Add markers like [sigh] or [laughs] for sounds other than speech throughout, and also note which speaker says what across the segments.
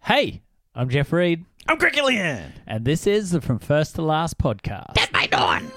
Speaker 1: Hey, I'm Jeff Reed,
Speaker 2: I'm Crickleyan.
Speaker 1: and this is the From First to Last podcast.
Speaker 2: At my dawn.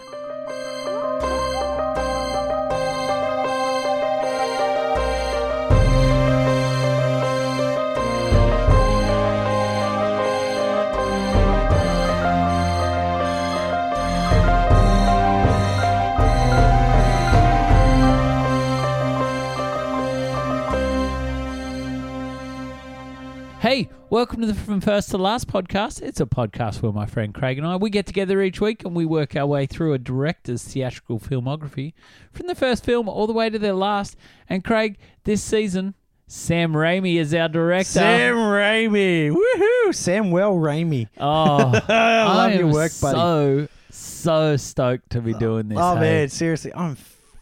Speaker 1: Hey, welcome to the From First to Last podcast. It's a podcast where my friend Craig and I we get together each week and we work our way through a director's theatrical filmography from the first film all the way to their last. And Craig, this season, Sam Raimi is our director.
Speaker 2: Sam Raimi. Woohoo. Samuel Raimi.
Speaker 1: Oh,
Speaker 2: [laughs] I love your
Speaker 1: am
Speaker 2: work, buddy.
Speaker 1: So so stoked to be doing this.
Speaker 2: oh,
Speaker 1: hey.
Speaker 2: man. Seriously. I'm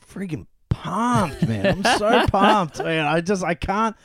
Speaker 2: freaking pumped, man.
Speaker 1: [laughs]
Speaker 2: I'm so pumped. Man, I just, I can't.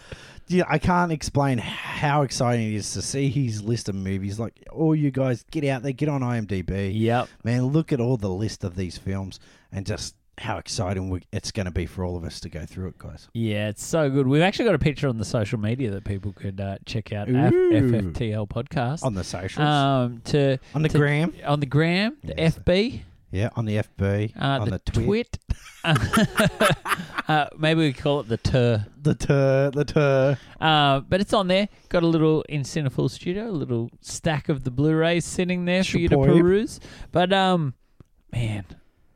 Speaker 2: Yeah, I can't explain how exciting it is to see his list of movies. Like, all you guys, get out there, get on IMDb.
Speaker 1: Yep.
Speaker 2: Man, look at all the list of these films and just how exciting we- it's going to be for all of us to go through it, guys.
Speaker 1: Yeah, it's so good. We've actually got a picture on the social media that people could uh, check out. F-
Speaker 2: Ooh.
Speaker 1: FFTL podcast
Speaker 2: On the socials,
Speaker 1: um, to
Speaker 2: on the
Speaker 1: to-
Speaker 2: gram,
Speaker 1: on the gram, the
Speaker 2: Yes.
Speaker 1: FB,
Speaker 2: yeah, on the FB,
Speaker 1: uh,
Speaker 2: on
Speaker 1: the,
Speaker 2: the, Twitter.
Speaker 1: twit.
Speaker 2: [laughs]
Speaker 1: [laughs] uh, maybe we call it the tur.
Speaker 2: the tur, the tur.
Speaker 1: Uh, but it's on there. Got a little in Cinephile Studio, a little stack of the Blu-rays sitting there for you to
Speaker 2: Shapoy.
Speaker 1: peruse. But um, man,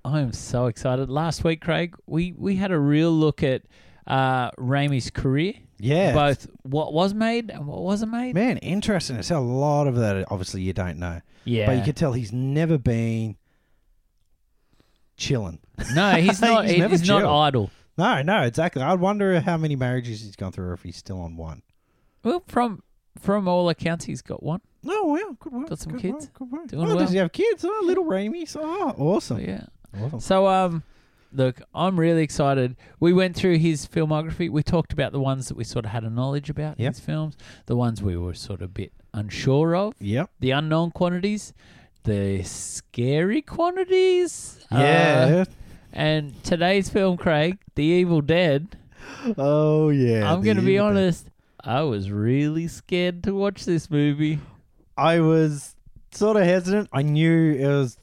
Speaker 1: I am so excited. Last week, Craig, we we had a real look at uh, Raimi's career.
Speaker 2: Yeah,
Speaker 1: both what was made and what wasn't made.
Speaker 2: man, interesting. It's a lot of that. Obviously, you don't know,
Speaker 1: Yeah,
Speaker 2: but
Speaker 1: [laughs]
Speaker 2: you [laughs] can tell he's never been chilling.
Speaker 1: no, he's not.
Speaker 2: He's
Speaker 1: he- he's
Speaker 2: never
Speaker 1: not
Speaker 2: chill.
Speaker 1: idle.
Speaker 2: No, no, exactly. I wonder how many marriages he's gone through, or if he's still on one.
Speaker 1: Well, from from all accounts, he's got one.
Speaker 2: Oh well, good work.
Speaker 1: Got some
Speaker 2: good
Speaker 1: kids.
Speaker 2: Work, good work.
Speaker 1: Doing
Speaker 2: oh,
Speaker 1: well.
Speaker 2: does he have kids? Oh, little Ramies. Oh, awesome.
Speaker 1: Yeah.
Speaker 2: Awesome.
Speaker 1: So um, look, I'm really excited. We went through his filmography. We talked about the ones that we sort of had a knowledge about
Speaker 2: Yep.
Speaker 1: his films, the ones we were sort of a bit unsure of,
Speaker 2: Yep.
Speaker 1: the unknown quantities, the scary quantities. Uh, [laughs]
Speaker 2: Yeah.
Speaker 1: and today's film, Craig, The Evil Dead.
Speaker 2: oh yeah.
Speaker 1: I'm
Speaker 2: the
Speaker 1: going to be
Speaker 2: evil dead.
Speaker 1: honest. I was really scared to watch this movie.
Speaker 2: I was sort of hesitant. I knew it was.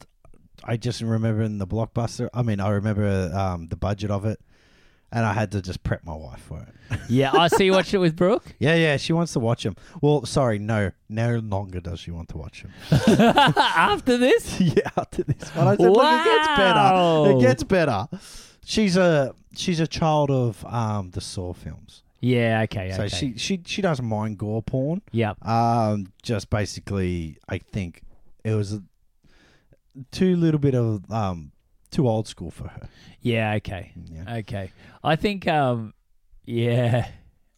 Speaker 2: I just remember in the blockbuster. I mean, I remember um, the budget of it, and I had to just prep my wife for it.
Speaker 1: [laughs] Yeah, I see you watched it with Brooke.
Speaker 2: yeah, yeah, she wants to watch him. Well, sorry, no, no longer does she want to watch him.
Speaker 1: [laughs]
Speaker 2: [laughs]
Speaker 1: After this,
Speaker 2: yeah, after this one, I said, look, it gets better.
Speaker 1: Wow.
Speaker 2: It gets better. She's a she's a child of um, the Saw films,
Speaker 1: yeah, okay,
Speaker 2: so
Speaker 1: okay.
Speaker 2: she she she doesn't mind gore porn.
Speaker 1: yep.
Speaker 2: Um, just basically, I think it was a- too little bit of um too old school for her.
Speaker 1: Yeah, okay.
Speaker 2: Yeah.
Speaker 1: Okay. I think um yeah.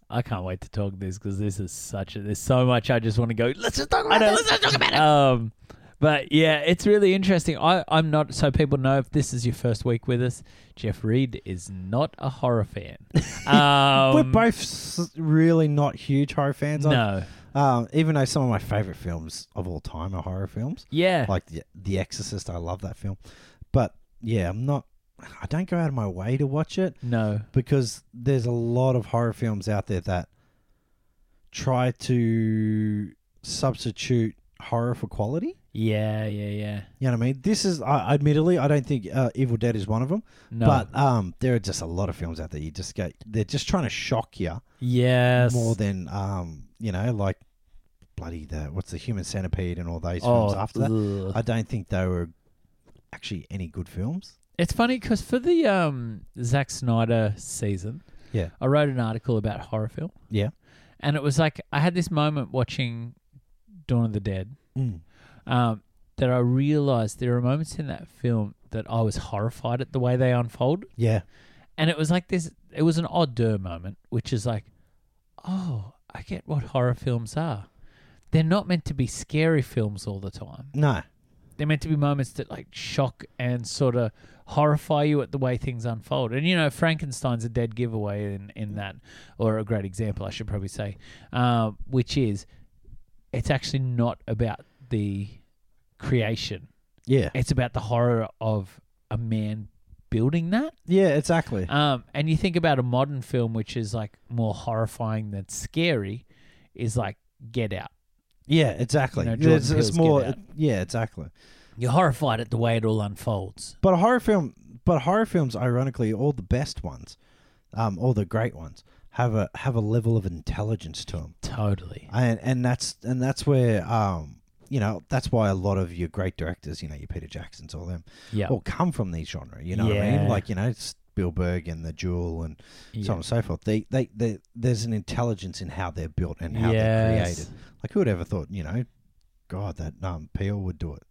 Speaker 1: I can't wait to talk this because this is such a there's so much I just want to go, let's just talk about it, let's just talk about it. Um but yeah, it's really interesting. I, I'm not so people know if this is your first week with us, Jeff Reed is not a horror [laughs] fan. Um
Speaker 2: We're both s- really not huge horror fans. I'm-
Speaker 1: No.
Speaker 2: Um, even though some of my favorite films of all time are horror films,
Speaker 1: Yeah.
Speaker 2: like the, the Exorcist, I love that film. But yeah, I'm not. I don't go out of my way to watch it
Speaker 1: no.
Speaker 2: because there's a lot of horror films out there that try to substitute horror for quality.
Speaker 1: Yeah, yeah, yeah.
Speaker 2: You know what I mean? This is, I, admittedly, I don't think uh, Evil Dead is one of them,
Speaker 1: No.
Speaker 2: but um, there are just a lot of films out there. You just get, they're just trying to shock you
Speaker 1: yes.
Speaker 2: more than, um, you know, like bloody the what's the Human Centipede and all those films after that.
Speaker 1: Oh, ugh.
Speaker 2: I don't think they were actually any good films.
Speaker 1: It's funny because for the um, Zack Snyder season,
Speaker 2: Yeah.
Speaker 1: I wrote an article about horror film,
Speaker 2: Yeah.
Speaker 1: and it was like I had this moment watching Dawn of the Dead
Speaker 2: Mm.
Speaker 1: um, that I realized there are moments in that film that I was horrified at the way they unfold,
Speaker 2: Yeah,
Speaker 1: and it was like this. It was an odd dur moment, which is like, oh, I get what horror films are. They're not meant to be scary films all the time
Speaker 2: no,
Speaker 1: they're meant to be moments that like shock and sort of horrify you at the way things unfold. And you know, Frankenstein's a dead giveaway in in that, or a great example, I should probably say, um, which is it's actually not about the creation;
Speaker 2: yeah,
Speaker 1: it's about the horror of a man building that.
Speaker 2: yeah, exactly.
Speaker 1: Um, and you think about a modern film, which is like more horrifying than scary, is like Get Out.
Speaker 2: Yeah, exactly.
Speaker 1: You know,
Speaker 2: it's,
Speaker 1: Jordan
Speaker 2: it's
Speaker 1: Peele's
Speaker 2: more.
Speaker 1: Get Out.
Speaker 2: yeah, exactly.
Speaker 1: You're horrified at the way it all unfolds.
Speaker 2: But a horror film, but horror films, ironically, all the best ones, um, all the great ones, have a have a level of intelligence to them,
Speaker 1: Totally.
Speaker 2: and and that's and that's where um, you know, that's why a lot of your great directors, you know, your Peter Jacksons, all them,
Speaker 1: Yeah.
Speaker 2: all come from these genre. You know what I
Speaker 1: Yeah.
Speaker 2: mean? Like you know Spielberg and The Jewel and so on
Speaker 1: yeah.
Speaker 2: and so forth. They, they they there's an intelligence in how they're built and how they're
Speaker 1: Yes.
Speaker 2: created. Like who would ever thought, you know, God, that um, Peel would do it.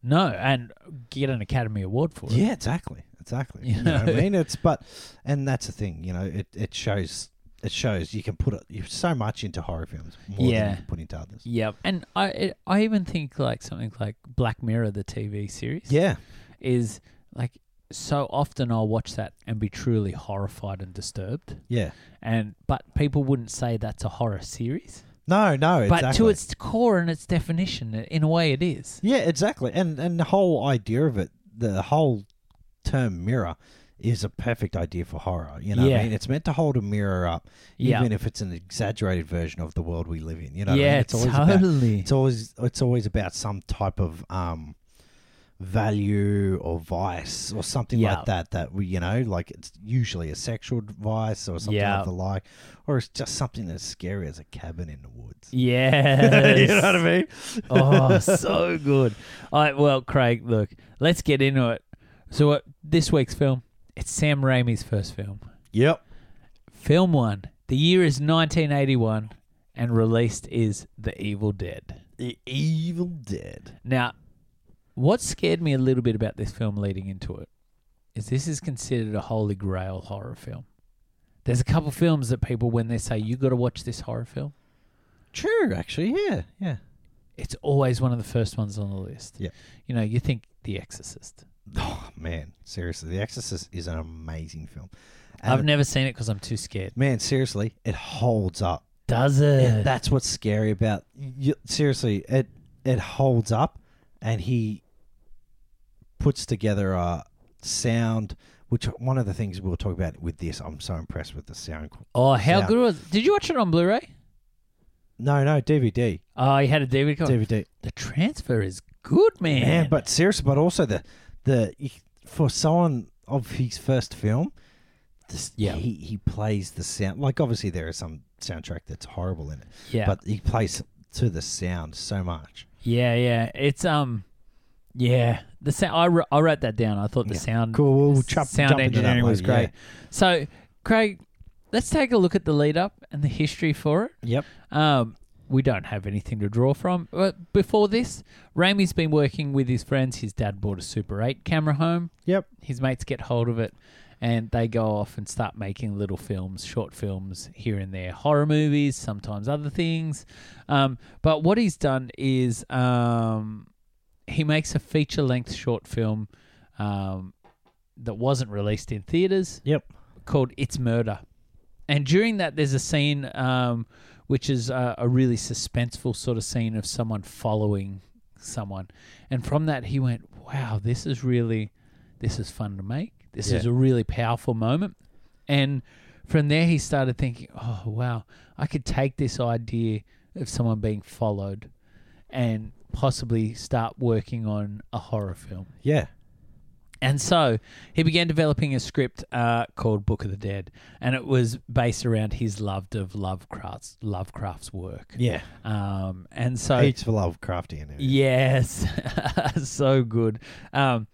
Speaker 1: No, and get an Academy Award for it.
Speaker 2: Yeah, exactly, exactly.
Speaker 1: [laughs] You
Speaker 2: You know what
Speaker 1: know?
Speaker 2: I mean? It's but, and that's the thing. You know, it, it shows it shows you can put it, you- so much into horror films more than
Speaker 1: Yeah.
Speaker 2: you can put into others.
Speaker 1: Yep. And I it, I even think like something like Black Mirror the TV series
Speaker 2: Yeah,
Speaker 1: is like so often I'll watch that and be truly horrified and disturbed.
Speaker 2: yeah.
Speaker 1: And but people wouldn't say that's a horror series.
Speaker 2: No, no, exactly.
Speaker 1: But to its core and its definition, in a way it is.
Speaker 2: yeah, exactly. And and the whole idea of it, the whole term mirror. Is a perfect idea for horror. You know, what
Speaker 1: Yeah.
Speaker 2: I mean, it's meant to hold a mirror up,
Speaker 1: Yeah.
Speaker 2: even if it's an exaggerated version of the world we live in. You know, what I mean?
Speaker 1: yeah,
Speaker 2: it's
Speaker 1: [laughs]
Speaker 2: always about
Speaker 1: totally.
Speaker 2: it's always it's always about some type of um value or vice or something
Speaker 1: Yeah.
Speaker 2: like that that we you know like it's usually a sexual vice or something
Speaker 1: Yeah.
Speaker 2: of the like or it's just something as scary as a cabin in the woods
Speaker 1: Yeah.
Speaker 2: [laughs] you know what i mean
Speaker 1: oh, so good. All right, well, Craig, look, let's get into it. So, uh, this week's film, it's Sam Raimi's first film.
Speaker 2: yep
Speaker 1: Film one. The year is 1981, and released is The Evil Dead.
Speaker 2: the evil dead
Speaker 1: Now, what scared me a little bit about this film leading into it is this is considered a holy grail horror film. There's a couple films that people, when they say you got to watch this horror film,
Speaker 2: true actually yeah yeah
Speaker 1: it's always one of the first ones on the list.
Speaker 2: Yeah.
Speaker 1: You know, you think The Exorcist.
Speaker 2: oh man seriously the exorcist is an amazing film
Speaker 1: I've
Speaker 2: And-
Speaker 1: never seen it because I'm too scared.
Speaker 2: man seriously it holds up
Speaker 1: Does
Speaker 2: Yeah,
Speaker 1: it?
Speaker 2: that's what's scary about. You, seriously, it it holds up, and he puts together a sound. Which one of the things we'll talk about with this? I'm so impressed with the sound. qu-
Speaker 1: oh, how
Speaker 2: Yeah.
Speaker 1: good was? Did you watch it on Blu-ray?
Speaker 2: No, no DVD,
Speaker 1: Oh, you had a DVD. copy.
Speaker 2: DVD.
Speaker 1: The transfer is good, man.
Speaker 2: Man, but seriously, but also the the for someone of his first film, this,
Speaker 1: Yeah.
Speaker 2: he he plays the sound. Like obviously there is some soundtrack that's horrible in it,
Speaker 1: yeah,
Speaker 2: but he plays to the sound so much.
Speaker 1: yeah, yeah. It's um, yeah. The sound. I, wr- I wrote that down. I thought the
Speaker 2: Yeah.
Speaker 1: sound
Speaker 2: Cool, we'll chop-
Speaker 1: sound
Speaker 2: jump into that
Speaker 1: engineering was
Speaker 2: later,
Speaker 1: great. So, Craig, let's take a look at the lead up and the history for it.
Speaker 2: Yep.
Speaker 1: Um, we don't have anything to draw from. But before this, Raimi's been working with his friends. His dad bought a Super 8 camera home.
Speaker 2: Yep.
Speaker 1: His mates get hold of it and they go off and start making little films, short films here and there, horror movies, sometimes other things. Um, but what he's done is um, he makes a feature length short film um, that wasn't released in theaters
Speaker 2: Yep.
Speaker 1: called It's Murder. And during that, there's a scene um, which is a, a really suspenseful sort of scene of someone following someone. And from that, he went, wow, this is really, this is fun to make. This is
Speaker 2: Yeah.
Speaker 1: a really powerful moment. And from there, he started thinking, oh, wow, I could take this idea of someone being followed and possibly start working on a horror film.
Speaker 2: Yeah.
Speaker 1: And so he began developing a script uh, called Book of the Dead, and it was based around his love of Lovecraft's Lovecraft's work.
Speaker 2: Yeah.
Speaker 1: Um, and so
Speaker 2: Heaps for Lovecraftian. in it.
Speaker 1: yes, [laughs] so good. Um,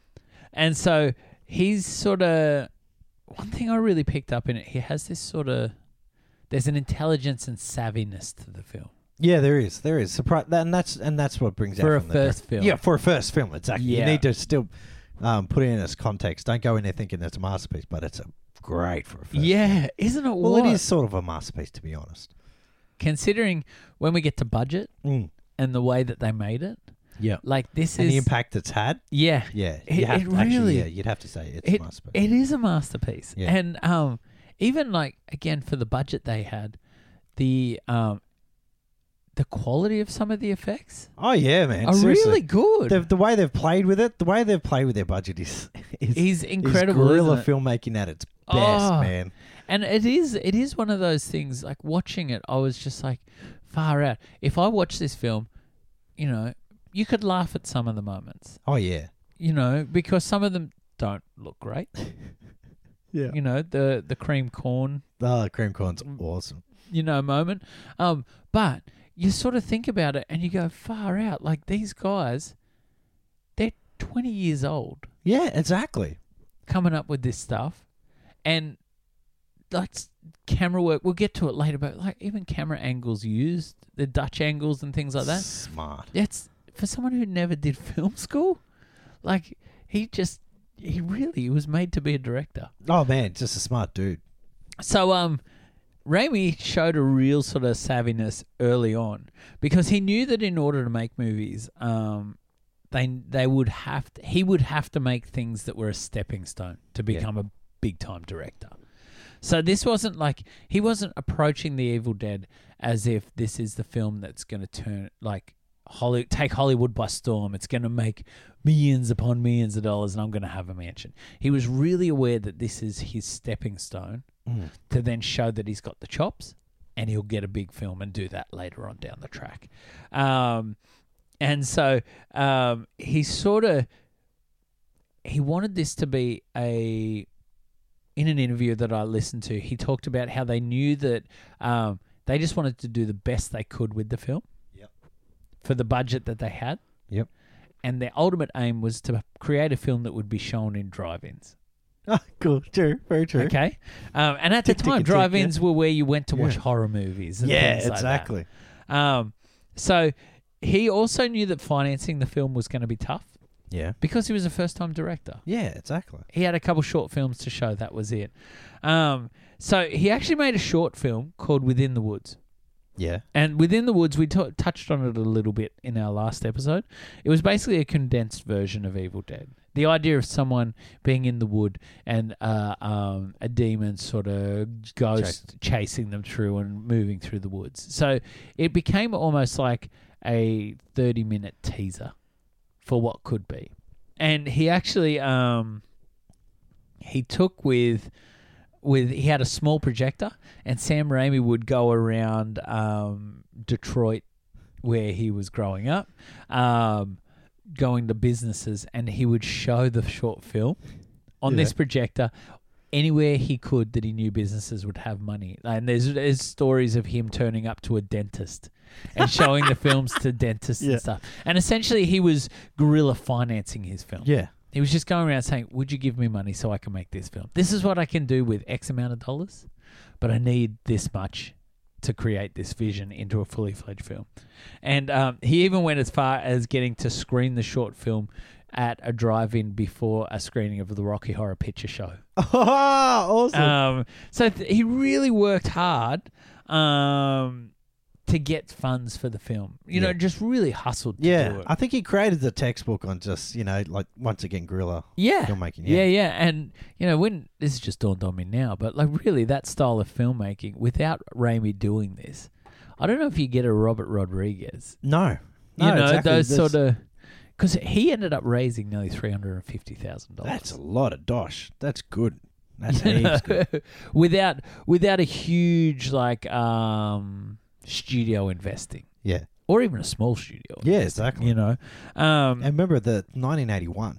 Speaker 1: and so he's sort of one thing I really picked up in it. He has this sort of there's an intelligence and savviness to the film
Speaker 2: Yeah, there is. There is. Surprise, and that's and that's what brings
Speaker 1: for
Speaker 2: out
Speaker 1: a
Speaker 2: from the dark-
Speaker 1: first film.
Speaker 2: Yeah, for a first film, exactly.
Speaker 1: Yeah.
Speaker 2: You need to still um, put it in its context. Don't go in there thinking it's a masterpiece, but it's a great for a first.
Speaker 1: yeah, isn't it?
Speaker 2: Well,
Speaker 1: what?
Speaker 2: it is sort of a masterpiece to be honest.
Speaker 1: considering when we get to budget
Speaker 2: Mm.
Speaker 1: and the way that they made it.
Speaker 2: Yeah.
Speaker 1: Like this
Speaker 2: And the
Speaker 1: is
Speaker 2: impact it's had.
Speaker 1: yeah,
Speaker 2: Yeah.
Speaker 1: It-
Speaker 2: you have
Speaker 1: it
Speaker 2: to, actually,
Speaker 1: really-
Speaker 2: yeah, you'd have to say it's
Speaker 1: it,
Speaker 2: a masterpiece.
Speaker 1: it is a masterpiece.
Speaker 2: Yeah.
Speaker 1: And um, even like again for the budget they had, the um, the quality of some of the effects
Speaker 2: oh yeah, man.
Speaker 1: are
Speaker 2: seriously.
Speaker 1: really good.
Speaker 2: The, the way they've played with it, the way they've played with their budget is is,
Speaker 1: He's [laughs]
Speaker 2: is
Speaker 1: incredible,
Speaker 2: guerrilla
Speaker 1: isn't it?
Speaker 2: filmmaking at its best,
Speaker 1: Oh.
Speaker 2: man.
Speaker 1: and it is it is one of those things. Like watching it, I was just like, far out. If I watch this film you know, you could laugh at some of the moments,
Speaker 2: Oh yeah.
Speaker 1: you know, because some of them don't look
Speaker 2: [laughs]
Speaker 1: great.
Speaker 2: Yeah.
Speaker 1: You know, the the cream corn,
Speaker 2: Oh, cream corn's
Speaker 1: Mm.
Speaker 2: awesome.
Speaker 1: you know, moment. Um, but you sort of think about it and you go far out. Like these guys, they're twenty years old
Speaker 2: Yeah, exactly.
Speaker 1: coming up with this stuff, and like s- camera work. We'll get to it later, but like even camera angles used, the Dutch angles and things like that.
Speaker 2: Smart.
Speaker 1: That's for someone who never did [laughs] film school. Like he just he really was made to be a director.
Speaker 2: Oh man, just a smart dude.
Speaker 1: So um Raimi showed a real sort of savviness early on because he knew that in order to make movies, um they they would have to, he would have to make things that were a stepping stone to become a big time director. So this wasn't like he wasn't approaching The Evil Dead as if this is the film that's going to turn like Holly take Hollywood by storm. It's going to make millions upon millions of dollars, and I'm going to have a mansion. He was really aware that this is his stepping stone
Speaker 2: [laughs] Mm.
Speaker 1: to then show that he's got the chops, and he'll get a big film and do that later on down the track. Um, and so um, he sort of he wanted this to be a in an interview that I listened to, he talked about how they knew that um, they just wanted to do the best they could with the film
Speaker 2: Yep.
Speaker 1: for the budget that they had.
Speaker 2: Yep.
Speaker 1: And their ultimate aim was to create a film that would be shown in drive-ins.
Speaker 2: Oh, cool. True. Very true.
Speaker 1: Okay, um, and at the
Speaker 2: Tick, tick,
Speaker 1: time,
Speaker 2: tick,
Speaker 1: drive-ins were where you went to watch
Speaker 2: Yeah.
Speaker 1: horror movies. And
Speaker 2: Yeah,
Speaker 1: things like that.
Speaker 2: exactly.
Speaker 1: Um, so he also knew that financing the film was going to be tough
Speaker 2: Yeah.
Speaker 1: because he was a first-time director.
Speaker 2: Yeah, exactly.
Speaker 1: He had a couple short films to show. That was it. Um, so he actually made a short film called Within the Woods.
Speaker 2: Yeah.
Speaker 1: And Within the Woods, we t- touched on it a little bit in our last episode. It was basically a condensed version of Evil Dead. The idea of someone being in the wood and uh, um, a demon sort of ghost chasing them through and moving through the woods. So it became almost like a 30 minute teaser for what could be. And he actually um, he took with with he had a small projector and Sam Raimi would go around um, Detroit where he was growing up, um, going to businesses, and he would show the short film on
Speaker 2: Yeah.
Speaker 1: this projector anywhere he could that he knew businesses would have money. And there's, there's stories of him turning up to a dentist and showing
Speaker 2: [laughs]
Speaker 1: the films to dentists
Speaker 2: Yeah.
Speaker 1: and stuff. And essentially, he was guerrilla financing his film.
Speaker 2: Yeah. [laughs]
Speaker 1: He was just going around saying, "Would you give me money so I can make this film? This is what I can do with X amount of dollars, but I need this much to create this vision into a fully fledged film." And um, he even went as far as getting to screen the short film at a drive-in before a screening of the Rocky Horror Picture Show.
Speaker 2: Oh, awesome.
Speaker 1: Um, so th- he really worked hard um, to get funds for the film. You know,
Speaker 2: Yeah.
Speaker 1: just really hustled. To do
Speaker 2: yeah.
Speaker 1: it.
Speaker 2: I think he created the textbook on just, you know, like once again, gorilla
Speaker 1: yeah.
Speaker 2: filmmaking.
Speaker 1: Yeah. yeah, And you know, when this is just dawned on me now, but like really, that style of filmmaking without Raimi doing this, I don't know if you get a Robert Rodriguez.
Speaker 2: No. No,
Speaker 1: you know,
Speaker 2: exactly.
Speaker 1: those
Speaker 2: There's-
Speaker 1: sort of because he ended up raising nearly three hundred and fifty thousand
Speaker 2: That's a
Speaker 1: [laughs] dollars.
Speaker 2: lot of dosh. That's good. That's heaps
Speaker 1: [laughs]
Speaker 2: good.
Speaker 1: without without a huge like um studio investing
Speaker 2: Yeah.
Speaker 1: or even a small studio.
Speaker 2: Yeah, exactly.
Speaker 1: You know, um,
Speaker 2: And remember the 1981.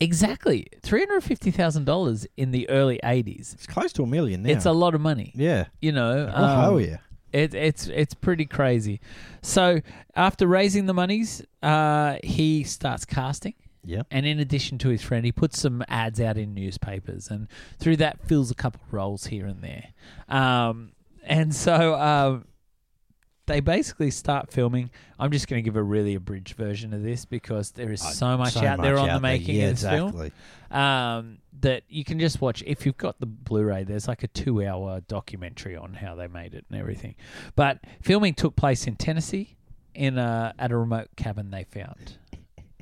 Speaker 1: exactly three hundred fifty thousand dollars in the early eighties.
Speaker 2: It's close to a million now.
Speaker 1: It's a lot of money.
Speaker 2: yeah.
Speaker 1: You know,
Speaker 2: oh
Speaker 1: um,
Speaker 2: yeah.
Speaker 1: It, it's it's pretty crazy. So after raising the monies, uh, he starts casting,
Speaker 2: Yeah.
Speaker 1: and in addition to his friend, he puts some ads out in newspapers, and through that fills a couple roles here and there. Um, and so um, they basically start filming. I'm just going to give a really abridged version of this because there is so much
Speaker 2: Uh, So
Speaker 1: out there
Speaker 2: much
Speaker 1: on the making
Speaker 2: Yeah,
Speaker 1: of this film
Speaker 2: exactly.
Speaker 1: um, that you can just watch if you've got the Blu-ray. There's like a two-hour documentary on how they made it and everything. But filming took place in Tennessee, in a at a remote cabin they found,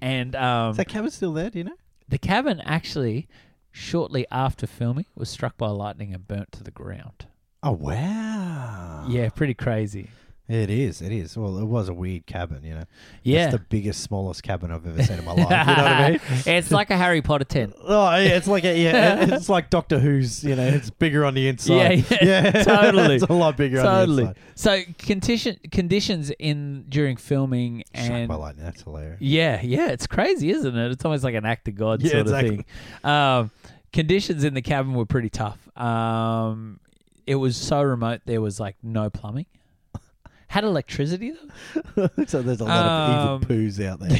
Speaker 1: and um,
Speaker 2: Is that cabin still there? Do you know?
Speaker 1: the cabin actually, shortly after filming, was struck by lightning and burnt to the ground.
Speaker 2: Oh wow.
Speaker 1: Yeah, pretty crazy.
Speaker 2: It is. It is. Well, it was a weird cabin, you know.
Speaker 1: Yeah.
Speaker 2: It's the [laughs] biggest, smallest cabin I've ever seen in my life. You know what I mean?
Speaker 1: [laughs] it's like a Harry Potter
Speaker 2: [laughs]
Speaker 1: tent.
Speaker 2: Oh, yeah, it's like
Speaker 1: [laughs]
Speaker 2: a, yeah, it- it's like Doctor Who's. You know, it's bigger on the inside. [laughs]
Speaker 1: Yeah, yeah, totally.
Speaker 2: it's a lot bigger
Speaker 1: Totally.
Speaker 2: on the
Speaker 1: So condition conditions in during filming
Speaker 2: inside. Struck
Speaker 1: and
Speaker 2: by lightning. That's
Speaker 1: [laughs]
Speaker 2: hilarious.
Speaker 1: Yeah, yeah, it's crazy, isn't it? It's almost like an act of God
Speaker 2: Yeah,
Speaker 1: sort
Speaker 2: exactly.
Speaker 1: of thing. Um, conditions in the cabin were pretty tough. Um, it was so remote, there was like no plumbing. Had electricity though.
Speaker 2: so there's a lot
Speaker 1: Um,
Speaker 2: of evil poos out there,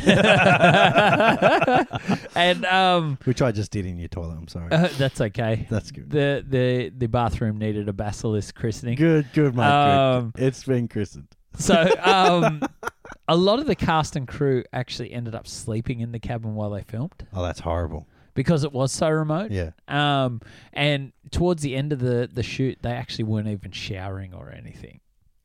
Speaker 1: [laughs] and um,
Speaker 2: which I just did in your toilet. I'm sorry.
Speaker 1: uh, that's okay.
Speaker 2: That's
Speaker 1: [laughs]
Speaker 2: good.
Speaker 1: The the the bathroom needed a basilisk christening.
Speaker 2: Good, good, mate.
Speaker 1: Um,
Speaker 2: good. It's been christened. [laughs]
Speaker 1: So um, a lot of the cast and crew actually ended up sleeping in the cabin while they filmed
Speaker 2: Oh, that's horrible.
Speaker 1: because it was so remote.
Speaker 2: Yeah.
Speaker 1: Um, and towards the end of the, the shoot, they actually weren't even showering or anything.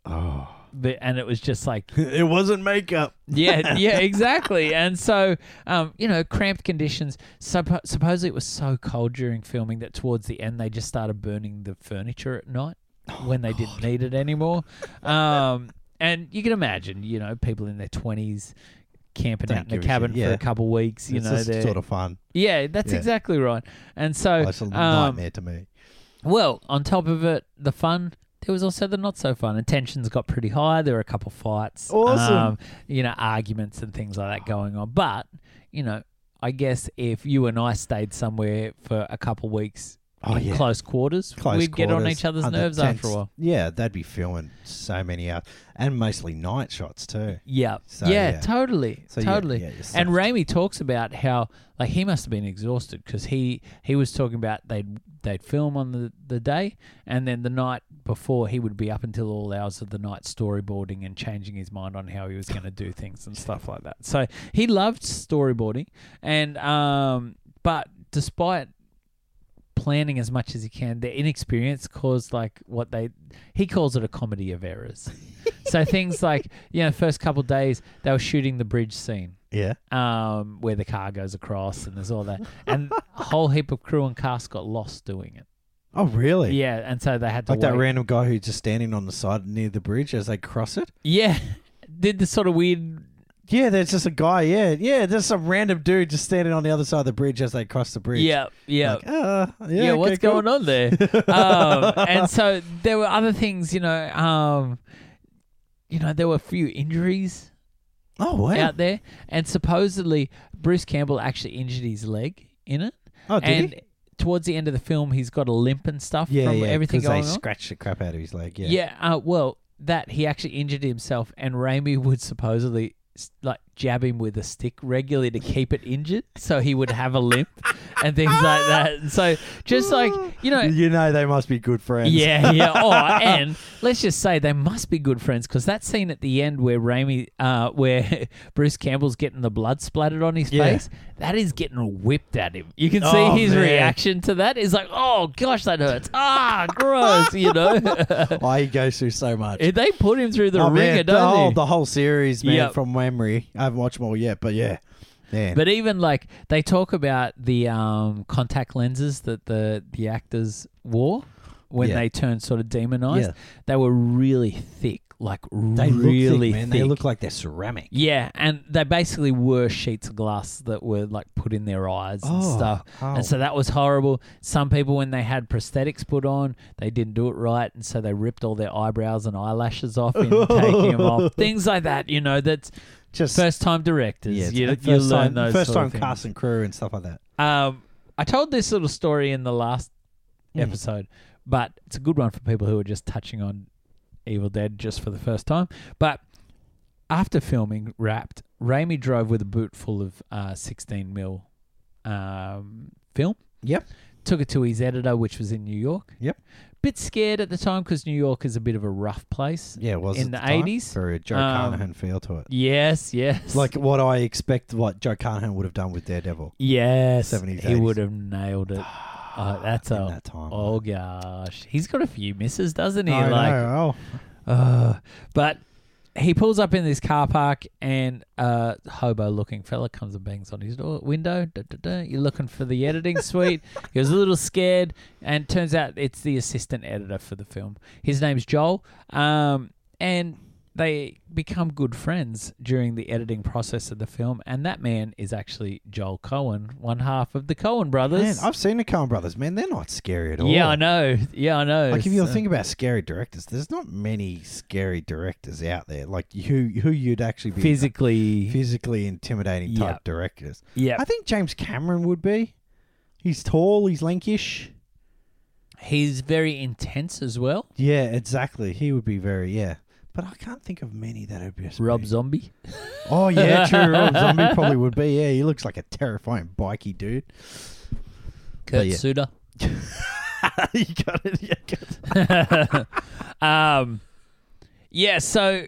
Speaker 2: Oh,
Speaker 1: The, and it was just like,
Speaker 2: [laughs] it wasn't makeup. [laughs]
Speaker 1: yeah, yeah, exactly. And so, um, you know, cramped conditions. Suppo- supposedly it was so cold during filming that towards the end they just started burning the furniture at night
Speaker 2: Oh,
Speaker 1: when they didn't need it anymore. Um, and you can imagine, you know, people in their twenties camping
Speaker 2: Don't
Speaker 1: out in
Speaker 2: give a
Speaker 1: the
Speaker 2: shit,
Speaker 1: cabin for
Speaker 2: yeah.
Speaker 1: a couple weeks. You
Speaker 2: it's
Speaker 1: know,
Speaker 2: just
Speaker 1: they're-
Speaker 2: sort of fun.
Speaker 1: yeah, that's
Speaker 2: Yeah.
Speaker 1: exactly right. And so,
Speaker 2: Oh, it's a
Speaker 1: um,
Speaker 2: nightmare to me.
Speaker 1: well, on top of it, the fun. There was also the not so fun, and tensions got pretty high. There were a couple fights, um,
Speaker 2: Awesome.
Speaker 1: you know, arguments and things like that going on. But you know, I guess if you and I stayed somewhere for a couple weeks
Speaker 2: Oh,
Speaker 1: in
Speaker 2: yeah.
Speaker 1: close quarters,
Speaker 2: Close
Speaker 1: we'd get on
Speaker 2: quarters,
Speaker 1: each other's
Speaker 2: under
Speaker 1: nerves
Speaker 2: tense-
Speaker 1: after a while.
Speaker 2: Yeah, they'd be filming so many hours and mostly night shots too.
Speaker 1: Yeah,
Speaker 2: So,
Speaker 1: yeah,
Speaker 2: yeah.
Speaker 1: totally,
Speaker 2: So yeah,
Speaker 1: totally.
Speaker 2: yeah, you're
Speaker 1: and
Speaker 2: soft.
Speaker 1: Raimi talks about how like he must have been exhausted because he he was talking about they'd they'd film on the, the day and then the night before he would be up until all hours of the night storyboarding and changing his mind on how he was going to do things and stuff like that. So he loved storyboarding and um but despite planning as much as he can the inexperience caused like what they he calls it a comedy of errors so things like you know first couple days they were shooting the bridge scene
Speaker 2: Yeah.
Speaker 1: um, where the car goes across and there's all that. And a whole heap of crew and cast got lost doing it.
Speaker 2: Oh, really?
Speaker 1: Yeah, and so they had to
Speaker 2: Like that
Speaker 1: wait.
Speaker 2: random guy who's just standing on the side near the bridge as they cross it.
Speaker 1: yeah, [laughs] did the sort of weird.
Speaker 2: Yeah, there's just a guy. Yeah, yeah, there's some random dude just standing on the other side of the bridge as they cross the bridge.
Speaker 1: Yeah, yeah.
Speaker 2: Like, ah, yeah,
Speaker 1: yeah,
Speaker 2: okay,
Speaker 1: what's
Speaker 2: cool.
Speaker 1: going on
Speaker 2: [laughs]
Speaker 1: there? um, and so there were other things, you know. Um, you know, there were a few injuries
Speaker 2: Oh wow!
Speaker 1: out there, and supposedly Bruce Campbell actually injured his leg in it.
Speaker 2: oh, did
Speaker 1: and
Speaker 2: he?
Speaker 1: towards the end of the film, he's got a limp and stuff
Speaker 2: Yeah,
Speaker 1: from
Speaker 2: yeah.
Speaker 1: everything
Speaker 2: Because they
Speaker 1: going on.
Speaker 2: scratched the crap out of his leg. Yeah.
Speaker 1: Yeah. uh, well, that he actually injured himself, and Raimi would supposedly s- like jab him with a stick regularly to keep it injured, so he would have a limp and things
Speaker 2: Ah!
Speaker 1: like that. And so just like you know.
Speaker 2: You know they must be good Ah! friends.
Speaker 1: Yeah, yeah. Oh, and let's just say they must be good friends because that scene at the end where Raimi, uh, where [laughs] Bruce Campbell's getting the blood splattered on his
Speaker 2: Yeah.
Speaker 1: face, that is getting whipped at him. You can see
Speaker 2: Oh,
Speaker 1: his
Speaker 2: man.
Speaker 1: reaction to that is like, oh gosh, that hurts. Ah, gross. You
Speaker 2: [laughs]
Speaker 1: know.
Speaker 2: [laughs]
Speaker 1: [laughs]
Speaker 2: Oh, he goes through so much.
Speaker 1: Eh, They put him through the
Speaker 2: oh,
Speaker 1: ringer,
Speaker 2: man, the
Speaker 1: don't
Speaker 2: whole
Speaker 1: they?
Speaker 2: the whole series, man,
Speaker 1: Yep.
Speaker 2: from memory. I haven't watched them all yet, but yeah, man.
Speaker 1: but even like they talk about the um, contact lenses that the the actors wore when
Speaker 2: Yeah.
Speaker 1: they turned sort of demonized.
Speaker 2: Yeah.
Speaker 1: They were really thick, like
Speaker 2: they look
Speaker 1: really
Speaker 2: thick, man. They
Speaker 1: thick.
Speaker 2: look like they're ceramic.
Speaker 1: yeah, and they basically were sheets of glass that were like put in their eyes and
Speaker 2: Oh,
Speaker 1: stuff.
Speaker 2: oh.
Speaker 1: And so that was horrible. Some people, when they had prosthetics put on, they didn't do it right, and so they ripped all their eyebrows and eyelashes off
Speaker 2: [laughs]
Speaker 1: in taking them off. Things like that, you know. That's
Speaker 2: Just
Speaker 1: First time directors.
Speaker 2: yeah,
Speaker 1: you,
Speaker 2: first
Speaker 1: you learn
Speaker 2: time,
Speaker 1: those
Speaker 2: first
Speaker 1: sort
Speaker 2: time
Speaker 1: of things.
Speaker 2: cast and crew and stuff like that.
Speaker 1: Um, I told this little story in the last
Speaker 2: Mm.
Speaker 1: episode, but it's a good one for people who are just touching on Evil Dead just for the first time. But after filming Wrapped, Raimi drove with a boot full of uh, 16 mil um, film.
Speaker 2: Yep.
Speaker 1: Took it to his editor, which was in New York.
Speaker 2: Yep.
Speaker 1: Bit scared at the time because New York is a bit of a rough place.
Speaker 2: Yeah, it was
Speaker 1: In
Speaker 2: at
Speaker 1: the
Speaker 2: time
Speaker 1: 80s?
Speaker 2: for a Joe
Speaker 1: Um,
Speaker 2: Carnahan feel to it.
Speaker 1: Yes, yes.
Speaker 2: Like what I expect, what Joe Carnahan would have done with Daredevil
Speaker 1: yes,
Speaker 2: 70s,
Speaker 1: he
Speaker 2: 80s.
Speaker 1: would have nailed it. [sighs] Oh, that's
Speaker 2: in
Speaker 1: a
Speaker 2: that time.
Speaker 1: Oh gosh, he's got a few misses, doesn't he?
Speaker 2: I
Speaker 1: like,
Speaker 2: know, oh.
Speaker 1: uh, but he pulls up in this car park, and uh, hobo-looking fella comes and bangs on his door window. Duh, duh, duh. You're looking for the editing
Speaker 2: [laughs]
Speaker 1: suite. He was a little scared, and turns out it's the assistant editor for the film. His name's Joel, um, and they become good friends during the editing process of the film, and that man is actually Joel Cohen, one half of the Cohen
Speaker 2: Man,
Speaker 1: brothers.
Speaker 2: I've seen the Coen Brothers. Man, they're not scary at all.
Speaker 1: yeah, I know. uh, Yeah, I know.
Speaker 2: Oh. Like if you
Speaker 1: So-
Speaker 2: think about scary directors, there's not many scary directors out there. Like who who you'd actually be
Speaker 1: physically,
Speaker 2: physically intimidating type
Speaker 1: Yep.
Speaker 2: directors.
Speaker 1: yeah,
Speaker 2: I think James Cameron would be. He's tall. He's lankish.
Speaker 1: he's very intense as well.
Speaker 2: Yeah, exactly. He would be very yeah. But I can't think of many that would be.
Speaker 1: Rob Zombie. [laughs]
Speaker 2: Oh yeah, true. Rob Zombie probably would be. Yeah, he looks like a terrifying
Speaker 1: [laughs]
Speaker 2: bikey dude.
Speaker 1: Kurt
Speaker 2: yeah.
Speaker 1: Sutter.
Speaker 2: you got it. Yeah, got
Speaker 1: [laughs]
Speaker 2: it.
Speaker 1: um, yeah, so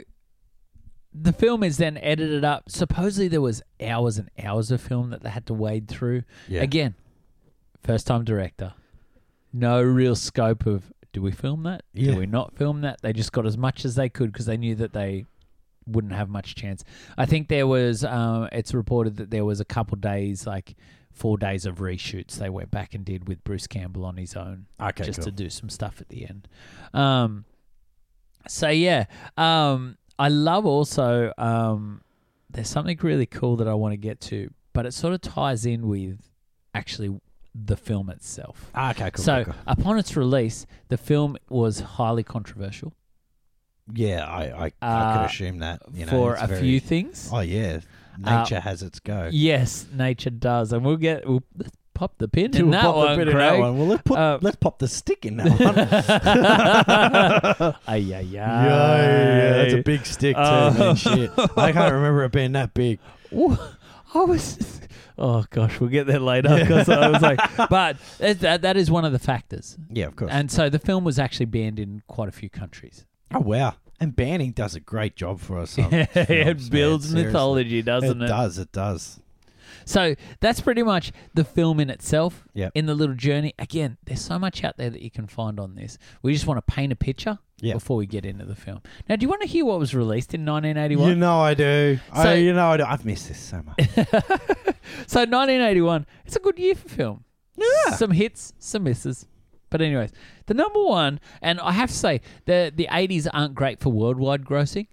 Speaker 1: the film is then edited up. Supposedly there was hours and hours of film that they had to wade through.
Speaker 2: Yeah.
Speaker 1: Again, first time director. No real scope of do we film that?
Speaker 2: Yeah.
Speaker 1: Do we not film that? They just got as much as they could because they knew that they wouldn't have much chance. I think there was um, it's reported that there was a couple days like four days of reshoots they went back and did with Bruce Campbell on his own
Speaker 2: Okay,
Speaker 1: just
Speaker 2: cool.
Speaker 1: to do some stuff at the end. Um, so yeah, um, I love also. Um, there's something really cool that I want to get to, but it sort of ties in with actually the film itself.
Speaker 2: okay, cool.
Speaker 1: so
Speaker 2: cool, cool.
Speaker 1: upon its release, the film was highly controversial
Speaker 2: yeah, I I, I
Speaker 1: Uh,
Speaker 2: could assume that you know
Speaker 1: for
Speaker 2: it's
Speaker 1: a
Speaker 2: very-
Speaker 1: few Uh, things.
Speaker 2: Oh yeah, nature has its go. [laughs]
Speaker 1: Yes, nature does, and we'll get we'll let's pop the pin in
Speaker 2: We'll
Speaker 1: that
Speaker 2: pop the
Speaker 1: one,
Speaker 2: bit in that
Speaker 1: Craig. [laughs]
Speaker 2: one. [laughs] Well, let's, put,
Speaker 1: Uh,
Speaker 2: let's pop the stick
Speaker 1: [laughs]
Speaker 2: in that one.
Speaker 1: Ay, ay, ay.
Speaker 2: [laughs] Yeah, yeah, that's a big stick too.
Speaker 1: Oh. [laughs]
Speaker 2: man, shit, I can't remember it being that big.
Speaker 1: Wha- I was. Oh gosh, we'll get there later because I was like, [laughs] but that- that that is one of the factors.
Speaker 2: Yeah, of course.
Speaker 1: And so the film was actually banned in quite a few
Speaker 2: [laughs]
Speaker 1: countries.
Speaker 2: oh wow, and banning does a great job for
Speaker 1: [laughs]
Speaker 2: us. on films,
Speaker 1: it
Speaker 2: man,
Speaker 1: builds
Speaker 2: Oh, seriously.
Speaker 1: mythology, doesn't
Speaker 2: It
Speaker 1: it?
Speaker 2: does. It does.
Speaker 1: So that's pretty much the film in itself.
Speaker 2: Yep.
Speaker 1: In the little journey, again, there's so much out there that you can find on this. We just want to paint a picture
Speaker 2: Yep.
Speaker 1: before we get into the film. Now, do you want to hear what was released in 1981?
Speaker 2: You know I do.
Speaker 1: So-
Speaker 2: I, you know I do. I've missed this so
Speaker 1: [laughs]
Speaker 2: much.
Speaker 1: So 1981, it's a good year for film.
Speaker 2: Yeah.
Speaker 1: Some hits, some misses. But anyways, the number one, and I have to say, the the 80s aren't great for worldwide
Speaker 2: [laughs]
Speaker 1: grossing.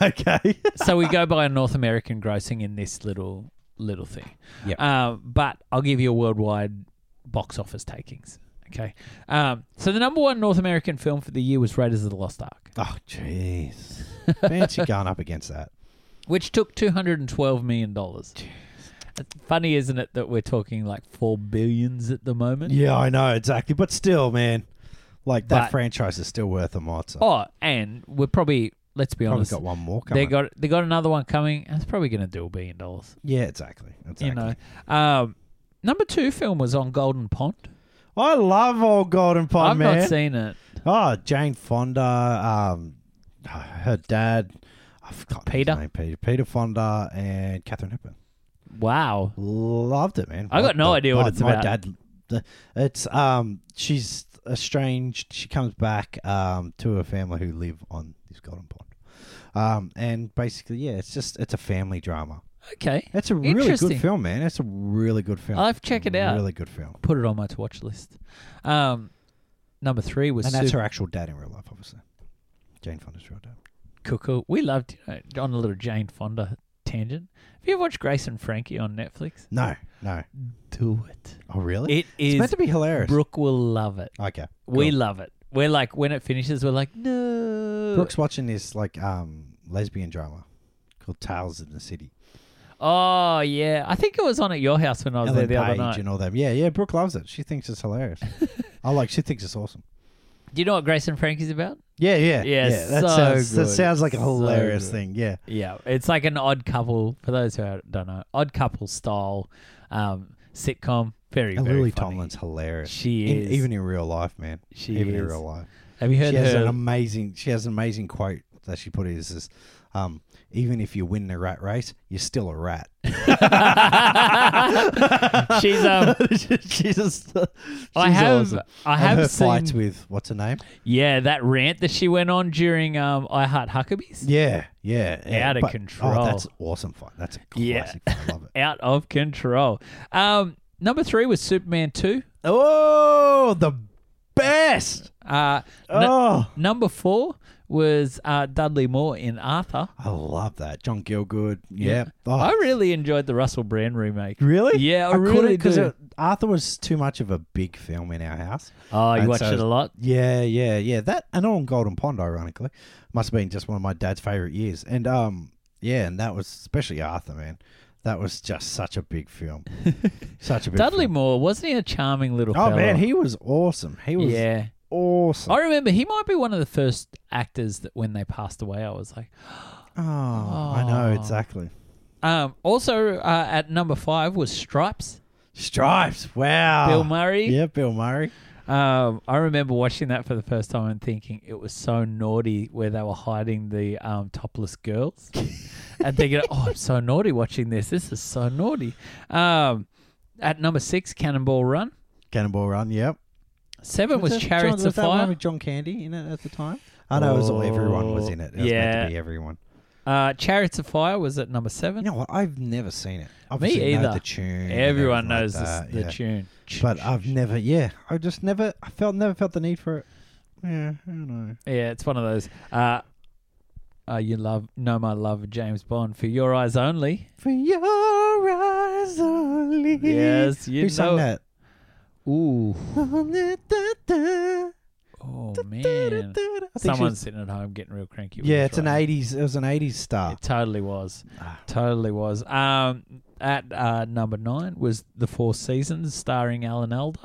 Speaker 2: okay.
Speaker 1: so we go by North American grossing in this little little thing.
Speaker 2: Yep.
Speaker 1: Um, but I'll give you a worldwide box office takings. Okay. Um, so the number one North American film for the year was Raiders of the Lost Ark,
Speaker 2: Oh jeez. Fancy going up against that.
Speaker 1: which took 212 million dollars. Funny, isn't it, that we're talking like four billions at the moment?
Speaker 2: Yeah, I know exactly. But still, man, like that
Speaker 1: But-
Speaker 2: franchise is still worth a might. So
Speaker 1: Oh, and we're probably let's be
Speaker 2: probably
Speaker 1: honest.
Speaker 2: got one more
Speaker 1: they
Speaker 2: coming.
Speaker 1: got they got another one coming, and it's probably going to do a billion dollars.
Speaker 2: yeah, exactly. Exactly.
Speaker 1: You know, um, number two film was on Golden Pond.
Speaker 2: I love old Golden Pond,
Speaker 1: I've
Speaker 2: man.
Speaker 1: not seen it.
Speaker 2: oh, Jane Fonda, um, her dad. I forgot his
Speaker 1: Peter?
Speaker 2: name, Peter. Peter Fonda and Catherine Hepburn.
Speaker 1: Wow.
Speaker 2: Loved it, man.
Speaker 1: I got
Speaker 2: Loved
Speaker 1: no
Speaker 2: it.
Speaker 1: idea what
Speaker 2: my,
Speaker 1: it's
Speaker 2: my
Speaker 1: about.
Speaker 2: dad, the- it's um, she's estranged. She comes back um to her family who live on this golden pond, um, and basically, yeah, it's just it's a family drama.
Speaker 1: Okay,
Speaker 2: It's a really
Speaker 1: Interesting.
Speaker 2: good film, man. It's a really good film.
Speaker 1: I'll have to check it out.
Speaker 2: Really good film.
Speaker 1: put it on my to watch list. Um, number three was
Speaker 2: And that's
Speaker 1: Super
Speaker 2: her actual dad in real life, obviously. Jane Fonda's real dad.
Speaker 1: Cuckoo. We loved you know, on a little Jane Fonda tangent. Have you ever watched Grace and Frankie on Netflix?
Speaker 2: No, no.
Speaker 1: Do it.
Speaker 2: Oh, really?
Speaker 1: It
Speaker 2: it's
Speaker 1: is.
Speaker 2: meant to be hilarious.
Speaker 1: Brooke will love it.
Speaker 2: okay.
Speaker 1: We
Speaker 2: cool.
Speaker 1: love it. We're like when it finishes, we're like no.
Speaker 2: Brooke's watching this like um lesbian drama called Tales of the City.
Speaker 1: Oh yeah, I think it was on at your house when I was
Speaker 2: Ellen
Speaker 1: there the
Speaker 2: Page
Speaker 1: other night.
Speaker 2: and all them. Yeah, yeah. Brooke loves it. She thinks it's
Speaker 1: [laughs]
Speaker 2: hilarious. I like. She thinks it's awesome.
Speaker 1: Do you know what Grace and Frankie's about?
Speaker 2: Yeah, yeah,
Speaker 1: Yeah,
Speaker 2: that
Speaker 1: so
Speaker 2: sounds that
Speaker 1: good.
Speaker 2: sounds like a
Speaker 1: So
Speaker 2: hilarious
Speaker 1: good.
Speaker 2: thing. Yeah,
Speaker 1: Yeah, it's like an odd couple. For those who don't know, odd couple style um, sitcom. Very,
Speaker 2: and
Speaker 1: very
Speaker 2: Lily
Speaker 1: funny.
Speaker 2: Tomlin's hilarious.
Speaker 1: She
Speaker 2: In-
Speaker 1: is.
Speaker 2: even in real life, man.
Speaker 1: She
Speaker 2: even
Speaker 1: is.
Speaker 2: in real life.
Speaker 1: Have you
Speaker 2: She
Speaker 1: heard
Speaker 2: has
Speaker 1: her?
Speaker 2: an [laughs] amazing. She has an amazing quote that she put in. Is this, um, even if you win the rat race, you're still a rat.
Speaker 1: [laughs]
Speaker 2: [laughs]
Speaker 1: She's um.
Speaker 2: [laughs] she's just,
Speaker 1: I
Speaker 2: she's
Speaker 1: have.
Speaker 2: awesome.
Speaker 1: I
Speaker 2: And her
Speaker 1: have
Speaker 2: fights
Speaker 1: seen.
Speaker 2: with what's her name?
Speaker 1: Yeah, that rant that she went on during um I Heart Huckabees.
Speaker 2: Yeah, yeah. yeah,
Speaker 1: Out of
Speaker 2: but-
Speaker 1: control.
Speaker 2: Oh, that's awesome fight. That's a
Speaker 1: [laughs] Yeah.
Speaker 2: classic. Yeah. I love it.
Speaker 1: Out of control. Um, number three was Superman two.
Speaker 2: Oh, the best.
Speaker 1: [laughs] Uh, nu-
Speaker 2: Oh,
Speaker 1: number four was uh, Dudley Moore in Arthur.
Speaker 2: I love that. John Gilgood.
Speaker 1: Yeah.
Speaker 2: Yeah.
Speaker 1: I
Speaker 2: Oh,
Speaker 1: really enjoyed the Russell Brand remake.
Speaker 2: really?
Speaker 1: Yeah, I,
Speaker 2: I,
Speaker 1: really
Speaker 2: couldn't because
Speaker 1: do.
Speaker 2: Arthur was too much of a big film in our house.
Speaker 1: Oh, you
Speaker 2: and
Speaker 1: watched
Speaker 2: so-
Speaker 1: it a lot.
Speaker 2: Yeah, yeah, yeah. That and on Golden Pond, ironically, must have been just one of my dad's favorite years. And um, yeah, and that was especially Arthur, man. That was just such a
Speaker 1: [laughs]
Speaker 2: big film. such a big
Speaker 1: Dudley
Speaker 2: Film.
Speaker 1: Moore wasn't he a charming little?
Speaker 2: Oh
Speaker 1: fella?
Speaker 2: man, he was awesome. He was
Speaker 1: yeah.
Speaker 2: awesome.
Speaker 1: I remember he might be one of the first actors that when they passed away, I was like.
Speaker 2: Oh, I know
Speaker 1: Oh.
Speaker 2: exactly.
Speaker 1: Um, also uh, at number five was Stripes.
Speaker 2: Stripes. Wow.
Speaker 1: Bill Murray.
Speaker 2: Ah, Yeah, Bill Murray.
Speaker 1: Um, I remember watching that for the first time and thinking it was so naughty where they were hiding the um, topless
Speaker 2: [laughs]
Speaker 1: girls and thinking, oh, I'm so naughty watching this. This is so naughty. Um, at number six, Cannonball Run.
Speaker 2: Cannonball Run. Yep.
Speaker 1: Seven was
Speaker 2: that-
Speaker 1: Chariots
Speaker 2: John,
Speaker 1: of
Speaker 2: was that one
Speaker 1: Fire. Oh,
Speaker 2: with John Candy in it at the time. I know it was all everyone was in it. It was meant
Speaker 1: Yeah.
Speaker 2: to be everyone.
Speaker 1: Uh, Chariots of Fire was at number seven.
Speaker 2: You know what? I've never seen it. I've
Speaker 1: Me either.
Speaker 2: the tune. and
Speaker 1: Everyone
Speaker 2: everything like
Speaker 1: knows this,
Speaker 2: that,
Speaker 1: the
Speaker 2: yeah.
Speaker 1: tune.
Speaker 2: But uh, I've never. Yeah, I just never. I felt never felt the need for it. Yeah, I don't know.
Speaker 1: Yeah, it's one of those. Uh, uh, you love know my love of James Bond for your eyes
Speaker 2: [laughs]
Speaker 1: only.
Speaker 2: For your eyes only.
Speaker 1: Yes, you
Speaker 2: Who
Speaker 1: know.
Speaker 2: sang that?
Speaker 1: Ooh,
Speaker 2: I
Speaker 1: oh
Speaker 2: [laughs]
Speaker 1: man!
Speaker 2: think she was-
Speaker 1: Someone's sitting at home getting real cranky. with
Speaker 2: Yeah,
Speaker 1: us
Speaker 2: it's an
Speaker 1: right
Speaker 2: '80s. It was an '80s
Speaker 1: now.
Speaker 2: star.
Speaker 1: It totally was.
Speaker 2: Ah.
Speaker 1: Totally was. Um, at uh, number nine was the Four Seasons starring Alan Alda.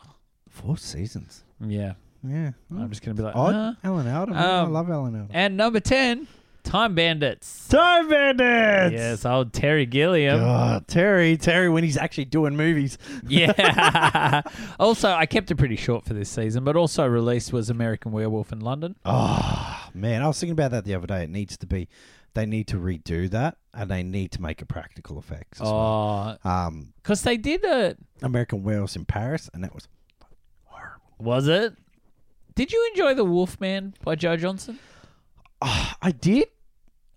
Speaker 2: Four seasons.
Speaker 1: Yeah,
Speaker 2: Yeah.
Speaker 1: I'm just gonna be like,
Speaker 2: Hmm. Odd.
Speaker 1: "Huh?"
Speaker 2: Alan Alda. man, I
Speaker 1: Um,
Speaker 2: love Alan Alda.
Speaker 1: and number ten, Time Bandits.
Speaker 2: Time Bandits.
Speaker 1: Yes, old Terry Gilliam.
Speaker 2: God, Terry, Terry, when he's actually doing movies.
Speaker 1: [laughs] Yeah. [laughs] also, I kept it pretty short for this season, but also released was American Werewolf in London.
Speaker 2: Oh man, I was thinking about that the other day. It needs to be, they need to redo that, and they need to make a practical effects. As well.
Speaker 1: Oh,
Speaker 2: Um,
Speaker 1: because they did a
Speaker 2: American Werewolves in Paris, and that was horrible.
Speaker 1: was it? Did you enjoy The Wolfman by Joe Johnson?
Speaker 2: Oh, I did.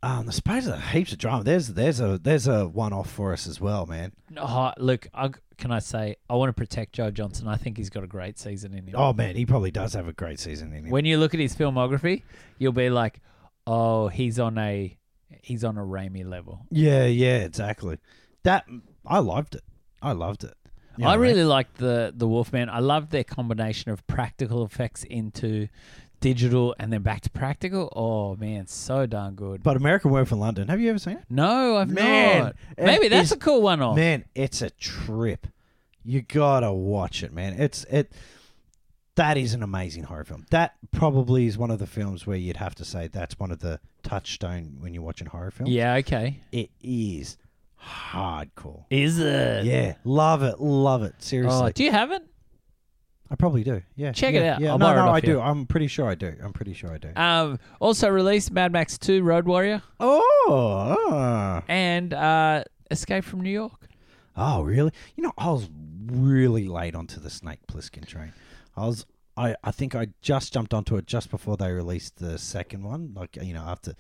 Speaker 2: Um, I suppose there's heaps of drama. There's there's a there's a one off for us as well, man.
Speaker 1: Oh, look, I, can I say I want to protect Joe Johnson. I think he's got a great season in him.
Speaker 2: Oh man, he probably does have a great season in him.
Speaker 1: When you look at his filmography, you'll be like, oh, he's on a he's on a Raimi level.
Speaker 2: yeah, yeah, exactly. That I loved it. I loved it. You know
Speaker 1: I
Speaker 2: what mean?
Speaker 1: really liked the the Wolfman. I love their combination of practical effects into digital and then back to practical. Oh man, so darn good.
Speaker 2: But American Werewolf in London. Have you ever seen it?
Speaker 1: no, I've
Speaker 2: Man,
Speaker 1: not.
Speaker 2: it
Speaker 1: Maybe that's
Speaker 2: is-
Speaker 1: a cool one off.
Speaker 2: Man, it's a trip. You gotta watch it, man. It's it. That is an amazing horror film. That probably is one of the films where you'd have to say that's one of the touchstone when you're watching horror films.
Speaker 1: Yeah, okay.
Speaker 2: it is hardcore.
Speaker 1: Is it?
Speaker 2: Yeah, love it, love it. Seriously,
Speaker 1: Oh, do you have it?
Speaker 2: I probably do. Yeah,
Speaker 1: Check it
Speaker 2: yeah,
Speaker 1: out.
Speaker 2: Yeah,
Speaker 1: I'll
Speaker 2: no,
Speaker 1: borrow it
Speaker 2: no,
Speaker 1: off
Speaker 2: I
Speaker 1: you.
Speaker 2: do. I'm pretty sure I do. I'm pretty sure I do.
Speaker 1: Um, also released Mad Max 2 Road Warrior
Speaker 2: oh, ah.
Speaker 1: and uh, Escape from New York.
Speaker 2: Oh, really? You know, I was really late onto the Snake Plissken train. I was, I, I think I just jumped onto it just before they released the second one. Like, you know, after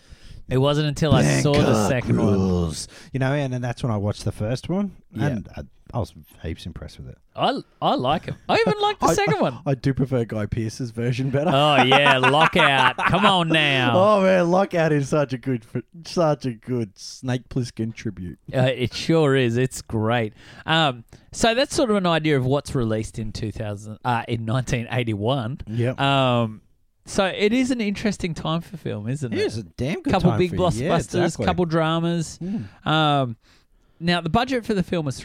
Speaker 1: It wasn't until I saw the
Speaker 2: Bangkok
Speaker 1: second one.
Speaker 2: Rules, you know, and then that's when I watched the first one,
Speaker 1: Yeah.
Speaker 2: and I, I was heaps impressed with it.
Speaker 1: I I like it. [laughs] I even like the
Speaker 2: I-
Speaker 1: second one.
Speaker 2: I do prefer Guy Pearce's version better.
Speaker 1: Oh yeah, lockout. Come on now.
Speaker 2: [laughs] Oh man, Lockout is such a good, such a good Snake Plissken tribute.
Speaker 1: Uh, it sure is. It's great. Um, so that's sort of an idea of what's released in 2000, uh, in 1981.
Speaker 2: Yeah,
Speaker 1: Um, so it is an interesting time for film, isn't
Speaker 2: it
Speaker 1: it?
Speaker 2: is a damn good
Speaker 1: couple
Speaker 2: time
Speaker 1: big
Speaker 2: for you.
Speaker 1: blockbusters,
Speaker 2: Yeah, exactly.
Speaker 1: couple dramas.
Speaker 2: Mm.
Speaker 1: Um, now the budget for the film was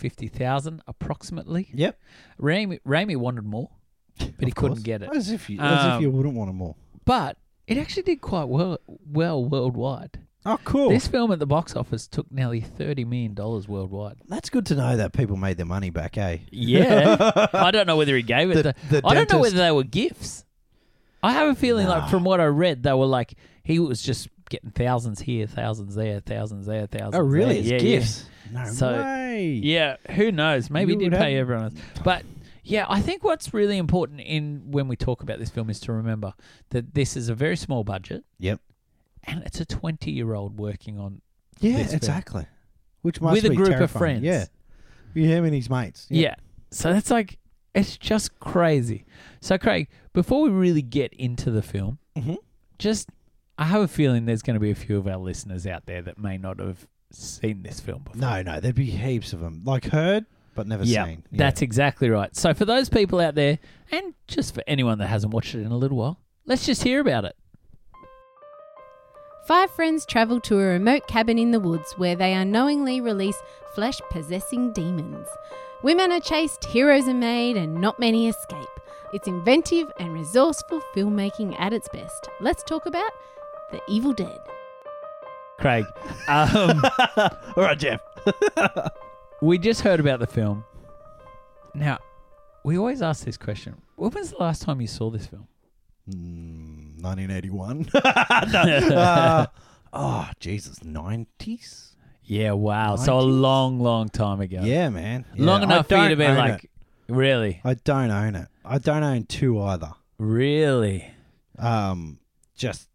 Speaker 1: 350,000 approximately.
Speaker 2: Yep.
Speaker 1: Raimi, Raimi wanted more, but he
Speaker 2: Of course.
Speaker 1: couldn't get it.
Speaker 2: As if you, as
Speaker 1: Um,
Speaker 2: if you wouldn't want them all.
Speaker 1: But it actually did quite well well worldwide.
Speaker 2: Oh, cool.
Speaker 1: This film at the box office took nearly 30 million dollars worldwide.
Speaker 2: That's good to know that people made their money back, eh? [laughs]
Speaker 1: Yeah. I don't know whether he gave it.
Speaker 2: The-
Speaker 1: to-
Speaker 2: the
Speaker 1: I don't know
Speaker 2: dentist-
Speaker 1: whether they were gifts. I have a feeling,
Speaker 2: Nah.
Speaker 1: like from what I read, they were like he was just getting thousands here, thousands there, thousands there, thousands.
Speaker 2: Oh, really?
Speaker 1: There.
Speaker 2: It's
Speaker 1: Yeah,
Speaker 2: gifts. No
Speaker 1: So-
Speaker 2: way.
Speaker 1: Yeah. yeah. Who knows? Maybe
Speaker 2: You
Speaker 1: he did
Speaker 2: would
Speaker 1: pay
Speaker 2: have-
Speaker 1: everyone else. But yeah, I think what's really important in when we talk about this film is to remember that this is a very small budget.
Speaker 2: Yep.
Speaker 1: And it's a twenty-year-old working on
Speaker 2: Yeah,
Speaker 1: That's fair.
Speaker 2: exactly. Which must
Speaker 1: with a
Speaker 2: be
Speaker 1: group of
Speaker 2: terrifying.
Speaker 1: friends.
Speaker 2: Yeah, you him and his mates.
Speaker 1: Yeah. So that's like, it's just crazy. So, Craig, before we really get into the film,
Speaker 2: Mhm.
Speaker 1: just I have a feeling there's going to be a few of our listeners out there that may not have seen this film before.
Speaker 2: No, no, there'd be heaps of them. Like heard, but never
Speaker 1: Yeah,
Speaker 2: seen. [laughs]
Speaker 1: That's exactly right. So for those people out there, and just for anyone that hasn't watched it in a little while, let's just hear about it.
Speaker 3: Five friends travel to a remote cabin in the woods where they unknowingly release flesh possessing demons. Women are chased, heroes are made, and not many escape. It's inventive and resourceful filmmaking at its best. Let's talk about The Evil Dead.
Speaker 1: [laughs] Craig, um,
Speaker 2: All right, Jeff.
Speaker 1: we just heard about the film. Now, we always ask this question. When was the last time you saw this film?
Speaker 2: Mm, 1981.
Speaker 1: [laughs]
Speaker 2: No, [laughs] uh, oh, Jesus, 90s?
Speaker 1: Yeah, wow. So a
Speaker 2: 90s?
Speaker 1: long, long time ago.
Speaker 2: Yeah, man. Yeah,
Speaker 1: Long
Speaker 2: I
Speaker 1: enough for you to
Speaker 2: don't
Speaker 1: be
Speaker 2: own
Speaker 1: like,
Speaker 2: it.
Speaker 1: really?
Speaker 2: I don't own it. I don't own two either.
Speaker 1: Really?
Speaker 2: Um, just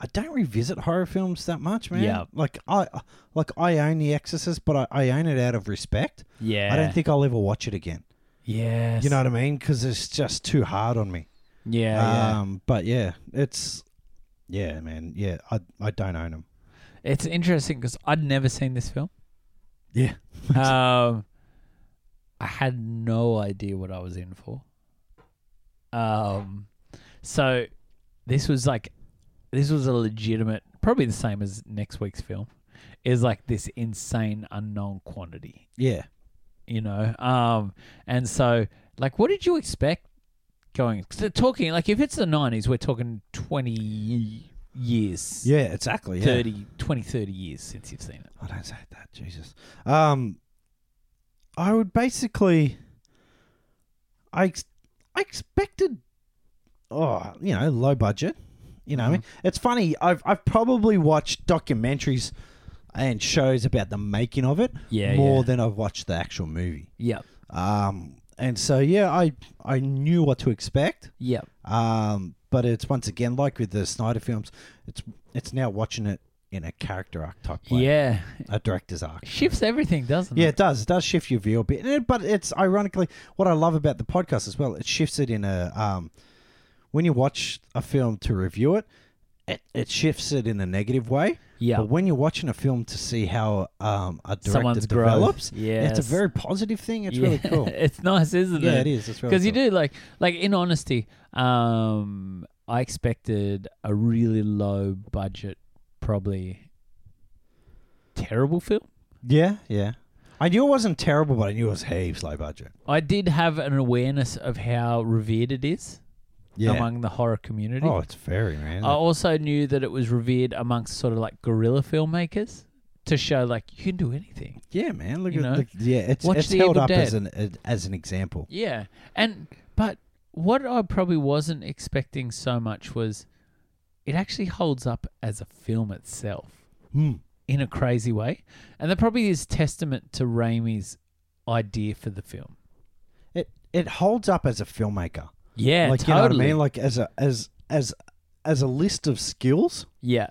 Speaker 2: I don't revisit horror films that much, man.
Speaker 1: Yeah.
Speaker 2: Like I like I own The Exorcist, but I, I own it out of respect.
Speaker 1: Yeah.
Speaker 2: I don't think I'll ever watch it again.
Speaker 1: Yes.
Speaker 2: You know what I mean? Because it's just too hard on me.
Speaker 1: Yeah, yeah.
Speaker 2: um, but yeah, it's yeah, man. Yeah, I I don't own them.
Speaker 1: It's interesting because I'd never seen this
Speaker 2: [laughs]
Speaker 1: film.
Speaker 2: Yeah.
Speaker 1: um, I had no idea what I was in for. Um, so this was like, this was a legitimate, probably the same as next week's film, is like this insane unknown quantity,
Speaker 2: Yeah.
Speaker 1: you know. Um, and so like, what did you expect going? Cause they're talking like if it's the nineties, we're talking twenty years,
Speaker 2: Yeah. Exactly. Yeah.
Speaker 1: 30, 20, 30 years since you've seen it.
Speaker 2: I don't say that, Jesus. Um, I would basically, I, ex- I expected, oh, you know, low budget. You know, what I mean,
Speaker 1: Mm-hmm.
Speaker 2: it's funny. I've I've probably watched documentaries and shows about the making of it
Speaker 1: Yeah,
Speaker 2: more
Speaker 1: yeah.
Speaker 2: than I've watched the actual movie.
Speaker 1: Yep.
Speaker 2: Um, and so yeah, I I knew what to expect.
Speaker 1: Yep.
Speaker 2: Um, but it's once again like with the Snyder films, it's it's now watching it in a character archetype way,
Speaker 1: Yeah.
Speaker 2: a director's arc.
Speaker 1: Shifts everything, doesn't
Speaker 2: Yeah,
Speaker 1: it?
Speaker 2: it does. It does shift your view a bit, Eh, but it's ironically what I love about the podcast as well. It shifts it in a um, when you watch a film to review it, it, it shifts it in a negative way.
Speaker 1: Yeah.
Speaker 2: But when you're watching a film to see how um, a director
Speaker 1: Someone's growth.
Speaker 2: develops, it's a
Speaker 1: Yes.
Speaker 2: very positive thing. It's
Speaker 1: Yeah.
Speaker 2: really cool.
Speaker 1: it's nice, [laughs] isn't
Speaker 2: yeah,
Speaker 1: it?
Speaker 2: it is. It's really
Speaker 1: Because you
Speaker 2: cool.
Speaker 1: do like like in honesty, um I expected a really low budget, probably terrible film.
Speaker 2: Yeah, yeah. I knew it wasn't terrible, but I knew it was heaps low budget.
Speaker 1: I did have an awareness of how revered it is
Speaker 2: Yeah.
Speaker 1: among the horror community.
Speaker 2: oh, it's very man.
Speaker 1: I also knew that it was revered amongst sort of like guerrilla filmmakers to show like you can do anything.
Speaker 2: yeah, man. Look
Speaker 1: you
Speaker 2: at
Speaker 1: know,
Speaker 2: the, yeah. It's
Speaker 1: watch
Speaker 2: it's
Speaker 1: The
Speaker 2: held
Speaker 1: Evil
Speaker 2: up
Speaker 1: Dead.
Speaker 2: as an as an example.
Speaker 1: Yeah, and but what I probably wasn't expecting so much was it actually holds up as a film itself
Speaker 2: Hmm.
Speaker 1: in a crazy way, and that probably is testament to Raimi's idea for the film.
Speaker 2: it it holds up as a filmmaker.
Speaker 1: Yeah,
Speaker 2: like
Speaker 1: totally.
Speaker 2: you know what I mean? Like as a as as as a list of skills
Speaker 1: [laughs] yeah,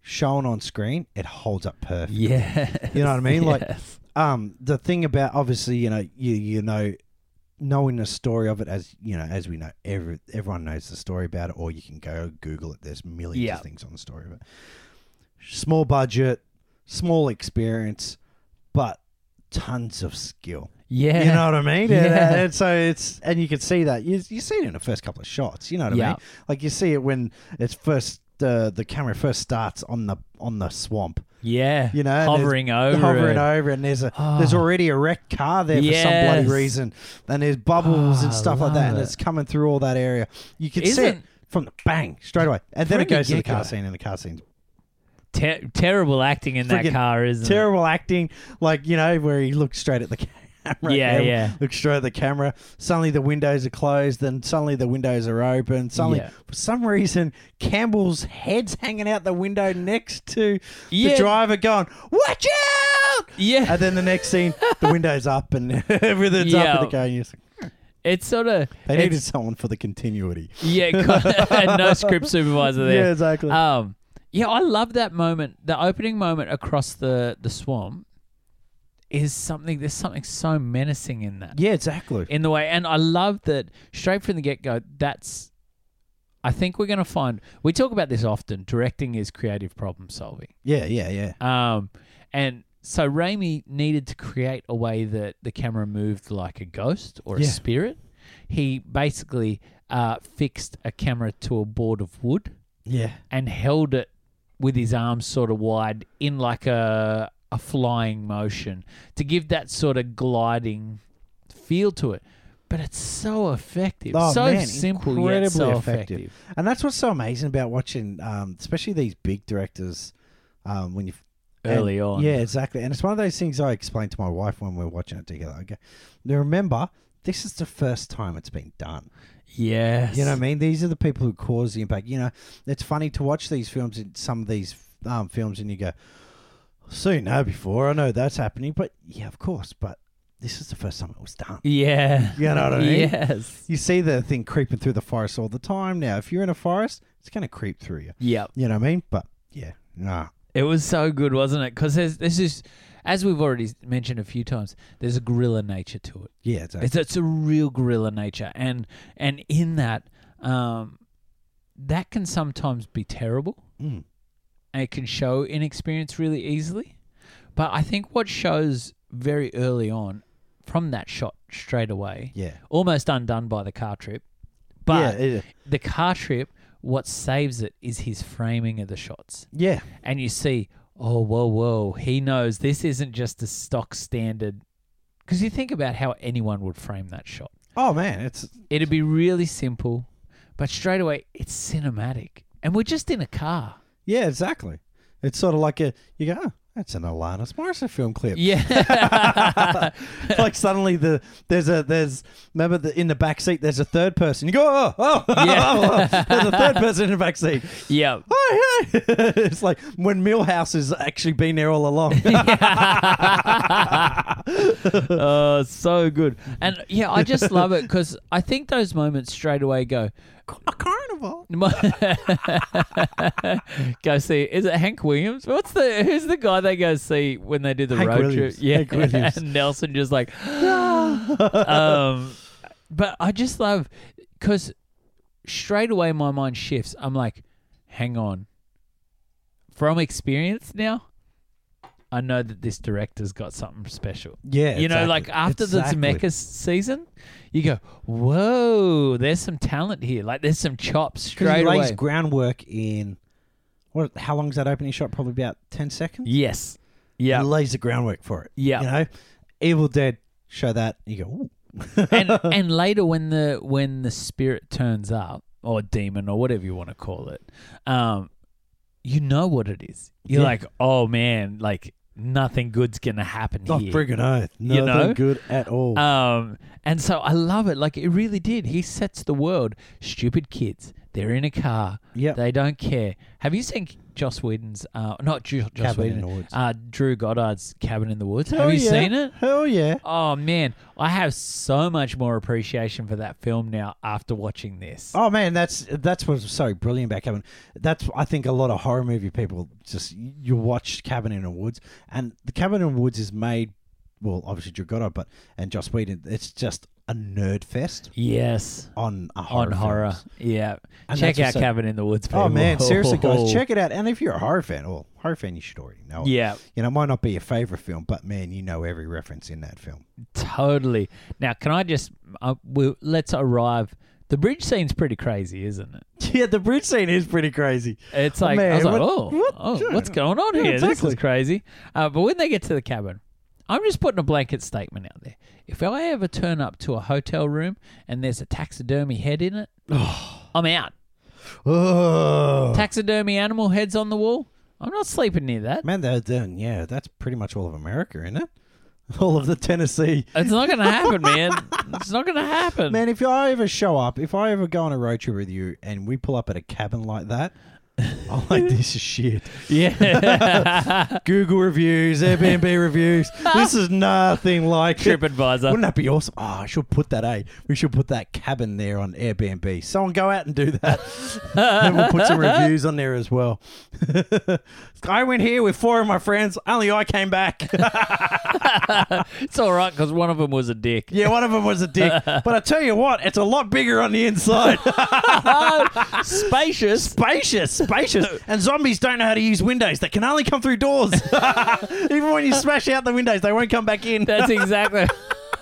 Speaker 2: shown on screen, it holds up perfect.
Speaker 1: yeah.
Speaker 2: You know what I
Speaker 1: [laughs]
Speaker 2: mean? Like
Speaker 1: Yes.
Speaker 2: um the thing about obviously, you know, you you know knowing the story of it as you know, as we know, every everyone knows the story about it, or you can go Google it. There's millions
Speaker 1: Yeah.
Speaker 2: of things on the story of it. Small budget, small experience, but tons of skill.
Speaker 1: [laughs] yeah,
Speaker 2: You know what I mean? And,
Speaker 1: Yeah.
Speaker 2: uh, and so it's and you can see that you, you see it in the first couple of shots. You know what I
Speaker 1: Yeah.
Speaker 2: mean? Like you see it when it's first uh, the the camera first starts on the on the swamp.
Speaker 1: yeah.
Speaker 2: You know, and there's-
Speaker 1: hovering over,
Speaker 2: hovering
Speaker 1: it.
Speaker 2: over, and there's a there's already a wrecked car there for some bloody
Speaker 1: Ah. Yes.
Speaker 2: reason, and there's bubbles
Speaker 1: Oh,
Speaker 2: and
Speaker 1: I
Speaker 2: stuff like that,
Speaker 1: love
Speaker 2: and
Speaker 1: it.
Speaker 2: it's coming through all that area. You can see it
Speaker 1: Isn't-
Speaker 2: from the bang straight away, and then it
Speaker 1: Freaking
Speaker 2: goes to the car
Speaker 1: gecko.
Speaker 2: scene, and the car scene's
Speaker 1: Ter- terrible acting in that
Speaker 2: Friggin'
Speaker 1: car, isn't it?
Speaker 2: terrible acting, like you know where he looks straight at the [laughs] camera.
Speaker 1: Yeah,
Speaker 2: Em
Speaker 1: yeah.
Speaker 2: Looks straight at the camera. Suddenly the windows are closed. Then suddenly the windows are open. Suddenly,
Speaker 1: Yeah.
Speaker 2: for some reason, Campbell's head's hanging out the window next to
Speaker 1: Yeah.
Speaker 2: the driver, going, "Watch out!"
Speaker 1: Yeah,
Speaker 2: And then the next scene, the window's up and [laughs] everything's up
Speaker 1: Yeah.
Speaker 2: in the car. And you're just like,
Speaker 1: it's sort of
Speaker 2: they needed someone for the continuity. [laughs]
Speaker 1: Yeah, got- [laughs] no script supervisor there.
Speaker 2: Yeah, exactly.
Speaker 1: Um, yeah, I love that moment. The opening moment across the the swamp is something. There's something so menacing in that,
Speaker 2: yeah, exactly.
Speaker 1: in the way, and I love that straight from the get go. That's I think we're going to find. We talk about this often. Directing is creative problem solving.
Speaker 2: Yeah, yeah, yeah.
Speaker 1: Um, and so Raimi needed to create a way that the camera moved like a ghost or a
Speaker 2: Yeah.
Speaker 1: spirit. He basically uh, fixed a camera to a board of wood
Speaker 2: Yeah.
Speaker 1: and held it with his arms sort of wide in like a a flying motion to give that sort of gliding feel to it. But it's so effective,
Speaker 2: Oh,
Speaker 1: so
Speaker 2: man,
Speaker 1: simple yet
Speaker 2: incredibly
Speaker 1: so effective.
Speaker 2: effective. And that's what's so amazing about watching, um, especially these big directors. Um, when you
Speaker 1: Early
Speaker 2: and-
Speaker 1: on,
Speaker 2: yeah, exactly. And it's one of those things I explain to my wife when we're watching it together. I go, now remember, this is the first time it's been done.
Speaker 1: yes,
Speaker 2: You know what I mean? These are the people who cause the impact. You know, it's funny to watch these films and some of these um, films, and you go, "So you know before, I know that's happening." But yeah, of course. But this is the first time it was done.
Speaker 1: yeah,
Speaker 2: You know what I mean?
Speaker 1: yes,
Speaker 2: You see the thing creeping through the forest all the time now. If you're in a forest, it's going to creep through you.
Speaker 1: yep.
Speaker 2: You know what I mean? But yeah, nah.
Speaker 1: It was so good, wasn't it? Because there's this is, as we've already mentioned a few times, there's a gorilla nature to it.
Speaker 2: Yeah, it's a,
Speaker 1: It's it's a real gorilla nature, and and in that, um, that can sometimes be terrible,
Speaker 2: mm.
Speaker 1: and it can show inexperience really easily. But I think what shows very early on, from that shot straight away,
Speaker 2: yeah.
Speaker 1: almost undone by the car trip, but
Speaker 2: yeah, it-
Speaker 1: the car trip, what saves it is his framing of the shots
Speaker 2: yeah,
Speaker 1: and you see, oh, whoa, whoa, he knows this isn't just a stock standard. Because you think about how anyone would frame that shot.
Speaker 2: Oh man, it's
Speaker 1: It'd be really simple, but straight away, it's cinematic. And we're just in a car.
Speaker 2: yeah, exactly. It's sort of like a you go, oh, that's an Alanis Morissette film
Speaker 1: [laughs]
Speaker 2: clip.
Speaker 1: Yeah.
Speaker 2: [laughs] like suddenly the there's a there's remember the, in the back seat there's a third person. You go, oh, oh,
Speaker 1: Yeah.
Speaker 2: there's
Speaker 1: [laughs]
Speaker 2: a third person in the back seat.
Speaker 1: yeah.
Speaker 2: Oh, yeah. [laughs] it's like when Millhouse has actually been there all along.
Speaker 1: oh, so good. And yeah, I just love it because I think those moments straight away go,
Speaker 2: a carnival.
Speaker 1: [laughs] My- go see. Is it Hank Williams? What's the who's the guy they go see when they do the
Speaker 2: Hank
Speaker 1: road
Speaker 2: Williams.
Speaker 1: trip? Yeah,
Speaker 2: Hank Williams.
Speaker 1: And [laughs] Nelson just like, um, but I just love because straight away my mind shifts. I'm like, hang on. From experience now, I know that this director's got something special.
Speaker 2: [laughs] Yeah,
Speaker 1: You know,
Speaker 2: exactly.
Speaker 1: like after
Speaker 2: Exactly.
Speaker 1: the Zemeckis season, you go, "Whoa, there's some talent here! Like there's some chops
Speaker 2: 'Cause he
Speaker 1: straight
Speaker 2: lays
Speaker 1: away."
Speaker 2: groundwork in what? How long's that opening shot? Probably about ten seconds.
Speaker 1: yes,
Speaker 2: He
Speaker 1: yeah,
Speaker 2: lays the groundwork for it.
Speaker 1: yeah.
Speaker 2: You know, Evil Dead show that. You go, ooh.
Speaker 1: and and later when the when the spirit turns up or demon or whatever you want to call it, um, you know what it is. You're
Speaker 2: Yeah.
Speaker 1: like, "Oh man, like nothing good's gonna happen
Speaker 2: [laughs] Not
Speaker 1: here."
Speaker 2: friggin' oath. Nothing
Speaker 1: You know?
Speaker 2: good at all.
Speaker 1: Um, and so I love it. Like it really did. He sets the world. Stupid kids. They're in a car.
Speaker 2: Yep.
Speaker 1: They don't care. Have you seen Joss Whedon's? Uh, not Ju- Joss
Speaker 2: Cabin
Speaker 1: Whedon.
Speaker 2: in the Woods.
Speaker 1: Uh, Drew Goddard's Cabin in the Woods.
Speaker 2: Hell
Speaker 1: Have you
Speaker 2: yeah.
Speaker 1: seen it?
Speaker 2: Hell yeah.
Speaker 1: Oh man, I have so much more appreciation for that film now after watching this.
Speaker 2: Oh man, that's that's what's so brilliant about Cabin. That's I think a lot of horror movie people just you watch Cabin in the Woods, and the Cabin in the Woods is made well, obviously Drew Goddard, but and Joss Whedon. It's just a nerd fest
Speaker 1: Yes,
Speaker 2: on a horror
Speaker 1: on
Speaker 2: [laughs]
Speaker 1: horror.
Speaker 2: films.
Speaker 1: Yeah,
Speaker 2: And
Speaker 1: check out
Speaker 2: that's what's so-
Speaker 1: Cabin in the Woods.
Speaker 2: Oh
Speaker 1: people.
Speaker 2: man, seriously,
Speaker 1: [laughs]
Speaker 2: guys, check it out. And if you're a horror fan, well, horror fan, you should already know. it.
Speaker 1: Yeah,
Speaker 2: you know, it might not be your favorite film, but man, you know every reference in that film.
Speaker 1: totally. Now, can I just uh, we, let's arrive? The bridge scene's pretty crazy, isn't it?
Speaker 2: [laughs] Yeah, the bridge scene is pretty crazy.
Speaker 1: It's like I
Speaker 2: man,
Speaker 1: was like,
Speaker 2: what-
Speaker 1: oh,
Speaker 2: what-
Speaker 1: oh,
Speaker 2: yeah.
Speaker 1: what's going on
Speaker 2: Yeah,
Speaker 1: here? This
Speaker 2: exactly.
Speaker 1: is crazy. Uh, but when they get to the cabin, I'm just putting a blanket statement out there. If I ever turn up to a hotel room and there's a taxidermy head
Speaker 2: [sighs]
Speaker 1: in it, I'm out.
Speaker 2: Oh.
Speaker 1: Taxidermy animal heads on the wall. I'm not sleeping near that.
Speaker 2: Man, they're done. Yeah, that's pretty much all of America, isn't it? [laughs] All of the Tennessee.
Speaker 1: It's not going
Speaker 2: [laughs]
Speaker 1: to happen, man. It's not going to happen.
Speaker 2: Man, if I ever show up, if I ever go on a road trip with you and we pull up at a cabin like that, [laughs] I'm like, this is shit. [laughs]
Speaker 1: Yeah. [laughs]
Speaker 2: Google reviews, Airbnb reviews. This is nothing like it.
Speaker 1: TripAdvisor. [laughs]
Speaker 2: Wouldn't that be awesome? Oh, I should put that, eh? We should put that cabin there on Airbnb. Someone go out and do that. then we'll put some reviews on there as well. [laughs] I went here with four of my friends. Only I came back.
Speaker 1: It's all right because one of them was a
Speaker 2: [laughs]
Speaker 1: dick.
Speaker 2: yeah, one of them was
Speaker 1: [laughs]
Speaker 2: a dick. But I tell you what, it's a lot bigger on the inside.
Speaker 1: Spacious.
Speaker 2: spacious, spacious. And zombies don't know how to use windows. They can only come through
Speaker 1: [laughs]
Speaker 2: doors. Even when you smash out the windows, they won't come back in.
Speaker 1: That's exactly.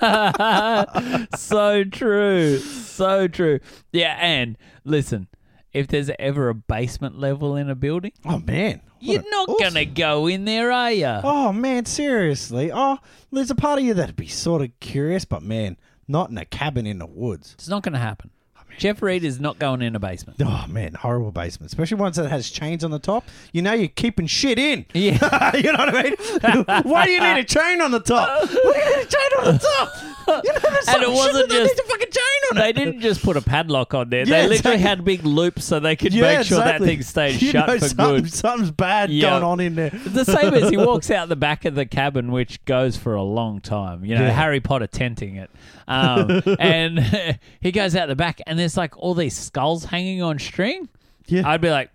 Speaker 1: [laughs] so true. So true. Yeah, and listen, if there's ever a basement level in a building,
Speaker 2: Oh, man. What
Speaker 1: you're
Speaker 2: an
Speaker 1: not
Speaker 2: awesome-
Speaker 1: going to go in there, are you?
Speaker 2: Oh man, seriously. Oh, there's a part of you that'd be sort of curious, but man, not in a cabin in the woods.
Speaker 1: It's not going to happen. Jeff Reed is not going in a basement.
Speaker 2: Oh man, horrible basement, especially ones that has chains on the top. You know you're keeping shit in.
Speaker 1: Yeah.
Speaker 2: [laughs] you know what I mean? [laughs] Why do you need a chain on the top?
Speaker 1: [laughs]
Speaker 2: Why do you need a chain on the top? You know,
Speaker 1: And
Speaker 2: there's some
Speaker 1: it
Speaker 2: shit
Speaker 1: wasn't
Speaker 2: that needs
Speaker 1: just-
Speaker 2: a fucking chain on it.
Speaker 1: They didn't just put a padlock on there.
Speaker 2: Yeah,
Speaker 1: they literally
Speaker 2: exactly.
Speaker 1: had big loops so they could make sure
Speaker 2: exactly.
Speaker 1: that thing stayed
Speaker 2: You
Speaker 1: shut
Speaker 2: know,
Speaker 1: for
Speaker 2: something-
Speaker 1: good.
Speaker 2: Something's bad
Speaker 1: Yeah.
Speaker 2: going on in there.
Speaker 1: The same as he walks out the back of the cabin, which goes for a long time. You know,
Speaker 2: Yeah.
Speaker 1: Harry Potter tenting it,
Speaker 2: [laughs]
Speaker 1: um, and [laughs] he goes out the back, and there's like all these skulls hanging on string.
Speaker 2: Yeah.
Speaker 1: I'd be like,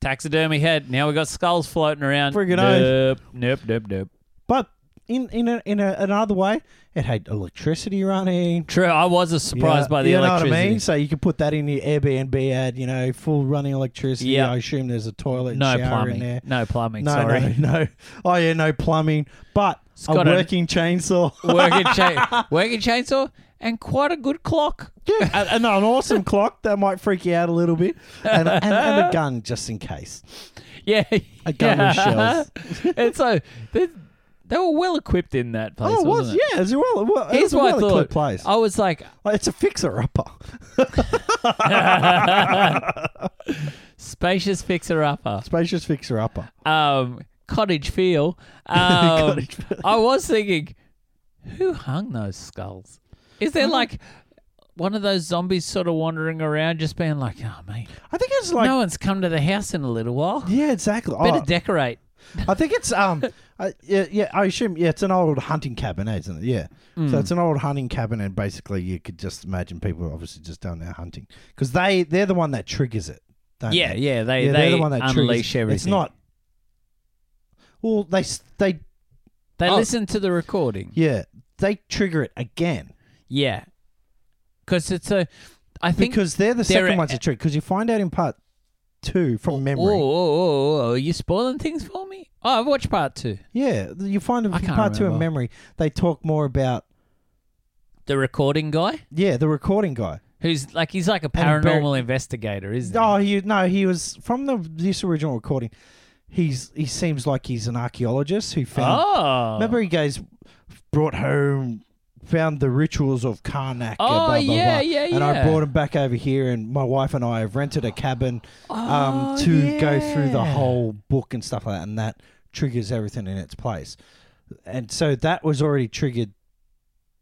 Speaker 1: taxidermy head. Now we got skulls floating around.
Speaker 2: Friggin'
Speaker 1: nope, nope, nope, nope.
Speaker 2: But in in a, in a, another way, it had electricity running.
Speaker 1: True. I was as surprised by the
Speaker 2: you
Speaker 1: electricity.
Speaker 2: know what I mean? So you could put that in your Airbnb ad, you know, full running electricity.
Speaker 1: Yeah.
Speaker 2: I assume there's a toilet and
Speaker 1: No
Speaker 2: shower in
Speaker 1: plumbing.
Speaker 2: there.
Speaker 1: No plumbing.
Speaker 2: No,
Speaker 1: sorry.
Speaker 2: no, [laughs] no. Oh yeah, no plumbing, but a
Speaker 1: got a-
Speaker 2: working chainsaw.
Speaker 1: [laughs]
Speaker 2: [laughs]
Speaker 1: working, cha- working chainsaw and quite a good clock. [laughs]
Speaker 2: yeah, and, and an awesome clock that might freak you out a little bit, and,
Speaker 1: [laughs]
Speaker 2: and, and a gun just in case.
Speaker 1: Yeah, Uh-huh.
Speaker 2: A
Speaker 1: [laughs]
Speaker 2: gun with shells.
Speaker 1: and so they, they were well equipped in that place.
Speaker 2: Oh, it was
Speaker 1: wasn't it?
Speaker 2: yeah, as well. It was, it
Speaker 1: Here's
Speaker 2: was a
Speaker 1: what I
Speaker 2: well-equipped
Speaker 1: thought.
Speaker 2: place.
Speaker 1: I was like, [laughs]
Speaker 2: Like, it's a fixer upper.
Speaker 1: spacious fixer upper,
Speaker 2: Spacious fixer upper. [laughs]
Speaker 1: um, cottage feel. Um,
Speaker 2: Cottage feel.
Speaker 1: I was thinking, who hung those skulls? Is there like one of those zombies sort of wandering around, just being like, oh mate,
Speaker 2: I think it's like
Speaker 1: no one's come to the house in a little while.
Speaker 2: yeah, exactly. Oh,
Speaker 1: Better decorate.
Speaker 2: I think it's um, [laughs] I, yeah, yeah. I assume yeah, it's an old hunting cabin, eh, isn't it? Yeah.
Speaker 1: Mm.
Speaker 2: So it's an old hunting cabin, and basically you could just imagine people are obviously just down there hunting because they they're the one that triggers it. Don't
Speaker 1: Yeah,
Speaker 2: they?
Speaker 1: yeah, they
Speaker 2: Yeah,
Speaker 1: they
Speaker 2: they're the one that
Speaker 1: unleash
Speaker 2: triggers.
Speaker 1: everything.
Speaker 2: It's not. Well, they s- they
Speaker 1: They
Speaker 2: Oh.
Speaker 1: listen to the recording.
Speaker 2: yeah they trigger it again
Speaker 1: Yeah. Because it's a. I think.
Speaker 2: because they're the
Speaker 1: they're
Speaker 2: second
Speaker 1: a-
Speaker 2: ones to trigger because you find out in part two from
Speaker 1: oh,
Speaker 2: memory.
Speaker 1: oh, oh, oh, are you spoiling things for me? Oh, I've watched part two.
Speaker 2: Yeah, th- you find in
Speaker 1: I
Speaker 2: part
Speaker 1: can't
Speaker 2: two in
Speaker 1: remember.
Speaker 2: memory they talk more about
Speaker 1: The recording guy,
Speaker 2: yeah the recording guy.
Speaker 1: who's like, he's like a
Speaker 2: And Barry-
Speaker 1: paranormal investigator, isn't he?
Speaker 2: Oh, he no, he was from the this original recording. He's he seems like he's an archaeologist who found.
Speaker 1: Oh.
Speaker 2: Remember, he goes brought home, found the rituals of Karnak.
Speaker 1: Oh,
Speaker 2: and blah, blah,
Speaker 1: yeah,
Speaker 2: blah.
Speaker 1: yeah,
Speaker 2: And I
Speaker 1: yeah.
Speaker 2: brought him back over here, and my wife and I have rented a cabin um,
Speaker 1: Oh,
Speaker 2: to go through the
Speaker 1: yeah.
Speaker 2: whole book and stuff like that, and that triggers everything in its place. And so that was already triggered.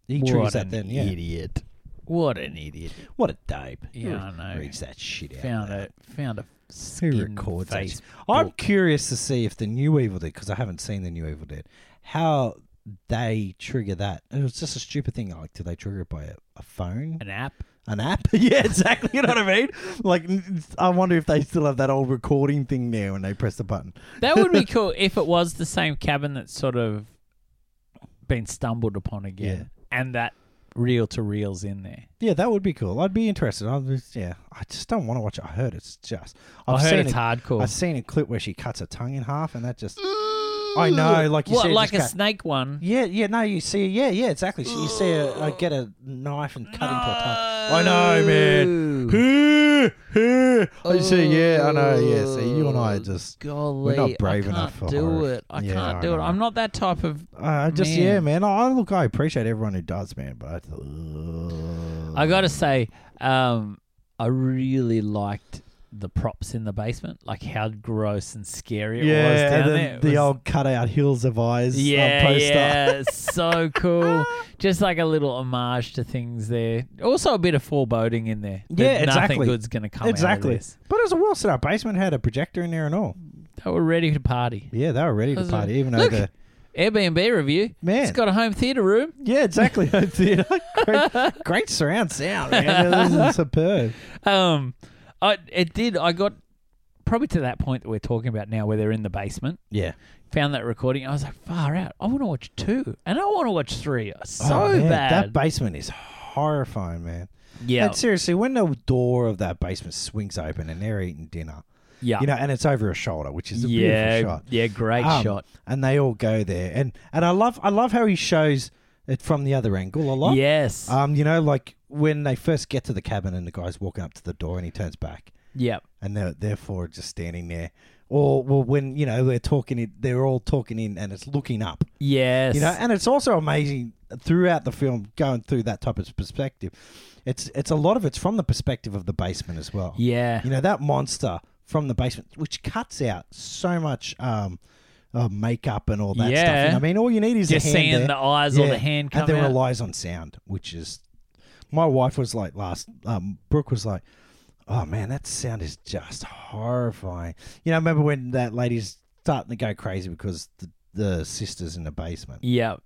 Speaker 2: He triggers
Speaker 1: What
Speaker 2: that
Speaker 1: an
Speaker 2: then. Yeah.
Speaker 1: idiot. What an idiot.
Speaker 2: What a dope.
Speaker 1: Yeah, I know.
Speaker 2: Reads that shit out.
Speaker 1: Found
Speaker 2: man.
Speaker 1: a. Found a.
Speaker 2: Who
Speaker 1: skin
Speaker 2: records that?
Speaker 1: face.
Speaker 2: shit? I'm curious to see if the new Evil Dead, because I haven't seen the new Evil Dead, how they trigger that. It was just a stupid thing. Like, do they trigger it by a, a phone,
Speaker 1: An app?
Speaker 2: an app? [laughs] yeah, exactly. You know what I mean? Like, n- I wonder if they still have that old recording thing there when they press the button.
Speaker 1: That would be cool if it was the same cabin that's sort of been stumbled upon again, and that reel to reels in there.
Speaker 2: Yeah, that would be cool. I'd be interested. I was, yeah, I just don't want to watch it. I heard it's just.
Speaker 1: i
Speaker 2: I've
Speaker 1: heard
Speaker 2: seen
Speaker 1: it's
Speaker 2: a-
Speaker 1: hardcore.
Speaker 2: I've seen a clip where she cuts her tongue in half, and that just. I know, like you
Speaker 1: Mm. what,
Speaker 2: said, it
Speaker 1: like a
Speaker 2: just cut-
Speaker 1: snake one?
Speaker 2: Yeah, yeah, no, you see, yeah, yeah, exactly. You see her uh, get a knife and cut into her tongue. I know,
Speaker 1: Ooh.
Speaker 2: man. I see, yeah, I know, yeah. See, you and I are
Speaker 1: Oh,
Speaker 2: just,
Speaker 1: Golly,
Speaker 2: not brave
Speaker 1: I can't
Speaker 2: enough for
Speaker 1: do
Speaker 2: horror.
Speaker 1: it. I
Speaker 2: Yeah,
Speaker 1: can't
Speaker 2: I
Speaker 1: do it.
Speaker 2: know.
Speaker 1: I'm not that type of.
Speaker 2: uh, just,
Speaker 1: Man.
Speaker 2: yeah, man. I look, I appreciate everyone who does, man, but I, th-
Speaker 1: I gotta say, um, I really liked the props in the basement, like how gross and scary it was
Speaker 2: yeah,
Speaker 1: down
Speaker 2: and
Speaker 1: there.
Speaker 2: then
Speaker 1: It
Speaker 2: the
Speaker 1: was-
Speaker 2: old cutout Hills of Eyes uh,
Speaker 1: yeah,
Speaker 2: poster. [laughs]
Speaker 1: yeah, so cool. Just like a little homage to things there. Also a bit of foreboding in there. that
Speaker 2: Yeah,
Speaker 1: Nothing
Speaker 2: exactly.
Speaker 1: good's gonna come. Out
Speaker 2: Exactly.
Speaker 1: of this.
Speaker 2: But it was a well set up basement, had a projector in there and all.
Speaker 1: They were ready to party.
Speaker 2: Yeah, they were ready to
Speaker 1: Those are-
Speaker 2: party, even though
Speaker 1: Look,
Speaker 2: the
Speaker 1: Airbnb review.
Speaker 2: Man.
Speaker 1: it's got a home theater room. [laughs]
Speaker 2: Yeah, exactly. [laughs] home theater. Great, great surround sound,
Speaker 1: [laughs]
Speaker 2: man. This is superb.
Speaker 1: Um, I it did. I got probably to that point that we're talking about now, where they're in the basement.
Speaker 2: Yeah.
Speaker 1: Found that recording. I was like, far out. I want to watch two, and I want to watch three. So
Speaker 2: Oh, man, That
Speaker 1: bad.
Speaker 2: basement is horrifying, man.
Speaker 1: yeah,
Speaker 2: And seriously, when the door of that basement swings open and they're eating dinner,
Speaker 1: yeah,
Speaker 2: you know, and it's over a shoulder, which is a
Speaker 1: Ah. yeah,
Speaker 2: beautiful shot.
Speaker 1: yeah. Great
Speaker 2: Um,
Speaker 1: shot.
Speaker 2: And they all go there. And and I love I love how he shows it from the other angle a lot.
Speaker 1: Yes.
Speaker 2: Um, you know, like when they first get to the cabin and the guy's walking up to the door and he turns back.
Speaker 1: yeah.
Speaker 2: and they're therefore just standing there. Or well, when you know they're talking, in, they're all talking in, and it's looking up.
Speaker 1: Yes.
Speaker 2: You know, and it's also amazing throughout the film going through that type of perspective. It's it's a lot of it's from the perspective of the basement as well.
Speaker 1: yeah.
Speaker 2: You know that monster from the basement, which cuts out so much um, uh, makeup and all that stuff.
Speaker 1: Yeah.
Speaker 2: You know, I mean, all you need is
Speaker 1: Just
Speaker 2: a hand
Speaker 1: seeing
Speaker 2: there.
Speaker 1: the eyes or the hand come
Speaker 2: and then
Speaker 1: out.
Speaker 2: relies on sound, which is my wife was like last. Um, Brooke was like, "Oh man, that sound is just horrifying." You know, remember when that lady's starting to go crazy because the, the sister's in the basement,
Speaker 1: yeah.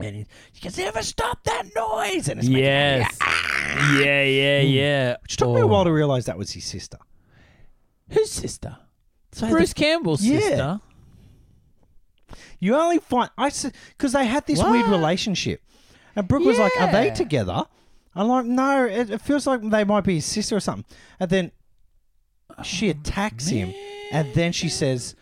Speaker 2: and he, she goes, "Never stop that noise!" And it's making-
Speaker 1: Yes. Yeah. Yeah. Yeah. Oh.
Speaker 2: Which took me a while to realize that was his sister.
Speaker 1: Whose sister?
Speaker 2: So
Speaker 1: Bruce Campbell's
Speaker 2: Yeah.
Speaker 1: sister.
Speaker 2: You only find I because they had this weird
Speaker 1: What?
Speaker 2: relationship, and Brooke was like, "Are they
Speaker 1: Yeah.
Speaker 2: together?" I'm like, "No, it, it feels like they might be his sister or something." And then
Speaker 1: Oh,
Speaker 2: she attacks him, and then she says,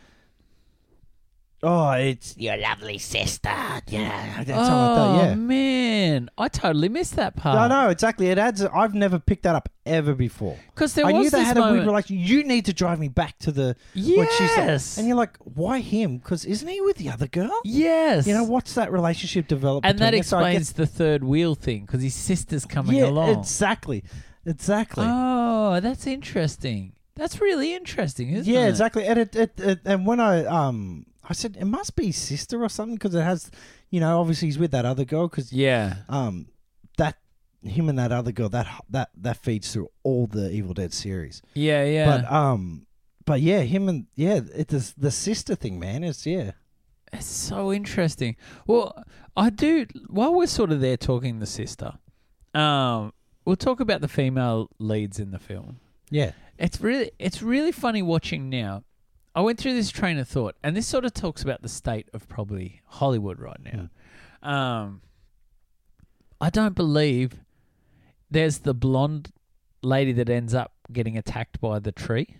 Speaker 2: "Oh, it's your lovely sister." Yeah, that's something
Speaker 1: oh
Speaker 2: like that. Yeah,
Speaker 1: man, I totally missed that part.
Speaker 2: I know exactly. It adds. I've never picked that up ever before.
Speaker 1: Because there
Speaker 2: I
Speaker 1: was
Speaker 2: knew they
Speaker 1: this
Speaker 2: had a weird
Speaker 1: moment.
Speaker 2: relationship. You need to drive me back to the when she's like-
Speaker 1: Yes.
Speaker 2: and you're like, why him? Because isn't he with the other girl?
Speaker 1: yes.
Speaker 2: You know, what's that relationship developed?
Speaker 1: And that
Speaker 2: between us? So I
Speaker 1: explains the third wheel thing because his sister's
Speaker 2: guess-
Speaker 1: coming
Speaker 2: yeah,
Speaker 1: along.
Speaker 2: exactly, exactly.
Speaker 1: Oh, that's interesting. That's really interesting, isn't
Speaker 2: yeah,
Speaker 1: it?
Speaker 2: exactly. And it, it, it, and when I um, I said it must be his sister or something because it has, you know, obviously he's with that other girl because
Speaker 1: Yeah.
Speaker 2: um, that him and that other girl that that that feeds through all the Evil Dead series.
Speaker 1: Yeah. Yeah.
Speaker 2: But um, but yeah, him and yeah, it is the sister thing, man. It's yeah,
Speaker 1: It's so interesting. Well, I do. While we're sort of there talking the sister, um, we'll talk about the female leads in the film.
Speaker 2: yeah,
Speaker 1: It's really, it's really funny watching now. I went through this train of thought, and this sort of talks about the state of probably Hollywood right now. Um, I don't believe there's the blonde lady that ends up getting attacked by the tree.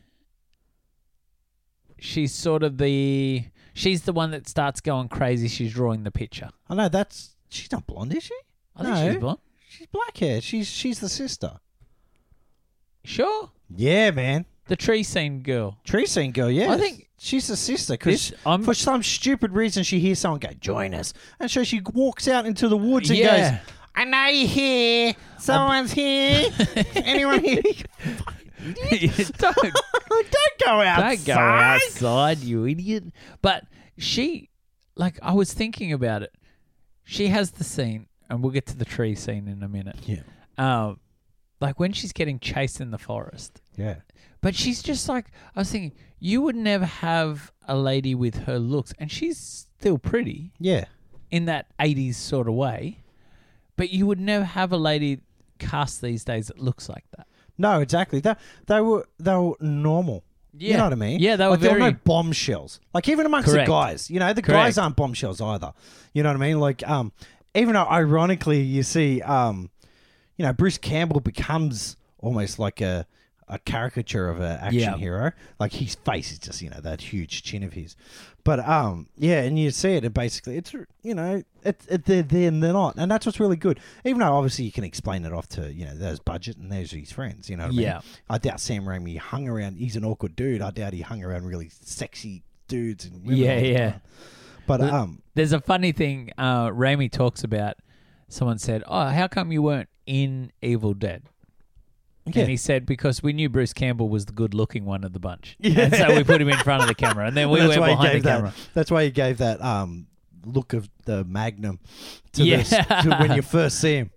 Speaker 1: She's sort of the she's the one that starts going crazy. She's drawing the picture.
Speaker 2: I know. That's she's not blonde, is she?
Speaker 1: I think she's
Speaker 2: No.
Speaker 1: blonde.
Speaker 2: She's black hair. She's she's the sister.
Speaker 1: Sure,
Speaker 2: Yeah, man.
Speaker 1: the tree scene girl.
Speaker 2: Tree scene girl, yeah.
Speaker 1: I think-
Speaker 2: she's the sister
Speaker 1: This um,
Speaker 2: because
Speaker 1: I'm
Speaker 2: for some stupid reason she hears someone go, "Join us," and so she walks out into the woods and
Speaker 1: Yeah.
Speaker 2: goes, "I know you're here.
Speaker 1: [laughs]
Speaker 2: Someone's here. Anyone here?
Speaker 1: don't
Speaker 2: [laughs] Don't go
Speaker 1: Don't
Speaker 2: outside.
Speaker 1: go outside, you idiot. But she, like, I was thinking about it. She has the scene, and we'll get to the tree scene in a minute.
Speaker 2: Yeah,
Speaker 1: Um, like when she's getting chased in the forest.
Speaker 2: yeah,
Speaker 1: But she's just like, I was thinking, you would never have a lady with her looks, and she's still pretty
Speaker 2: yeah,
Speaker 1: in that 80s sort of way, but you would never have a lady cast these days that looks like that.
Speaker 2: No, exactly. They they were they were normal. You
Speaker 1: Yeah.
Speaker 2: know what I mean?
Speaker 1: Yeah, they were
Speaker 2: like, There were
Speaker 1: very-
Speaker 2: no bombshells. Like even amongst
Speaker 1: Correct.
Speaker 2: the guys, you know, the
Speaker 1: Correct.
Speaker 2: guys aren't bombshells either. You know what I mean? Like um, even though ironically, you see um, you know, Bruce Campbell becomes almost like a a caricature of an action
Speaker 1: Yeah.
Speaker 2: hero. Like his face is just you know that huge chin of his. But um, yeah, and you see it, and basically it's you know it, it they're there and they're not, and that's what's really good. Even though obviously you can explain it off to you know there's budget and there's his friends. You know what I mean?
Speaker 1: Yeah.
Speaker 2: I doubt Sam Raimi hung around. He's an awkward dude. I doubt he hung around really sexy dudes and women.
Speaker 1: Yeah,
Speaker 2: all the
Speaker 1: yeah.
Speaker 2: time. But um,
Speaker 1: There's a funny thing uh, Raimi talks about. Someone said, "Oh, how come you weren't in Evil Dead?"
Speaker 2: Yeah.
Speaker 1: And he said because we knew Bruce Campbell was the good-looking one of the bunch, and so we put him in front
Speaker 2: [laughs]
Speaker 1: of the camera, and then we
Speaker 2: Well,
Speaker 1: went
Speaker 2: he
Speaker 1: behind the
Speaker 2: gave that,
Speaker 1: camera.
Speaker 2: That's why he gave that um, look of the Magnum to,
Speaker 1: Yeah.
Speaker 2: this, to
Speaker 1: [laughs]
Speaker 2: when you first see him.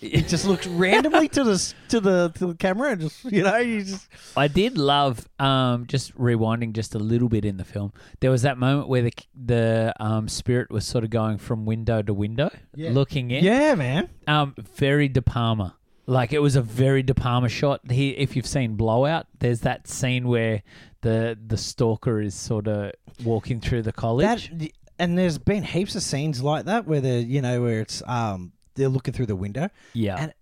Speaker 2: He just looks randomly to the s- to the to the camera and just you know you just
Speaker 1: I did love um, just rewinding just a little bit in the film. There was that moment where the the um, spirit was sort of going from window to window,
Speaker 2: Yeah.
Speaker 1: looking in.
Speaker 2: yeah man
Speaker 1: Um, very De Palma. Like it was a very De Palma shot. He, if you've seen Blowout, there's that scene where the the stalker is sort of walking through the college.
Speaker 2: That, and there's been heaps of scenes like that where they're you know where it's um they're looking through the window
Speaker 1: yeah.
Speaker 2: and-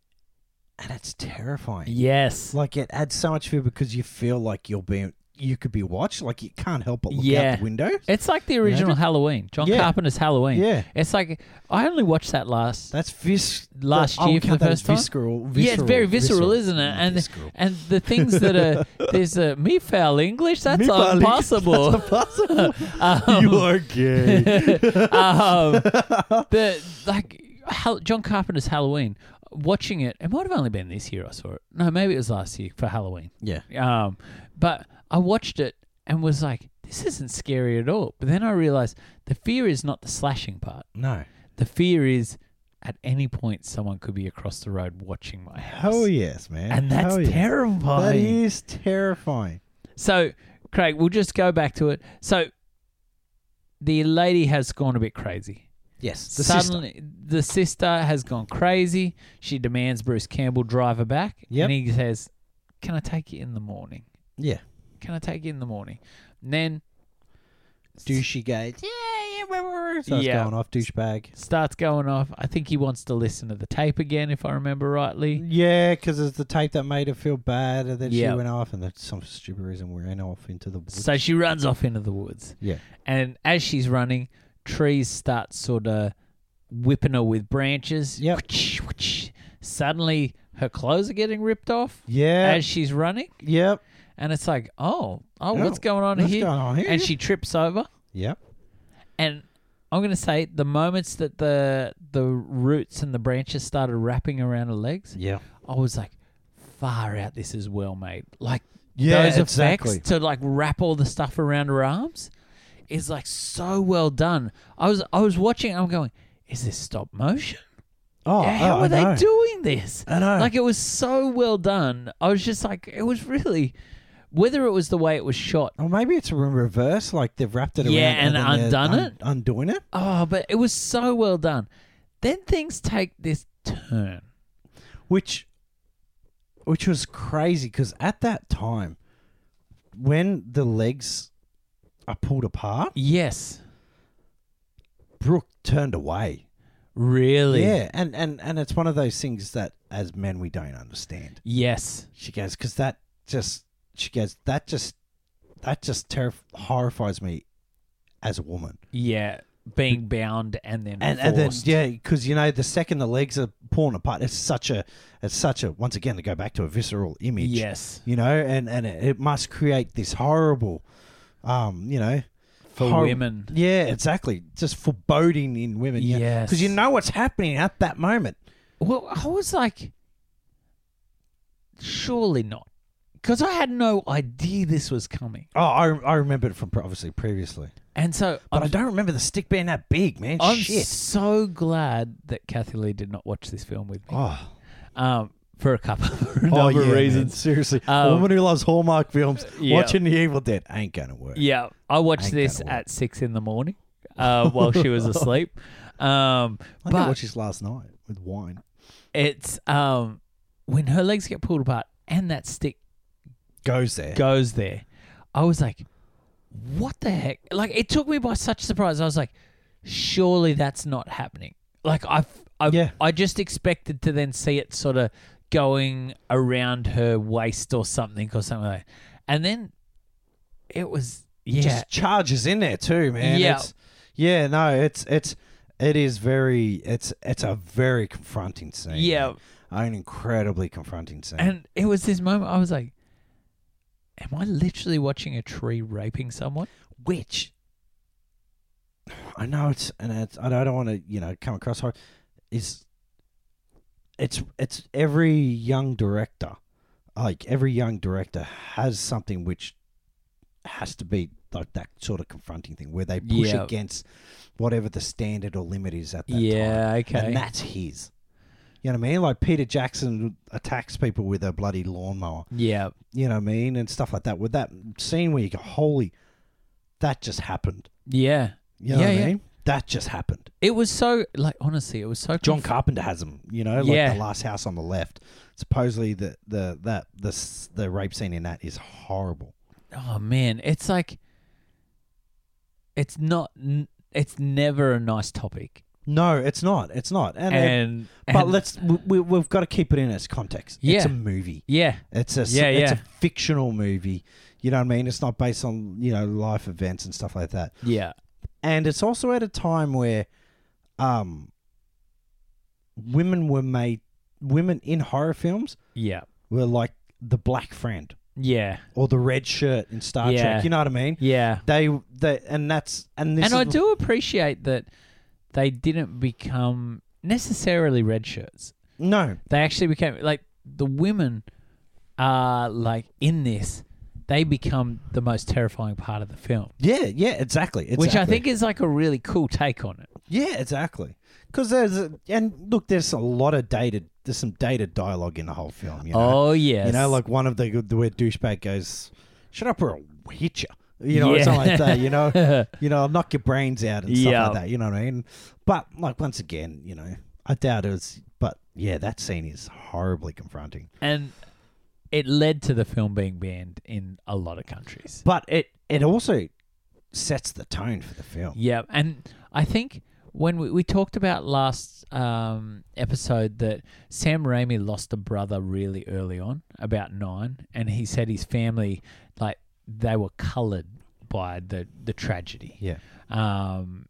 Speaker 2: and it's terrifying.
Speaker 1: yes.
Speaker 2: Like it adds so much fear because you feel like you're being you could be watched. Like you can't help but look
Speaker 1: Yeah.
Speaker 2: out the window.
Speaker 1: It's like the original
Speaker 2: Imagine-
Speaker 1: Halloween. John
Speaker 2: Yeah.
Speaker 1: Carpenter's Halloween.
Speaker 2: Yeah,
Speaker 1: It's like I only watched that last
Speaker 2: that's vis-
Speaker 1: Last
Speaker 2: I would
Speaker 1: year for
Speaker 2: count
Speaker 1: the
Speaker 2: that as
Speaker 1: first time?
Speaker 2: Visceral,
Speaker 1: Yeah, it's very visceral, isn't it?
Speaker 2: Mm,
Speaker 1: And-
Speaker 2: visceral.
Speaker 1: And the things that
Speaker 2: [laughs]
Speaker 1: are there's a me foul English. That's
Speaker 2: Me foul [laughs] English,
Speaker 1: impossible.
Speaker 2: That's impossible.
Speaker 1: Um, [laughs]
Speaker 2: you are gay.
Speaker 1: um, the like Hal- John Carpenter's Halloween. Watching it, it might have only been this year I saw it. No, maybe it was last year for Halloween.
Speaker 2: yeah,
Speaker 1: Um, but I watched it and was like, this isn't scary at all. But then I realized the fear is not the slashing part.
Speaker 2: no.
Speaker 1: The fear is at any point someone could be across the road watching my house.
Speaker 2: Oh yes, man.
Speaker 1: And that's
Speaker 2: Hell yes.
Speaker 1: terrifying.
Speaker 2: That is terrifying.
Speaker 1: So, Craig, we'll just go back to it. So, the lady has gone a bit crazy.
Speaker 2: Yes, the sister.
Speaker 1: Suddenly, the sister has gone crazy. She demands Bruce Campbell drive her back,
Speaker 2: Yep.
Speaker 1: and he says, "Can I take you in the morning?
Speaker 2: Yeah,
Speaker 1: Can I take you in the morning?" And then
Speaker 2: douchey guy. Yeah, yeah. wah, wah, wah. So it's
Speaker 1: Yeah.
Speaker 2: going off douchebag.
Speaker 1: starts going off. I think he wants to listen to the tape again, if I remember
Speaker 2: Mm.
Speaker 1: rightly.
Speaker 2: Yeah, because it's the tape that made her feel bad, and then
Speaker 1: Yeah.
Speaker 2: she went off, and then some stupid reason ran off into the woods.
Speaker 1: So she runs off into the woods,
Speaker 2: yeah,
Speaker 1: and as she's running, trees start sort of whipping her with branches.
Speaker 2: Yep.
Speaker 1: Suddenly, her clothes are getting ripped off
Speaker 2: yeah,
Speaker 1: as she's running,
Speaker 2: yep.
Speaker 1: and it's like, oh, oh,
Speaker 2: Yeah,
Speaker 1: what's going on
Speaker 2: What's
Speaker 1: here?
Speaker 2: going on here?
Speaker 1: And she trips over,
Speaker 2: yep,
Speaker 1: and I'm gonna say the moments that the the roots and the branches started wrapping around her legs,
Speaker 2: yeah,
Speaker 1: I was like, far out, this is well made. Like
Speaker 2: yeah.
Speaker 1: those
Speaker 2: exactly.
Speaker 1: effects to like wrap all the stuff around her arms is like so well done. I was I was watching. I'm going, is this stop motion?
Speaker 2: Oh,
Speaker 1: How
Speaker 2: oh,
Speaker 1: are
Speaker 2: I
Speaker 1: they
Speaker 2: know.
Speaker 1: doing this?
Speaker 2: I know.
Speaker 1: Like it was so well done. I was just like, it was really whether it was the way it was shot.
Speaker 2: Or maybe it's in reverse, like they've wrapped it
Speaker 1: Yeah,
Speaker 2: around
Speaker 1: and
Speaker 2: then they're
Speaker 1: undone it?
Speaker 2: undoing it.
Speaker 1: Oh, but it was so well done. Then things take this turn.
Speaker 2: which which was crazy because at that time when the legs are pulled apart
Speaker 1: Yes,
Speaker 2: brooke turned away
Speaker 1: really.
Speaker 2: yeah and and and it's one of those things that as men we don't understand
Speaker 1: Yes.
Speaker 2: she goes because that just she goes that just that just terrif- horrifies me as a woman
Speaker 1: Yeah. Being bound and then
Speaker 2: and, and
Speaker 1: forced.
Speaker 2: then yeah because you know the second the legs are torn apart it's such a it's such a once again to go back to a visceral image
Speaker 1: Yes.
Speaker 2: you know, and and it, it must create this horrible, um, you know,
Speaker 1: For
Speaker 2: horrible-
Speaker 1: women.
Speaker 2: Yeah, exactly. Just foreboding in women.
Speaker 1: Mm-hmm. Yes.
Speaker 2: because you know what's happening at that moment.
Speaker 1: Well, I was like, surely not. Because I had no idea this was coming.
Speaker 2: Oh, I, I remember it from pre- obviously previously,
Speaker 1: And so
Speaker 2: but
Speaker 1: I'm,
Speaker 2: I don't remember the stick being that big, man.
Speaker 1: I'm
Speaker 2: Shit.
Speaker 1: so glad that Kathy Lee did not watch this film with me
Speaker 2: Oh,
Speaker 1: um, for a couple for a
Speaker 2: [laughs] oh
Speaker 1: number
Speaker 2: yeah,
Speaker 1: of
Speaker 2: man,
Speaker 1: reasons.
Speaker 2: Seriously,
Speaker 1: Um,
Speaker 2: a woman who loves Hallmark films
Speaker 1: Yeah.
Speaker 2: watching The Evil Dead ain't gonna work.
Speaker 1: Yeah, I watched
Speaker 2: Ain't
Speaker 1: this
Speaker 2: gonna work.
Speaker 1: at six in the morning uh, while she
Speaker 2: [laughs]
Speaker 1: was asleep. Um,
Speaker 2: I
Speaker 1: but
Speaker 2: did watch this last night with wine.
Speaker 1: it's um, when her legs get pulled apart and that stick
Speaker 2: Goes there.
Speaker 1: goes there, I was like, what the heck? Like, it took me by such surprise. I was like, surely that's not happening. Like, I've, I've
Speaker 2: Yeah.
Speaker 1: I just expected to then see it sort of going around her waist or something or something like that. And then it was, yeah.
Speaker 2: just charges in there too, man.
Speaker 1: Yeah.
Speaker 2: It's, yeah, no, it's it's it is very it's it's a very confronting scene.
Speaker 1: yeah.
Speaker 2: man. An incredibly confronting scene.
Speaker 1: And it was this moment I was like, am I literally watching a tree raping someone?
Speaker 2: which I know it's and it's I don't, I don't want to, you know, come across hard is it's it's every young director like every young director has something which has to be like that sort of confronting thing where they push
Speaker 1: Yeah.
Speaker 2: against whatever the standard or limit is at that time.
Speaker 1: yeah, okay.
Speaker 2: And that's his. You know what I mean? Like Peter Jackson attacks people with a bloody lawnmower.
Speaker 1: yeah,
Speaker 2: You know what I mean? And stuff like that. With that scene where you go, holy, that just happened.
Speaker 1: yeah.
Speaker 2: You know
Speaker 1: Yeah,
Speaker 2: what
Speaker 1: yeah.
Speaker 2: I mean? That just happened.
Speaker 1: It was so like honestly, it was so
Speaker 2: John
Speaker 1: conf-
Speaker 2: Carpenter has him, you know, like
Speaker 1: Yeah.
Speaker 2: the last house on the left. Supposedly the the that the s- the rape scene in that is horrible.
Speaker 1: oh man, it's like it's not. n- It's never a nice topic,
Speaker 2: No, it's not. It's not. And, it-
Speaker 1: and,
Speaker 2: but
Speaker 1: and-
Speaker 2: let's we, we- we've got to keep it in its context.
Speaker 1: Yeah.
Speaker 2: It's a movie.
Speaker 1: yeah,
Speaker 2: It's a
Speaker 1: Yeah,
Speaker 2: it's
Speaker 1: yeah.
Speaker 2: a fictional movie. You know what I mean? It's not based on you know life events and stuff like that.
Speaker 1: yeah,
Speaker 2: And it's also at a time where, um, women were made women in horror films
Speaker 1: yeah,
Speaker 2: were like the black friend.
Speaker 1: yeah,
Speaker 2: or the red shirt in Star
Speaker 1: Yeah.
Speaker 2: Trek. You know what I mean?
Speaker 1: yeah.
Speaker 2: They, they, and that's and this.
Speaker 1: and
Speaker 2: is
Speaker 1: I do appreciate that they didn't become necessarily red shirts.
Speaker 2: no,
Speaker 1: They actually became like the women are like in this. They become the most terrifying part of the film,
Speaker 2: yeah, yeah, exactly, exactly.
Speaker 1: which I think is like a really cool take on it.
Speaker 2: yeah, exactly. Because there's a, and look, there's a lot of dated. There's some dated dialogue in the whole film. You know?
Speaker 1: Oh yes,
Speaker 2: you know, like one of the the where douchebag goes, "Shut up, or I'll hit you." You know, or
Speaker 1: Yeah.
Speaker 2: something like that. You
Speaker 1: [laughs]
Speaker 2: know, you know, I'll knock your brains out and stuff
Speaker 1: Yeah.
Speaker 2: like that. You know what I mean? But like once again, you know, I doubt it was. But yeah, that scene is horribly confronting.
Speaker 1: and it led to the film being banned in a lot of countries.
Speaker 2: But it it also sets the tone for the film.
Speaker 1: Yeah, and I think when we, we talked about last um, episode that Sam Raimi lost a brother really early on, about nine, and he said his family like they were coloured by the the tragedy.
Speaker 2: Yeah.
Speaker 1: Um,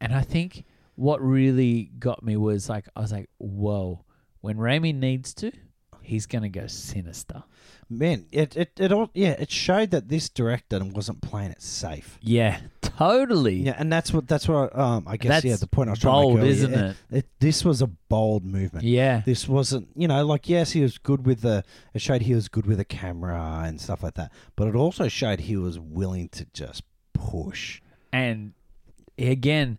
Speaker 1: and I think what really got me was like I was like, whoa, when Raimi needs to, he's gonna go sinister.
Speaker 2: Man, it, it, it all yeah, it showed that this director wasn't playing it safe.
Speaker 1: Yeah, [laughs] totally.
Speaker 2: Yeah, and that's what that's what um I guess
Speaker 1: That's
Speaker 2: yeah, the point I was trying
Speaker 1: bold,
Speaker 2: to make earlier.
Speaker 1: isn't
Speaker 2: [laughs]
Speaker 1: it?
Speaker 2: it? This was a bold movement.
Speaker 1: Yeah.
Speaker 2: This wasn't, you know, like yes, he was good with the. It showed he was good with a camera and stuff like that, but it also showed he was willing to just push.
Speaker 1: And again,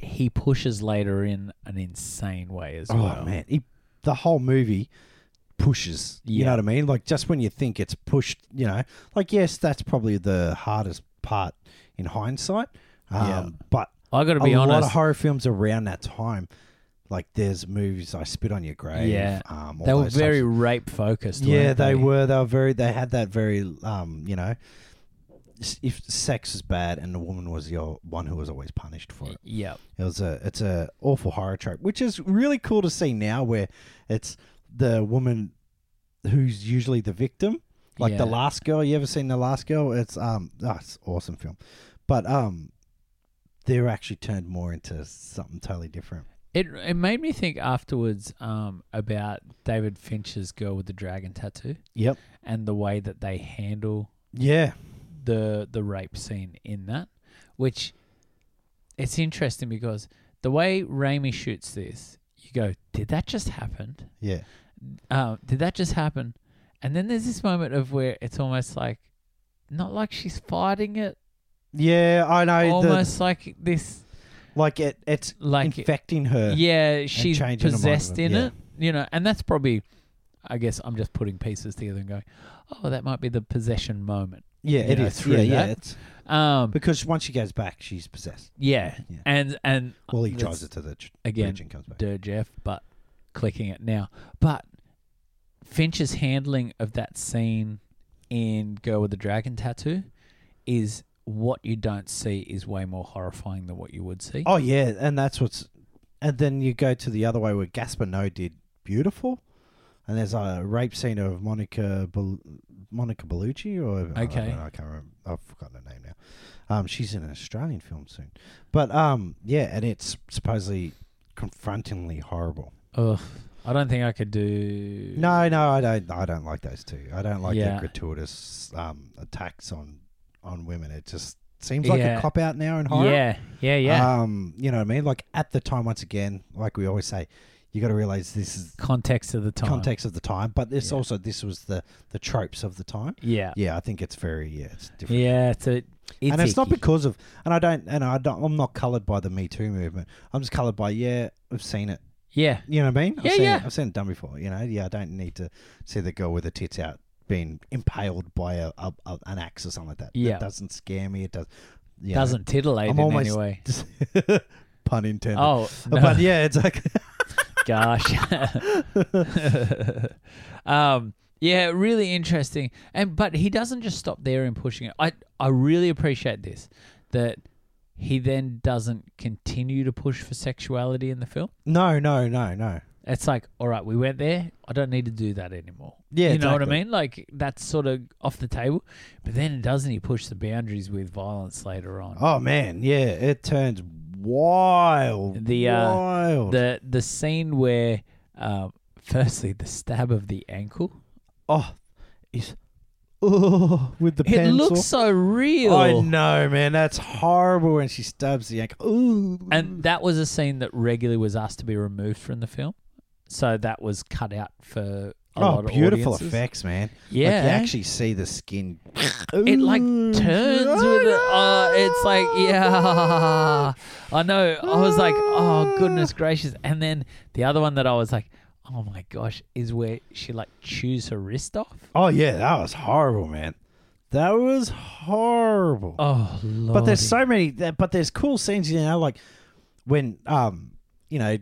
Speaker 1: he pushes later in an insane way as
Speaker 2: Oh
Speaker 1: well.
Speaker 2: man, he, the whole movie pushes. You
Speaker 1: Yeah.
Speaker 2: know what I mean? Like just when you think it's pushed, you know, like yes, that's probably the hardest part in hindsight. Um,
Speaker 1: Yeah.
Speaker 2: But
Speaker 1: I got to be
Speaker 2: a lot
Speaker 1: honest.
Speaker 2: of horror films around that time, like there's movies like Spit on Your Grave.
Speaker 1: Yeah.
Speaker 2: um, all
Speaker 1: they were
Speaker 2: those
Speaker 1: very
Speaker 2: types-
Speaker 1: rape focused.
Speaker 2: Yeah, they were. They were very. They had that very. Um, you know, s- if sex is bad and the woman was your one who was always punished for it.
Speaker 1: Yeah.
Speaker 2: It was a it's a awful horror trope, which is really cool to see now, where it's the woman who's usually the victim, like
Speaker 1: Yeah.
Speaker 2: the Last Girl. You ever seen the Last Girl? It's um, oh, it's an awesome film, but um, they're actually turned more into something totally different.
Speaker 1: It, it made me think afterwards um, about David Fincher's Girl with the Dragon Tattoo
Speaker 2: Yep.
Speaker 1: and the way that they handle
Speaker 2: Yeah.
Speaker 1: the the rape scene in that, which it's interesting because the way Raimi shoots this, you go, did that just happen?
Speaker 2: Yeah.
Speaker 1: um, did that just happen? And then there's this moment of where it's almost like, not like she's fighting it,
Speaker 2: Yeah. I know. the-
Speaker 1: almost like this,
Speaker 2: like it. It's
Speaker 1: like
Speaker 2: infecting her.
Speaker 1: yeah, she's
Speaker 2: changing the mind of
Speaker 1: possessed
Speaker 2: it,
Speaker 1: in
Speaker 2: yeah.
Speaker 1: it, you know. And that's probably, I guess, I'm just putting pieces together and going, oh, that might be the possession moment.
Speaker 2: Yeah.
Speaker 1: you
Speaker 2: It
Speaker 1: know,
Speaker 2: is.
Speaker 1: through
Speaker 2: Yeah. Yeah.
Speaker 1: that.
Speaker 2: It's,
Speaker 1: Um,
Speaker 2: because once she goes back, she's possessed.
Speaker 1: yeah,
Speaker 2: Yeah.
Speaker 1: and and
Speaker 2: Well, he
Speaker 1: that's
Speaker 2: drives her to the tr-
Speaker 1: again,
Speaker 2: bridge and comes back.
Speaker 1: Dirge F, but clicking it now. But Finch's handling of that scene in Girl with the Dragon Tattoo is what you don't see is way more horrifying than what you would see.
Speaker 2: Oh yeah, and that's what's. And then you go to the other way where Gaspar Noé did beautiful, and there's a rape scene of Monica Bel- Monica Bellucci or I don't
Speaker 1: Okay.
Speaker 2: know, I can't remember. I've forgotten her name now. Um, she's in an Australian film soon, but um, yeah, and it's supposedly confrontingly horrible.
Speaker 1: Ugh, I don't think I could do.
Speaker 2: No, no, I don't. I don't like those two. I don't like
Speaker 1: Yeah.
Speaker 2: the gratuitous um attacks on on women. It just seems like
Speaker 1: Yeah.
Speaker 2: a cop out now in horror. Uh,
Speaker 1: Yeah, yeah, yeah.
Speaker 2: Um, you know what I mean? Like at the time, once again, like we always say, you got to realize this is
Speaker 1: Context of the time.
Speaker 2: context of the time, but this
Speaker 1: Yeah.
Speaker 2: also this was the the tropes of the time.
Speaker 1: Yeah.
Speaker 2: Yeah, I think it's very yeah, it's different.
Speaker 1: Yeah. It's a, it's
Speaker 2: and it's not
Speaker 1: icky.
Speaker 2: because of and I don't and I don't I'm not colored by the Me Too movement. I'm just colored by yeah, I've seen it.
Speaker 1: Yeah.
Speaker 2: You know what I mean? I've
Speaker 1: Yeah,
Speaker 2: seen
Speaker 1: yeah.
Speaker 2: It, I've seen it done before. You know, yeah, I don't need to see the girl with her tits out being impaled by a, a, a- an axe or something like that.
Speaker 1: Yeah.
Speaker 2: it doesn't scare me. It does. You know,
Speaker 1: Doesn't titillate
Speaker 2: I'm
Speaker 1: in
Speaker 2: almost-
Speaker 1: any way.
Speaker 2: [laughs] pun intended.
Speaker 1: Oh, no.
Speaker 2: [laughs] But yeah, it's like
Speaker 1: gosh. um, yeah, really interesting. And but he doesn't just stop there in pushing it. I I really appreciate this that he then doesn't continue to push for sexuality in the film.
Speaker 2: no, no, no, no.
Speaker 1: It's like, all right, we went there. I don't need to do that anymore.
Speaker 2: Yeah,
Speaker 1: you know what I
Speaker 2: exactly.
Speaker 1: mean? Like that's sort of off the table. But then doesn't he push the boundaries with violence later on?
Speaker 2: Oh man, yeah, it turns wild.
Speaker 1: The, uh,
Speaker 2: wild.
Speaker 1: The the scene where, um, firstly, the stab of the ankle.
Speaker 2: oh, is oh with the
Speaker 1: It
Speaker 2: pencil. Mm.
Speaker 1: looks so real.
Speaker 2: I know, man. That's horrible when she stabs the ankle. Ooh.
Speaker 1: And that was a scene that regularly was asked to be removed from the film. So that was cut out for a lot
Speaker 2: oh,
Speaker 1: of
Speaker 2: beautiful
Speaker 1: audiences.
Speaker 2: effects, man.
Speaker 1: Yeah.
Speaker 2: Like you actually see the Mm. skin.
Speaker 1: it like
Speaker 2: Ooh.
Speaker 1: turns with it. Oh, it's
Speaker 2: [laughs]
Speaker 1: like, yeah. I know. I was like, oh,
Speaker 2: Ah.
Speaker 1: goodness gracious. And then the other one that I was like, oh my gosh, is where she like chews her wrist off.
Speaker 2: Oh yeah, that was horrible, man. That was horrible.
Speaker 1: Oh, Lord.
Speaker 2: but there's so many there- but there's cool scenes you know like when um you know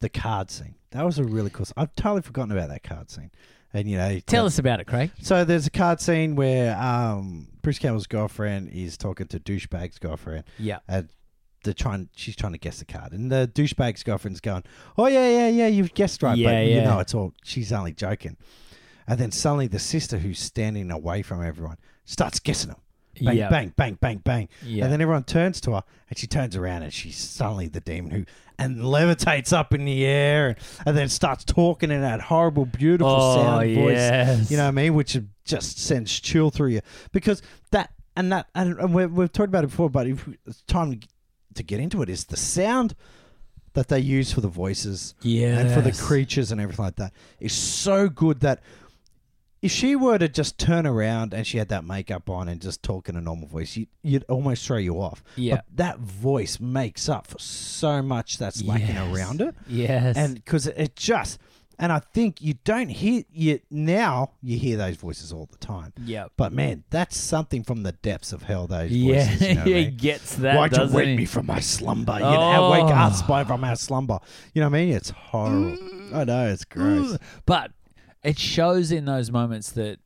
Speaker 2: the card scene that was a really cool s- i've totally forgotten about that card scene and you know
Speaker 1: Tell
Speaker 2: like-
Speaker 1: us about it, Craig.
Speaker 2: so there's a card scene where um bruce campbell's girlfriend is talking to douchebag's girlfriend
Speaker 1: Yeah.
Speaker 2: and they're trying she's trying to guess the card and the douchebag's girlfriend's going oh yeah yeah yeah you've guessed right
Speaker 1: Yeah,
Speaker 2: but you
Speaker 1: yeah.
Speaker 2: know it's all she's only joking and then suddenly the sister who's standing away from everyone starts guessing them bang
Speaker 1: yeah.
Speaker 2: bang bang bang bang
Speaker 1: Yeah.
Speaker 2: and then everyone turns to her, and she turns around, and she's suddenly the demon who and levitates up in the air, and, and then starts talking in that horrible, beautiful
Speaker 1: oh,
Speaker 2: sound voice.
Speaker 1: yes.
Speaker 2: You know what I mean? Which just sends chill through you because that and that and, and we've, we've talked about it before, but if, it's time to get into it. Is the sound that they use for the voices
Speaker 1: Yeah.
Speaker 2: and for the creatures and everything like that is so good that if she were to just turn around and she had that makeup on and just talk in a normal voice, you, you'd almost throw you off.
Speaker 1: Yeah.
Speaker 2: But that voice makes up for so much that's lacking
Speaker 1: Yes.
Speaker 2: around it.
Speaker 1: Yes.
Speaker 2: And because it just, and I think you don't hear, you, now you hear those voices all the time.
Speaker 1: yeah.
Speaker 2: But man, that's something from the depths of hell,
Speaker 1: [laughs]
Speaker 2: those
Speaker 1: Yeah,
Speaker 2: voices. You know what I
Speaker 1: he
Speaker 2: mean?
Speaker 1: gets that.
Speaker 2: Why'd you
Speaker 1: doesn't
Speaker 2: wake
Speaker 1: he?
Speaker 2: me from my slumber? You know, wake
Speaker 1: Oh.
Speaker 2: us by from our slumber. You know what I mean? It's horrible.
Speaker 1: Mm.
Speaker 2: I know it's gross.
Speaker 1: But it shows in those moments that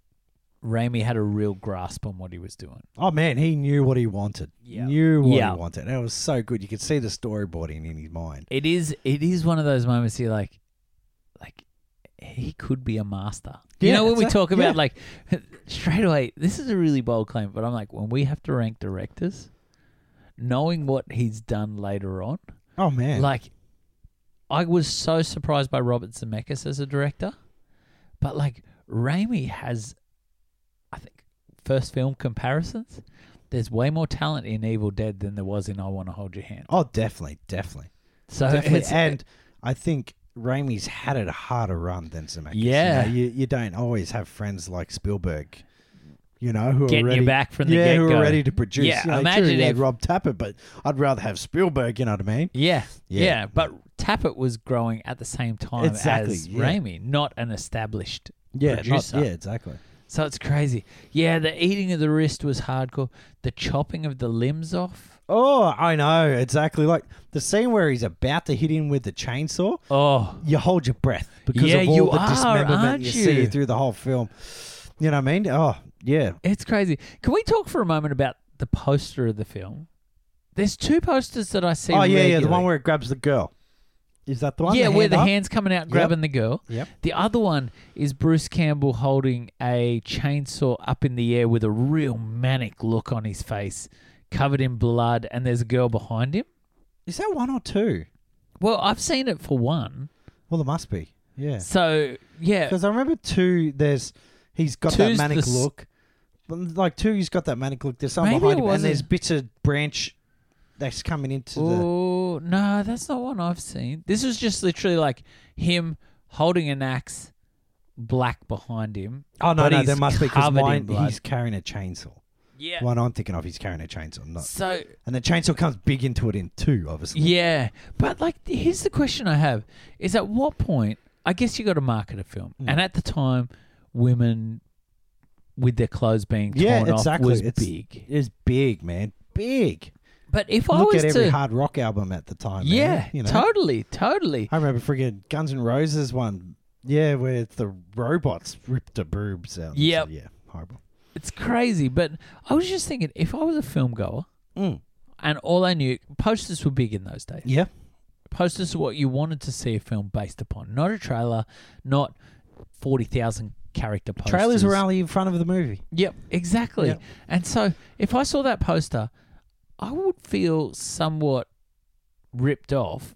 Speaker 1: Raimi had a real grasp on what he was doing.
Speaker 2: Oh man, he knew what he wanted.
Speaker 1: Yeah.
Speaker 2: Knew what
Speaker 1: Yeah.
Speaker 2: he wanted. And it was so good. You could see the storyboarding in his mind.
Speaker 1: It is it is one of those moments you're like like he could be a master. you
Speaker 2: Yeah,
Speaker 1: know when we
Speaker 2: exact-
Speaker 1: talk about
Speaker 2: yeah.
Speaker 1: like [laughs] straight away, this is a really bold claim, but I'm like, when we have to rank directors, knowing what he's done later on,
Speaker 2: Oh man.
Speaker 1: like I was so surprised by Robert Zemeckis as a director, but like Raimi has, I think first film comparisons. There's way more talent in Evil Dead than there was in I Want to Hold Your Hand.
Speaker 2: oh, definitely, definitely,
Speaker 1: So [laughs]
Speaker 2: definitely.
Speaker 1: it's-
Speaker 2: And I think Raimi's had it a harder run than Zemeckis.
Speaker 1: Yeah.
Speaker 2: you, know, you, you don't always have friends like Spielberg. You know, who
Speaker 1: getting
Speaker 2: are ready,
Speaker 1: you back from the
Speaker 2: yeah,
Speaker 1: get
Speaker 2: who
Speaker 1: go.
Speaker 2: are ready to produce.
Speaker 1: Yeah,
Speaker 2: you know,
Speaker 1: imagine
Speaker 2: sure, he had
Speaker 1: if-
Speaker 2: Rob Tappert, but I'd rather have Spielberg. You know what I mean?
Speaker 1: yeah, yeah,
Speaker 2: Yeah.
Speaker 1: But Tappet was growing at the same time
Speaker 2: Exactly,
Speaker 1: as
Speaker 2: yeah.
Speaker 1: Raimi, not an established
Speaker 2: Yeah, not,
Speaker 1: producer.
Speaker 2: yeah, exactly.
Speaker 1: So it's crazy. Yeah, the eating of the wrist was hardcore. The chopping of the limbs off.
Speaker 2: Oh, I know exactly. Like the scene where he's about to hit him with the chainsaw,
Speaker 1: Oh,
Speaker 2: you hold your breath because
Speaker 1: Yeah,
Speaker 2: of all
Speaker 1: you
Speaker 2: the
Speaker 1: are, aren't
Speaker 2: dismemberment you, see
Speaker 1: you?
Speaker 2: through the whole film. You know what I mean? Oh, yeah.
Speaker 1: It's crazy. Can we talk for a moment about the poster of the film? There's two posters that I see.
Speaker 2: oh, yeah, yeah. The
Speaker 1: regularly.
Speaker 2: one where it grabs the girl. Is that the one?
Speaker 1: yeah, where the
Speaker 2: up?
Speaker 1: hands coming out grabbing the girl.
Speaker 2: Yep.
Speaker 1: The other one is Bruce Campbell holding a chainsaw up in the air with a real manic look on his face, covered in blood, and there's a girl behind him.
Speaker 2: Is that one or two?
Speaker 1: Well, I've seen it for one.
Speaker 2: Well, there must be. Yeah.
Speaker 1: So yeah,
Speaker 2: Because I remember two. There's he's got
Speaker 1: Two's
Speaker 2: that manic
Speaker 1: the s-
Speaker 2: look. Like two, he's got that manic look. There's someone
Speaker 1: Maybe
Speaker 2: behind
Speaker 1: it
Speaker 2: him, and there's
Speaker 1: wasn't-
Speaker 2: uh, bits of branch that's coming into the.
Speaker 1: oh, Oh no, that's not one I've seen. This was just literally like him holding an axe, black behind him.
Speaker 2: Oh no,
Speaker 1: But
Speaker 2: no,
Speaker 1: he's
Speaker 2: there must be because
Speaker 1: covered in
Speaker 2: mine
Speaker 1: blood.
Speaker 2: he's carrying a chainsaw.
Speaker 1: Yeah.
Speaker 2: One I'm thinking of, he's carrying a chainsaw, not.
Speaker 1: So
Speaker 2: And the chainsaw comes big into it in two, obviously.
Speaker 1: yeah, but like, here's the question I have: Is at what point? I guess you got to market a film,
Speaker 2: Mm.
Speaker 1: and at the time, women with their clothes being torn
Speaker 2: Yeah,
Speaker 1: off
Speaker 2: exactly.
Speaker 1: was
Speaker 2: It's-
Speaker 1: big.
Speaker 2: It's big, man, big.
Speaker 1: But if I
Speaker 2: Look
Speaker 1: was
Speaker 2: at every
Speaker 1: to,
Speaker 2: hard rock album at the time. man,
Speaker 1: yeah,
Speaker 2: you know.
Speaker 1: totally, totally.
Speaker 2: I remember friggin' Guns N' Roses one. Yeah, where the robots ripped the boobs out.
Speaker 1: Yep.
Speaker 2: So, yeah, horrible.
Speaker 1: It's crazy, but I was just thinking if I was a film goer
Speaker 2: Mm.
Speaker 1: and all I knew posters were big in those days.
Speaker 2: Yeah.
Speaker 1: Posters are what you wanted to see a film based upon, not a trailer, not forty thousand character posters.
Speaker 2: Trailers were only in front of the movie.
Speaker 1: Yep, exactly.
Speaker 2: Yep.
Speaker 1: And so if I saw that poster, I would feel somewhat ripped off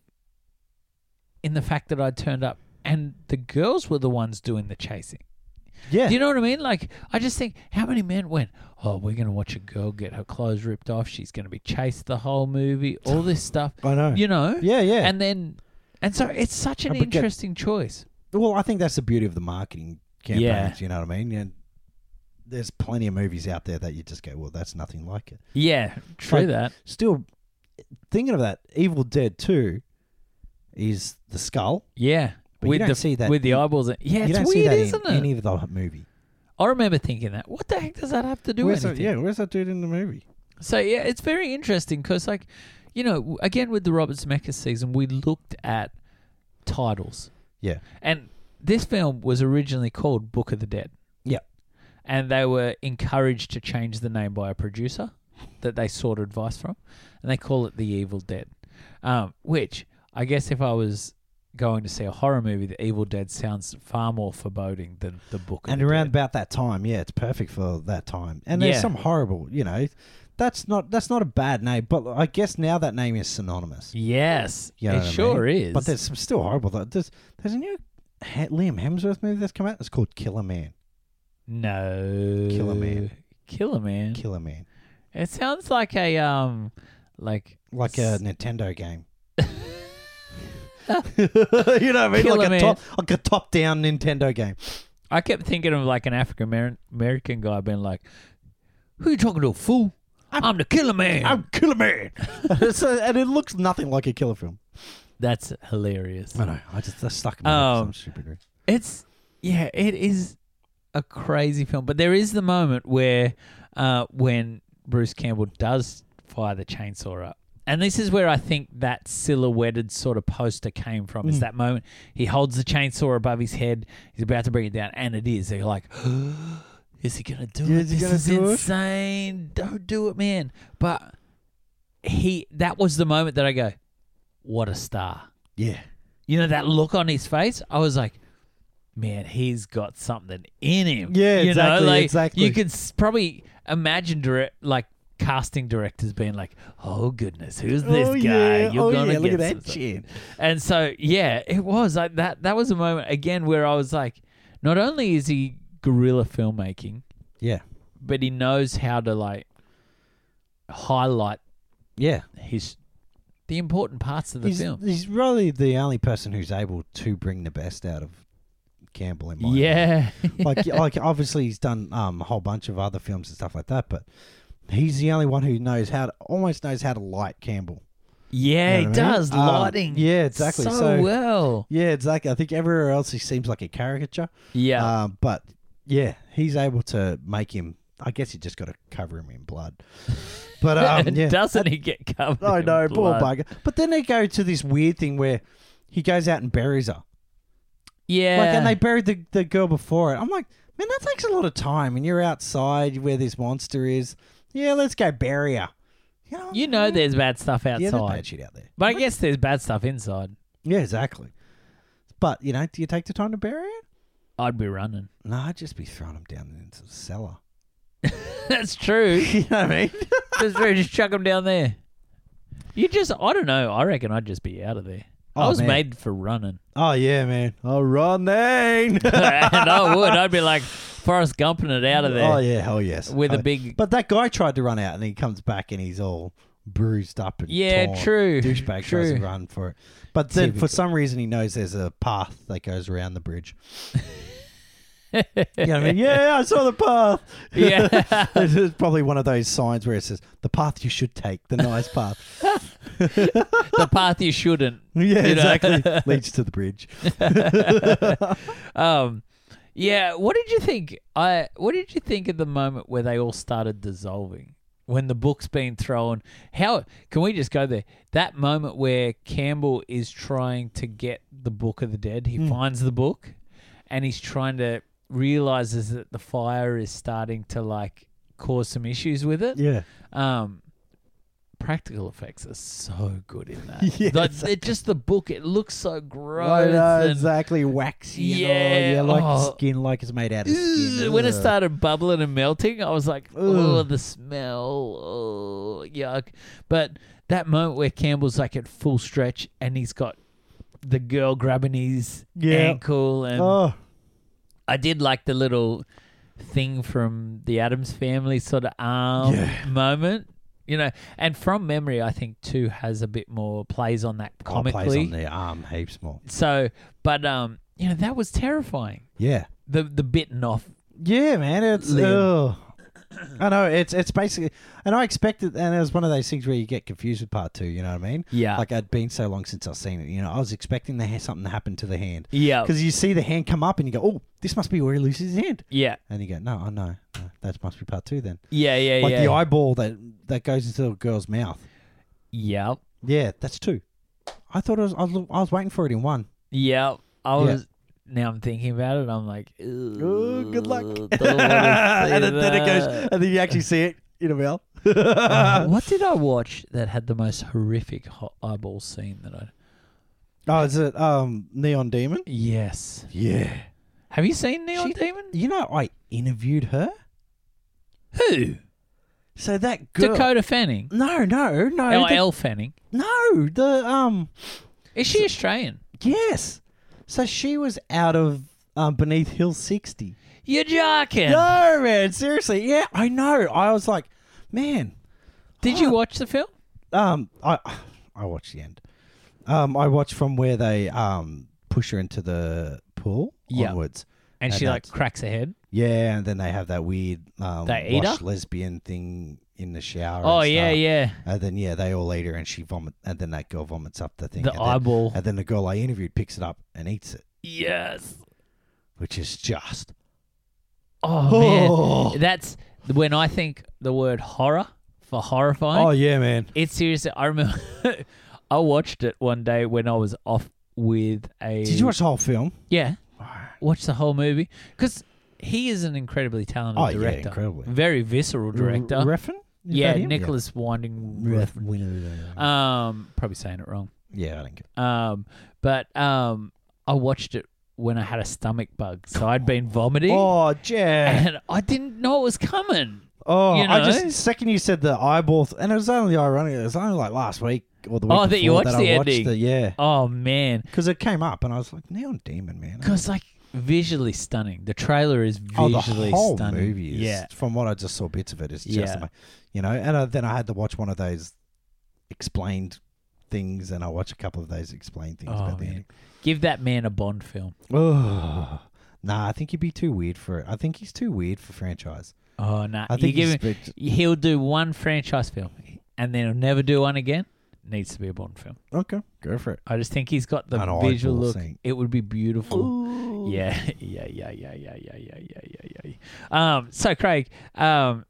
Speaker 1: in the fact that I turned up and the girls were the ones doing the chasing.
Speaker 2: Yeah.
Speaker 1: Do you know what I mean? Like, I just think how many men went, oh, we're going to watch a girl get her clothes ripped off. She's going to be chased the whole movie, all
Speaker 2: [laughs]
Speaker 1: this stuff,
Speaker 2: I know.
Speaker 1: you know?
Speaker 2: yeah, yeah.
Speaker 1: And then, and so it's such an
Speaker 2: Oh, but get-
Speaker 1: interesting choice.
Speaker 2: well, I think that's the beauty of the marketing campaigns.
Speaker 1: Yeah.
Speaker 2: You know what I mean? And there's plenty of movies out there that you just go, well, that's nothing like it.
Speaker 1: Yeah, true
Speaker 2: Like-
Speaker 1: that.
Speaker 2: Still, thinking of that, Evil Dead Two is the skull.
Speaker 1: Yeah.
Speaker 2: But you
Speaker 1: with
Speaker 2: don't
Speaker 1: the
Speaker 2: see that.
Speaker 1: with the
Speaker 2: you,
Speaker 1: eyeballs, in- yeah,
Speaker 2: you
Speaker 1: it's
Speaker 2: don't
Speaker 1: weird,
Speaker 2: see that
Speaker 1: isn't
Speaker 2: in
Speaker 1: it?
Speaker 2: any of the movie.
Speaker 1: I remember thinking that. What the heck does that have to do with
Speaker 2: Where's that,
Speaker 1: anything?
Speaker 2: yeah, where's that dude in the movie?
Speaker 1: So yeah, it's very interesting because, like, you know, w- again with the Robert Zemeckis season, we looked at titles,
Speaker 2: Yeah.
Speaker 1: and this film was originally called Book of the Dead.
Speaker 2: Yeah.
Speaker 1: and they were encouraged to change the name by a producer that they sought advice from, and they call it The Evil Dead, um, which I guess if I was going to see a horror movie, The Evil Dead sounds far more foreboding than the Book. Of
Speaker 2: and
Speaker 1: the
Speaker 2: around
Speaker 1: Dead.
Speaker 2: about that time, yeah, it's perfect for that time. And there's
Speaker 1: Yeah.
Speaker 2: some horrible, you know, that's not that's not a bad name, but I guess now that name is synonymous.
Speaker 1: Yes,
Speaker 2: You know
Speaker 1: it
Speaker 2: what I
Speaker 1: sure is.
Speaker 2: But there's some still horrible. though. There's there's a new Ha- Liam Hemsworth movie that's come out. It's called Killer Man.
Speaker 1: no
Speaker 2: Killer Man.
Speaker 1: Killer man.
Speaker 2: Killer Man,
Speaker 1: It sounds like a um, like [laughs]
Speaker 2: like a
Speaker 1: S-
Speaker 2: Nintendo game. [laughs] you know what I mean?
Speaker 1: Killer
Speaker 2: like a
Speaker 1: Man.
Speaker 2: top, like a top-down Nintendo game.
Speaker 1: I kept thinking of like an African Amer- American guy being like, "Who you talking to, fool? I'm, the Killer Man."
Speaker 2: I'm Killer
Speaker 1: [laughs]
Speaker 2: Man, [laughs] It's a- and it looks nothing like a killer film.
Speaker 1: That's hilarious.
Speaker 2: I know. I just that's stuck in my head for
Speaker 1: Um,
Speaker 2: some stupid reason.
Speaker 1: It's yeah, it is a crazy film, but there is the moment where uh, when Bruce Campbell does fire the chainsaw up. And this is where I think that silhouetted sort of poster came from. Is
Speaker 2: Mm.
Speaker 1: that moment he holds the chainsaw above his head, he's about to bring it down, and it is. They're like, [gasps] "Is he gonna do it?
Speaker 2: Is he
Speaker 1: This
Speaker 2: gonna
Speaker 1: is
Speaker 2: do it?"
Speaker 1: insane! Don't do it, man!" But he—that was the moment that I go, "What a star!"
Speaker 2: Yeah.
Speaker 1: you know that look on his face i was like man he's got something in him
Speaker 2: Yeah,
Speaker 1: you
Speaker 2: exactly,
Speaker 1: know like
Speaker 2: exactly.
Speaker 1: you could s- probably imagine direct like casting directors being like oh goodness who's this
Speaker 2: Oh,
Speaker 1: guy
Speaker 2: yeah.
Speaker 1: you're
Speaker 2: Oh,
Speaker 1: gonna
Speaker 2: yeah. Look
Speaker 1: get
Speaker 2: at that
Speaker 1: some-
Speaker 2: chin.
Speaker 1: and so yeah it was like that that was a moment again where i was like not only is he guerrilla filmmaking
Speaker 2: Yeah.
Speaker 1: but he knows how to like highlight
Speaker 2: Yeah.
Speaker 1: his the important parts of the
Speaker 2: he's,
Speaker 1: film
Speaker 2: he's really the only person who's able to bring the best out of Campbell in my
Speaker 1: yeah [laughs]
Speaker 2: opinion. like like obviously he's done um, a whole bunch of other films and stuff like that, but he's the only one who knows how to almost knows how to light Campbell.
Speaker 1: Yeah,
Speaker 2: You
Speaker 1: it
Speaker 2: know what I mean?
Speaker 1: does.
Speaker 2: Um,
Speaker 1: Lighting.
Speaker 2: yeah, exactly.
Speaker 1: So,
Speaker 2: So-
Speaker 1: well.
Speaker 2: Yeah, exactly. I think everywhere else he seems like a caricature.
Speaker 1: Yeah. [laughs]
Speaker 2: Um, but yeah, he's able to make him. I guess you just got to cover him in blood.
Speaker 1: [laughs]
Speaker 2: But um,
Speaker 1: And
Speaker 2: yeah,
Speaker 1: Doesn't he [laughs] get covered?
Speaker 2: I
Speaker 1: in
Speaker 2: know, poor
Speaker 1: blood?
Speaker 2: bugger. But then they go to this weird thing where he goes out and buries her.
Speaker 1: Yeah.
Speaker 2: Like, and they buried the, the girl before it. I'm like, man, that takes a lot of time. And you're outside where this monster is. Yeah, let's go bury her. You know,
Speaker 1: you know there's bad stuff
Speaker 2: yeah,
Speaker 1: outside.
Speaker 2: there's bad shit out there.
Speaker 1: but I guess there's bad stuff inside.
Speaker 2: Yeah, exactly. But, you know, do you take the time to bury it?
Speaker 1: I'd be running. [laughs]
Speaker 2: No, I'd just be throwing him down into the cellar. [laughs]
Speaker 1: That's true.
Speaker 2: you know what
Speaker 1: [laughs]
Speaker 2: I mean?
Speaker 1: That's true. Just chuck them down there. You just, I don't know. I reckon I'd just be out of there. I
Speaker 2: Oh,
Speaker 1: was
Speaker 2: man.
Speaker 1: made for running.
Speaker 2: [laughs] Oh, yeah, man. Oh, running.
Speaker 1: and I would. I'd be like Forrest
Speaker 2: [laughs]
Speaker 1: Gumping it out of there
Speaker 2: Oh, yeah, hell yes.
Speaker 1: with a
Speaker 2: Oh,
Speaker 1: big.
Speaker 2: But that guy tried to run out and he comes back and he's all bruised up and
Speaker 1: Yeah,
Speaker 2: torn.
Speaker 1: true.
Speaker 2: Douchebag tries
Speaker 1: true.
Speaker 2: to run for it, but
Speaker 1: See
Speaker 2: then
Speaker 1: if he
Speaker 2: for
Speaker 1: can-
Speaker 2: some reason he knows there's a path that goes around the bridge. you know
Speaker 1: [laughs]
Speaker 2: what I mean? Yeah, I saw the path.
Speaker 1: Yeah.
Speaker 2: [laughs] This is probably one of those signs where it says the path you should take, the nice path. [laughs]
Speaker 1: the path you shouldn't.
Speaker 2: yeah,
Speaker 1: You know?
Speaker 2: exactly.
Speaker 1: [laughs]
Speaker 2: Leads to the bridge.
Speaker 1: Um, yeah. What did you think? I. What did you think at the moment where they all started dissolving? When the book's been thrown, how can we just go there? That moment where Campbell is trying to get the Book of the Dead, he
Speaker 2: Hmm.
Speaker 1: finds the book, and he's trying to realizes that the fire is starting to like cause some issues with it.
Speaker 2: Yeah,
Speaker 1: Um, practical effects are so good in that.
Speaker 2: [laughs] Yes.
Speaker 1: like, they're just the book. It looks so gross.
Speaker 2: I know,
Speaker 1: and-
Speaker 2: uh, exactly waxy.
Speaker 1: Yeah,
Speaker 2: and all. yeah, like
Speaker 1: oh.
Speaker 2: skin, like it's made out of
Speaker 1: Ugh,
Speaker 2: skin.
Speaker 1: when it
Speaker 2: Ugh.
Speaker 1: started bubbling and melting, I was like, "Oh,
Speaker 2: Ugh.
Speaker 1: the smell! Oh, yuck!" But that moment where Campbell's like at full stretch and he's got the girl grabbing his
Speaker 2: Yeah.
Speaker 1: ankle, and
Speaker 2: oh,
Speaker 1: I did like the little thing from the Adams family sort of arm
Speaker 2: Yeah.
Speaker 1: moment. You know, and from memory, I think two has a bit more plays on that
Speaker 2: oh, it plays
Speaker 1: comically.
Speaker 2: on the arm heaps more.
Speaker 1: so, but um, you know, that was terrifying.
Speaker 2: Yeah,
Speaker 1: The the bitten off
Speaker 2: yeah, man. It's
Speaker 1: Liam.
Speaker 2: ugh. I know it's it's basically, and I expected, and it was one of those things where you get confused with part two. You know what I mean?
Speaker 1: Yeah.
Speaker 2: Like I'd been so long since I've seen it. You know, I was expecting the ha- something to happen to the hand.
Speaker 1: Yeah.
Speaker 2: Because you see the hand come up and you go, oh, this must be where he loses his hand.
Speaker 1: Yeah.
Speaker 2: And you go, no, I know. No, that must be part two then.
Speaker 1: Yeah, yeah,
Speaker 2: Like
Speaker 1: yeah.
Speaker 2: the eyeball that that goes into the girl's mouth.
Speaker 1: Yep.
Speaker 2: Yeah, that's two. I thought it was, I was, I was waiting for it in one.
Speaker 1: Yep. I
Speaker 2: Yeah.
Speaker 1: was now I'm thinking about it, I'm like,
Speaker 2: Ooh, good [laughs] luck.
Speaker 1: "Ugh, don't wanna see
Speaker 2: and then, then it goes, [laughs] Uh-huh.
Speaker 1: that."
Speaker 2: and then you actually see it in a mouth.
Speaker 1: Uh, [laughs] what did I watch that had the most horrific hot eyeball scene that I
Speaker 2: Oh, is it um, Neon Demon?
Speaker 1: Yes.
Speaker 2: Yeah.
Speaker 1: Have you seen Neon
Speaker 2: She-
Speaker 1: Demon?
Speaker 2: You know, I interviewed her.
Speaker 1: Who?
Speaker 2: So that girl.
Speaker 1: Dakota Fanning.
Speaker 2: No, no, no.
Speaker 1: L.
Speaker 2: the-
Speaker 1: L. Fanning.
Speaker 2: no, the um,
Speaker 1: Is she Australian?
Speaker 2: Yes. So she was out of um, Beneath Hill 60.
Speaker 1: You're joking.
Speaker 2: No, man. Seriously. Yeah, I know. I was like, man.
Speaker 1: Did you watch the film?
Speaker 2: Um, I I watched the end. Um, I watched from where they um push her into the pool
Speaker 1: Yeah.
Speaker 2: onwards.
Speaker 1: And
Speaker 2: No,
Speaker 1: she
Speaker 2: no,
Speaker 1: like
Speaker 2: it's-
Speaker 1: cracks her head.
Speaker 2: Yeah, and then they have that weird um,
Speaker 1: They eat her?
Speaker 2: wash lesbian thing in the shower.
Speaker 1: Oh
Speaker 2: and
Speaker 1: yeah,
Speaker 2: stuff.
Speaker 1: yeah.
Speaker 2: And then yeah, they all eat her, and she vomit, and then that girl vomits up the thing.
Speaker 1: The
Speaker 2: and
Speaker 1: eyeball.
Speaker 2: Then, and then the girl I interviewed picks it up and eats it,
Speaker 1: Yes.
Speaker 2: which is just
Speaker 1: Oh man.
Speaker 2: Oh.
Speaker 1: That's when I think the word horror for horrifying.
Speaker 2: Oh yeah, man.
Speaker 1: It's seriously. I remember [laughs] I watched it one day when I was off with a.
Speaker 2: Did you watch the whole film?
Speaker 1: Yeah, watch the whole movie because he is an incredibly talented
Speaker 2: Oh, yeah,
Speaker 1: director.
Speaker 2: incredibly.
Speaker 1: Very visceral director.
Speaker 2: R- Reffin? Is
Speaker 1: yeah,
Speaker 2: that him?
Speaker 1: Nicholas Winding
Speaker 2: Yeah.
Speaker 1: Refn.
Speaker 2: Refn.
Speaker 1: Um, probably saying it wrong.
Speaker 2: yeah, I don't get.
Speaker 1: Um, but um, I watched it when I had a stomach bug, so I'd been vomiting.
Speaker 2: Oh,
Speaker 1: [laughs]
Speaker 2: yeah.
Speaker 1: And I didn't know it was coming.
Speaker 2: Oh,
Speaker 1: You
Speaker 2: I
Speaker 1: know?
Speaker 2: just second you said the eyeball, th- and it was only ironic. It was only like last week or the week
Speaker 1: Oh,
Speaker 2: before
Speaker 1: that you watched
Speaker 2: I
Speaker 1: the
Speaker 2: watched
Speaker 1: ending.
Speaker 2: it. Yeah,
Speaker 1: Oh man,
Speaker 2: because it came up, and I was like, "Neon Demon, man."
Speaker 1: because like visually stunning. The trailer is
Speaker 2: oh, the
Speaker 1: visually
Speaker 2: whole
Speaker 1: stunning.
Speaker 2: movie is,
Speaker 1: yeah,
Speaker 2: from what I just saw bits of it, it's just,
Speaker 1: Yeah.
Speaker 2: ama- you know. And uh, then I had to watch one of those explained things, and I watched a couple of those explained things
Speaker 1: Oh,
Speaker 2: about the
Speaker 1: man.
Speaker 2: ending.
Speaker 1: give that man a Bond film.
Speaker 2: Oh, [sighs] nah, I think he'd be too weird for it. I think he's too weird for franchise.
Speaker 1: Oh no,
Speaker 2: I think
Speaker 1: you
Speaker 2: he's
Speaker 1: give him, he'll do one franchise film, and then he'll never do one again. Needs to be a Bond film.
Speaker 2: okay. Go for it.
Speaker 1: I just think he's got the
Speaker 2: An eyeball
Speaker 1: visual look.
Speaker 2: scene.
Speaker 1: It would be beautiful. Yeah, [laughs] yeah, yeah, yeah, yeah, yeah, yeah, yeah, yeah, yeah. Um, so Craig, um,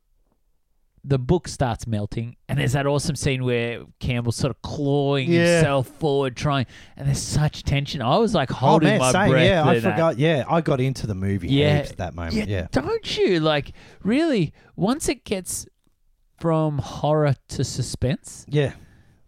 Speaker 1: the book starts melting, and there's that awesome scene where Campbell's sort of clawing
Speaker 2: Yeah.
Speaker 1: himself forward, trying, and there's such tension. I was like holding
Speaker 2: oh man,
Speaker 1: my
Speaker 2: same.
Speaker 1: breath.
Speaker 2: yeah, I
Speaker 1: through that.
Speaker 2: forgot. Yeah, I got into the movie
Speaker 1: Yeah.
Speaker 2: heaps at that moment. Yeah,
Speaker 1: Don't you? Like, really, once it gets from horror to suspense,
Speaker 2: yeah,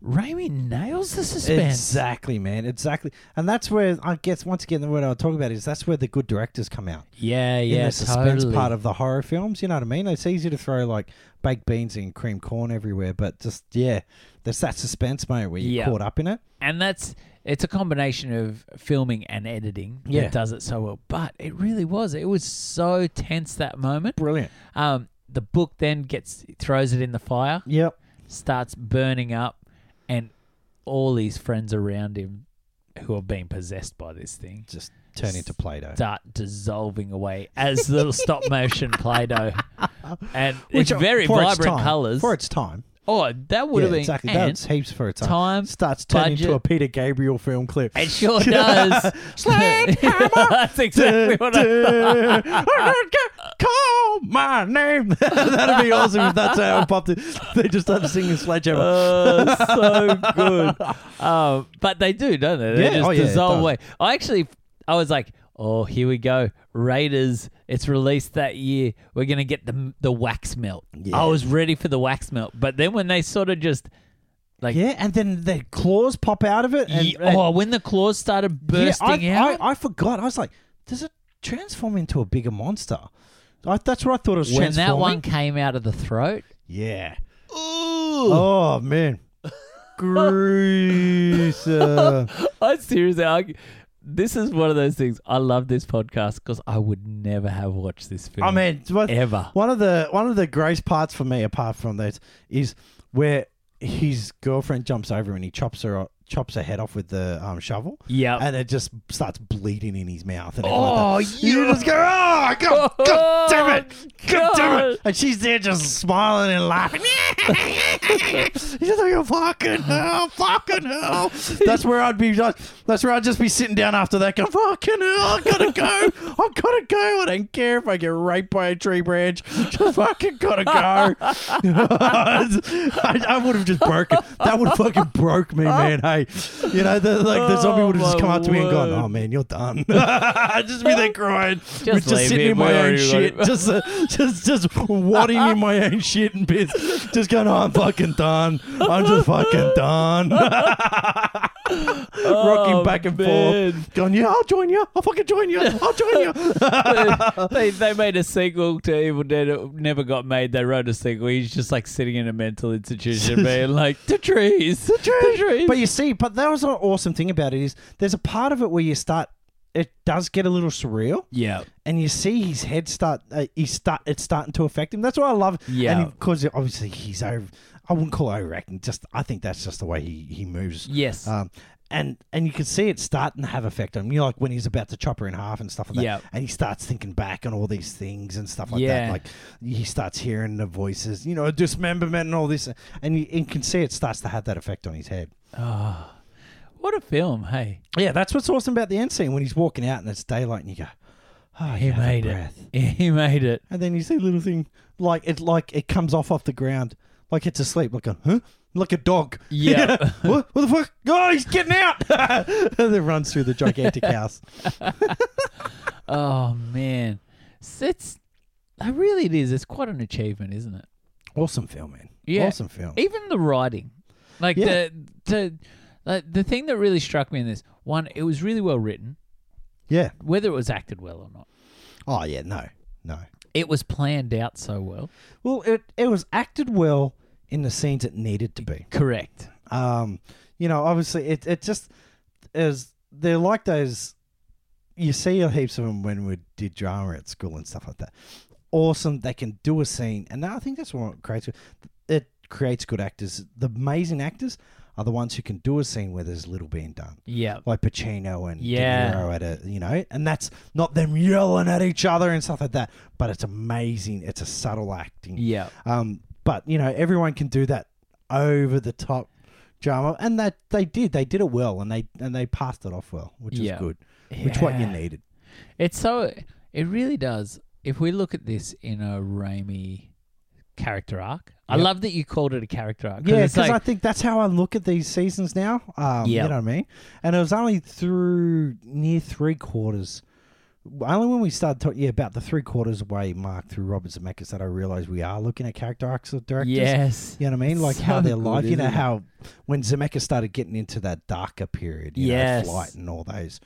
Speaker 1: Raimi nails the suspense.
Speaker 2: exactly, man, exactly. And that's where I guess once again the word I'll talk about is that's where the good directors come out
Speaker 1: Yeah, yeah,
Speaker 2: in the suspense
Speaker 1: totally.
Speaker 2: part of the horror films. You know what I mean? It's easy to throw like baked beans and cream corn everywhere, but just yeah, there's that suspense moment where you're
Speaker 1: Yeah.
Speaker 2: caught up in it.
Speaker 1: and that's it's a combination of filming and editing
Speaker 2: Yeah.
Speaker 1: that does it so well. But it really was. It was so tense that moment.
Speaker 2: Brilliant.
Speaker 1: Um, the book then gets throws it in the fire.
Speaker 2: Yep.
Speaker 1: starts burning up, and all his friends around him, who have been possessed by this thing,
Speaker 2: Just turn into Play-Doh.
Speaker 1: start dissolving away
Speaker 2: [laughs]
Speaker 1: as little stop motion Play-Doh, and it's
Speaker 2: are-
Speaker 1: very
Speaker 2: for its
Speaker 1: vibrant
Speaker 2: time-
Speaker 1: colors.
Speaker 2: For its time.
Speaker 1: oh, that would
Speaker 2: yeah,
Speaker 1: have been
Speaker 2: exactly.
Speaker 1: and
Speaker 2: That's heaps for its time.
Speaker 1: time,
Speaker 2: Starts turning into
Speaker 1: budget.
Speaker 2: a Peter Gabriel film clip.
Speaker 1: It
Speaker 2: [laughs]
Speaker 1: sure does. [laughs]
Speaker 2: Sledgehammer.
Speaker 1: That's [laughs]
Speaker 2: [laughs]
Speaker 1: exactly what I
Speaker 2: Call my name. [laughs] That'd be awesome if that's how it popped it. They just started singing Sledgehammer. [laughs]
Speaker 1: Oh, so good. Um, but they do, don't they? They
Speaker 2: Yeah,
Speaker 1: just
Speaker 2: oh, yeah, it
Speaker 1: dissolve
Speaker 2: does.
Speaker 1: away. I actually, I was like, oh, here we go. Raiders. It's released that year. We're gonna get the the wax melt.
Speaker 2: Yeah.
Speaker 1: I was ready for the wax melt, but then when they sort of just like,
Speaker 2: Yeah, and then their claws pop out of it. And,
Speaker 1: Ye-
Speaker 2: and-
Speaker 1: oh, when the claws started
Speaker 2: yeah, I,
Speaker 1: bursting out.
Speaker 2: I, I forgot. I was like, does it transform into a bigger monster? I, that's what I thought it was
Speaker 1: when that
Speaker 2: transforming.
Speaker 1: one came out of the throat,
Speaker 2: Yeah. Oh
Speaker 1: [laughs]
Speaker 2: man. Grease. uh,
Speaker 1: I seriously, I, this is one of those things. I love this podcast because I would never have watched this film.
Speaker 2: I mean, it's what,
Speaker 1: ever.
Speaker 2: one of the one of the grace parts for me, apart from that, is where his girlfriend jumps over and he chops her chops her head off with the um, shovel,
Speaker 1: Yeah.
Speaker 2: and it just starts bleeding in his mouth. And everything like
Speaker 1: Oh,
Speaker 2: that. you
Speaker 1: you
Speaker 2: just go, oh god,
Speaker 1: Oh,
Speaker 2: god damn it, god damn
Speaker 1: God."
Speaker 2: it, [laughs] and she's there just smiling and laughing. [laughs] He's just like, oh, fucking hell, fucking hell. That's where I'd be. That's where I'd just be sitting down after that, going, fucking hell, I gotta go, I gotta go. I don't care if I get raped by a tree branch. Just fucking gotta go. [laughs] I, I would have just broken. That would have fucking broke
Speaker 1: [laughs]
Speaker 2: me, man. Hey, you know, the, like the zombie
Speaker 1: Oh,
Speaker 2: would have just
Speaker 1: my
Speaker 2: come up to me and gone,
Speaker 1: word.
Speaker 2: oh man, you're
Speaker 1: [laughs]
Speaker 2: done. [laughs] just be there crying,
Speaker 1: Just
Speaker 2: just,
Speaker 1: leave
Speaker 2: just sitting
Speaker 1: it,
Speaker 2: in
Speaker 1: we
Speaker 2: my own
Speaker 1: already got
Speaker 2: shit,
Speaker 1: it.
Speaker 2: just uh, just just wadding in my own shit and piss, just going, oh, I'm fucking done. I'm just fucking
Speaker 1: [laughs]
Speaker 2: done. Rocking back and
Speaker 1: Oh, man.
Speaker 2: forth, going, yeah, I'll join you. I'll fucking join you. I'll join
Speaker 1: [laughs]
Speaker 2: you.
Speaker 1: they, they made a sequel to Evil Dead. It never got made. They wrote a sequel. He's just like sitting in a mental
Speaker 2: [laughs]
Speaker 1: institution being like, the trees. The trees.
Speaker 2: But you see, but that was an awesome thing about it is there's a part of it where you start. It does get a little surreal,
Speaker 1: yeah.
Speaker 2: and you see his head start. Uh, he start. It's starting to affect him. That's what I love.
Speaker 1: Yeah.
Speaker 2: because obviously he's over. I wouldn't call it overacting. Just I think that's just the way he he moves.
Speaker 1: Yes.
Speaker 2: Um, and and you can see it starting to have effect on him. You know, like when he's about to chop her in half and stuff like that.
Speaker 1: Yeah.
Speaker 2: And he starts thinking back on all these things and stuff like
Speaker 1: Yeah.
Speaker 2: that. Like he starts hearing the voices, you know, dismemberment and all this. And you, you can see it starts to have that effect on his head.
Speaker 1: oh, what a film. Hey,
Speaker 2: Yeah, that's what's awesome about the end scene when he's walking out and it's daylight and you go, oh,
Speaker 1: he
Speaker 2: you have a
Speaker 1: made it.
Speaker 2: breath.
Speaker 1: [laughs] He made it.
Speaker 2: And then you see a little thing like it like it comes off off the ground, like it's asleep, like a huh, like a dog. [laughs]
Speaker 1: Yeah.
Speaker 2: what, what the fuck? Oh, he's getting out. [laughs] and then runs through
Speaker 1: [laughs]
Speaker 2: the gigantic house.
Speaker 1: Oh, man. S- It's, it really it is. It's quite an achievement, isn't it?
Speaker 2: Awesome film, man.
Speaker 1: Yeah.
Speaker 2: Awesome film.
Speaker 1: even the writing like
Speaker 2: Yeah.
Speaker 1: the the like the thing that really struck me in this one it was really well written
Speaker 2: Yeah.
Speaker 1: whether it was acted well or not
Speaker 2: Oh yeah. No. No.
Speaker 1: it was planned out so well
Speaker 2: Well, it it was acted well in the scenes it needed to be.
Speaker 1: correct
Speaker 2: Um, you know, obviously, it it just is. They're like those. You see heaps of them when we did drama at school and stuff like that. Awesome, they can do a scene, and I think that's what creates it creates good actors. The amazing actors are the ones who can do a scene where there's little being done,
Speaker 1: yeah
Speaker 2: like Pacino and
Speaker 1: Yeah.
Speaker 2: De Niro at a you know, and that's not them yelling at each other and stuff like that. But it's amazing. It's a subtle acting.
Speaker 1: yeah
Speaker 2: Um, but you know, everyone can do that over the top drama, and that they did. They did it well, and they and they passed it off well, which
Speaker 1: Yeah.
Speaker 2: is good. Which what you
Speaker 1: Yeah.
Speaker 2: needed.
Speaker 1: it's so it really does if we look at this in a Raimi character arc I
Speaker 2: Yep.
Speaker 1: love that you called it a character arc
Speaker 2: Yeah,
Speaker 1: it's
Speaker 2: because I
Speaker 1: like,
Speaker 2: think that's how I look at these seasons now. Um,
Speaker 1: Yeah.
Speaker 2: You know what I mean? And it was only through near three quarters. Only when we started talking yeah, about the three quarters way mark through Robert Zemeckis that I realized we are looking at character arcs of directors.
Speaker 1: yes
Speaker 2: You know what I mean? Like
Speaker 1: So
Speaker 2: how their
Speaker 1: good,
Speaker 2: life, you know,
Speaker 1: isn't it?
Speaker 2: how when Zemeckis started getting into that darker period, you
Speaker 1: Yes.
Speaker 2: know, flight and all those.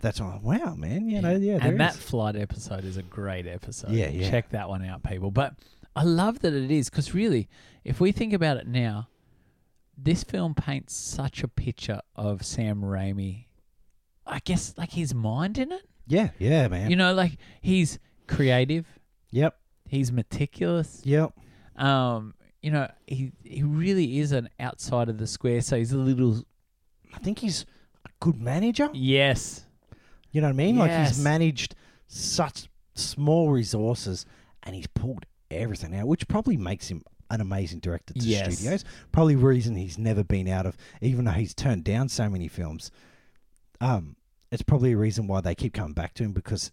Speaker 2: That's all. Wow, man. You know, yeah, there
Speaker 1: and that
Speaker 2: is.
Speaker 1: flight episode is a great episode.
Speaker 2: Yeah, yeah.
Speaker 1: Check that one out, people. But I love that it is because really, if we think about it now, this film paints such a picture of Sam Raimi. I guess like his mind in it.
Speaker 2: Yeah, yeah, man.
Speaker 1: You know, like he's creative,
Speaker 2: yep,
Speaker 1: he's meticulous.
Speaker 2: yep.
Speaker 1: Um, you know, he he really is an outside of the square. So he's a little
Speaker 2: I think he's a good manager.
Speaker 1: yes,
Speaker 2: You know what I mean? Like
Speaker 1: Yes.
Speaker 2: he's managed such small resources and he's pulled everything out, which probably makes him an amazing director to
Speaker 1: Yes.
Speaker 2: studios. Probably reason he's never been out of, even though he's turned down so many films. Um, it's probably a reason why they keep coming back to him because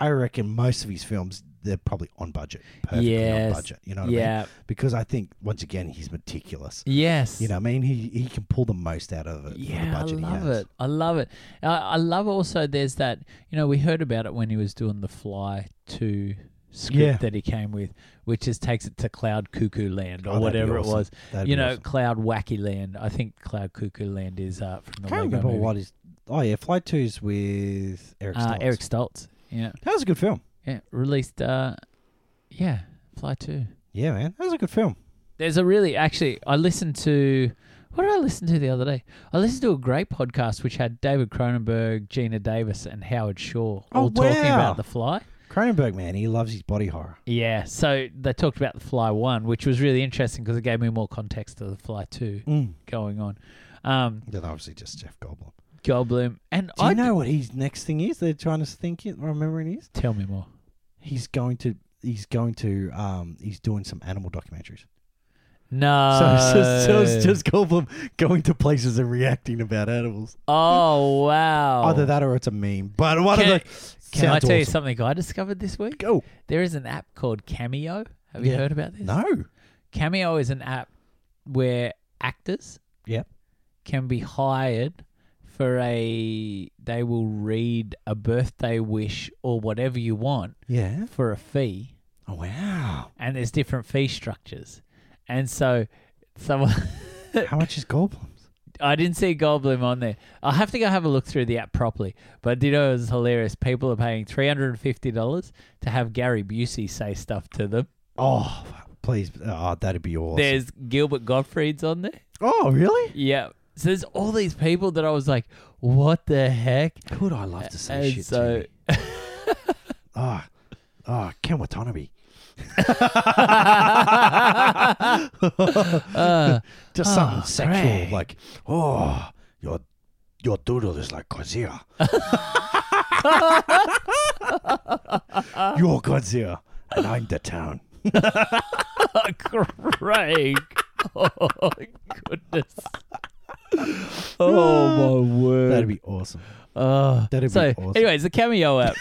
Speaker 2: I reckon most of his films they're probably on budget, perfectly
Speaker 1: Yes.
Speaker 2: on budget. You know what I mean?
Speaker 1: yeah,
Speaker 2: Because I think once again he's meticulous.
Speaker 1: yes.
Speaker 2: You know, what I mean, he he can pull the most out of it. for the
Speaker 1: Yeah, I
Speaker 2: budget he
Speaker 1: love
Speaker 2: has.
Speaker 1: it. I love it. I, I love also. There's that. You know, we heard about it when he was doing the Fly Two script
Speaker 2: Yeah.
Speaker 1: that he came with, which just takes it to Cloud Cuckoo Land or
Speaker 2: Oh, that'd be
Speaker 1: whatever
Speaker 2: awesome.
Speaker 1: it was.
Speaker 2: That'd
Speaker 1: you
Speaker 2: be
Speaker 1: know,
Speaker 2: awesome.
Speaker 1: Cloud Wacky Land. I think Cloud Cuckoo Land is uh, from the
Speaker 2: can't
Speaker 1: Lego
Speaker 2: remember
Speaker 1: movie.
Speaker 2: what is. Oh yeah, Flight Two's with Eric.
Speaker 1: uh,
Speaker 2: Stoltz.
Speaker 1: Eric Stoltz. Yeah,
Speaker 2: That was a good film.
Speaker 1: yeah. Released. Uh, yeah, Fly Two.
Speaker 2: Yeah, man, that was a good film.
Speaker 1: There's a really actually. I listened to what did I listen to the other day? I listened to a great podcast which had David Cronenberg, Gina Davis, and Howard Shaw
Speaker 2: Oh,
Speaker 1: all talking
Speaker 2: wow.
Speaker 1: about The Fly.
Speaker 2: Cronenberg, man, he loves his body horror.
Speaker 1: Yeah, so they talked about The Fly One, which was really interesting because it gave me more context to The Fly Two
Speaker 2: Mm.
Speaker 1: going on. Um,
Speaker 2: Then obviously just Jeff Goldblum.
Speaker 1: Goldblum and
Speaker 2: Do you
Speaker 1: I
Speaker 2: know what his next thing is? They're trying to think it. Remember it is.
Speaker 1: Tell me more.
Speaker 2: He's going to. He's going to. Um. He's doing some animal documentaries.
Speaker 1: No.
Speaker 2: so, it's just, so
Speaker 1: Uh,
Speaker 2: it's just Goldblum going to places and reacting about animals.
Speaker 1: oh wow.
Speaker 2: Either that or it's a meme. But one
Speaker 1: Can-
Speaker 2: of the.
Speaker 1: Can I
Speaker 2: Sounds
Speaker 1: tell you
Speaker 2: awesome.
Speaker 1: something I discovered this week?
Speaker 2: Go.
Speaker 1: There is an app called Cameo. Have you
Speaker 2: Yeah.
Speaker 1: heard about this?
Speaker 2: No.
Speaker 1: Cameo is an app where actors
Speaker 2: Yep.
Speaker 1: can be hired for a they will read a birthday wish or whatever you want
Speaker 2: Yeah.
Speaker 1: for a fee
Speaker 2: Oh wow.
Speaker 1: and there's different fee structures. And so someone [laughs] Uh,
Speaker 2: How much is Goldblum's?
Speaker 1: I didn't see Goldblum on there. I'll have to go have a look through the app properly. But you know, it was hilarious. People are paying three hundred and fifty dollars to have Gary Busey say stuff to them.
Speaker 2: Oh, please. Oh, that'd be awesome.
Speaker 1: There's Gilbert Gottfried's on there.
Speaker 2: oh, really?
Speaker 1: Yeah. So there's all these people that I was like, what the
Speaker 2: [laughs]
Speaker 1: heck?
Speaker 2: Could I love to say
Speaker 1: And
Speaker 2: shit
Speaker 1: so
Speaker 2: to me?
Speaker 1: [laughs]
Speaker 2: Oh, oh,
Speaker 1: [laughs]
Speaker 2: Ken Watanabe. [laughs] Ah,
Speaker 1: uh,
Speaker 2: Just something sexual,
Speaker 1: Greg.
Speaker 2: like, oh, your your doodle is like
Speaker 1: [laughs]
Speaker 2: Godzilla. You're Godzilla, and I'm the town.
Speaker 1: Craig. [laughs] Oh goodness. Oh my word.
Speaker 2: That'd be awesome.
Speaker 1: Oh,
Speaker 2: Ah, That'd be
Speaker 1: so,
Speaker 2: awesome.
Speaker 1: anyways, the cameo app.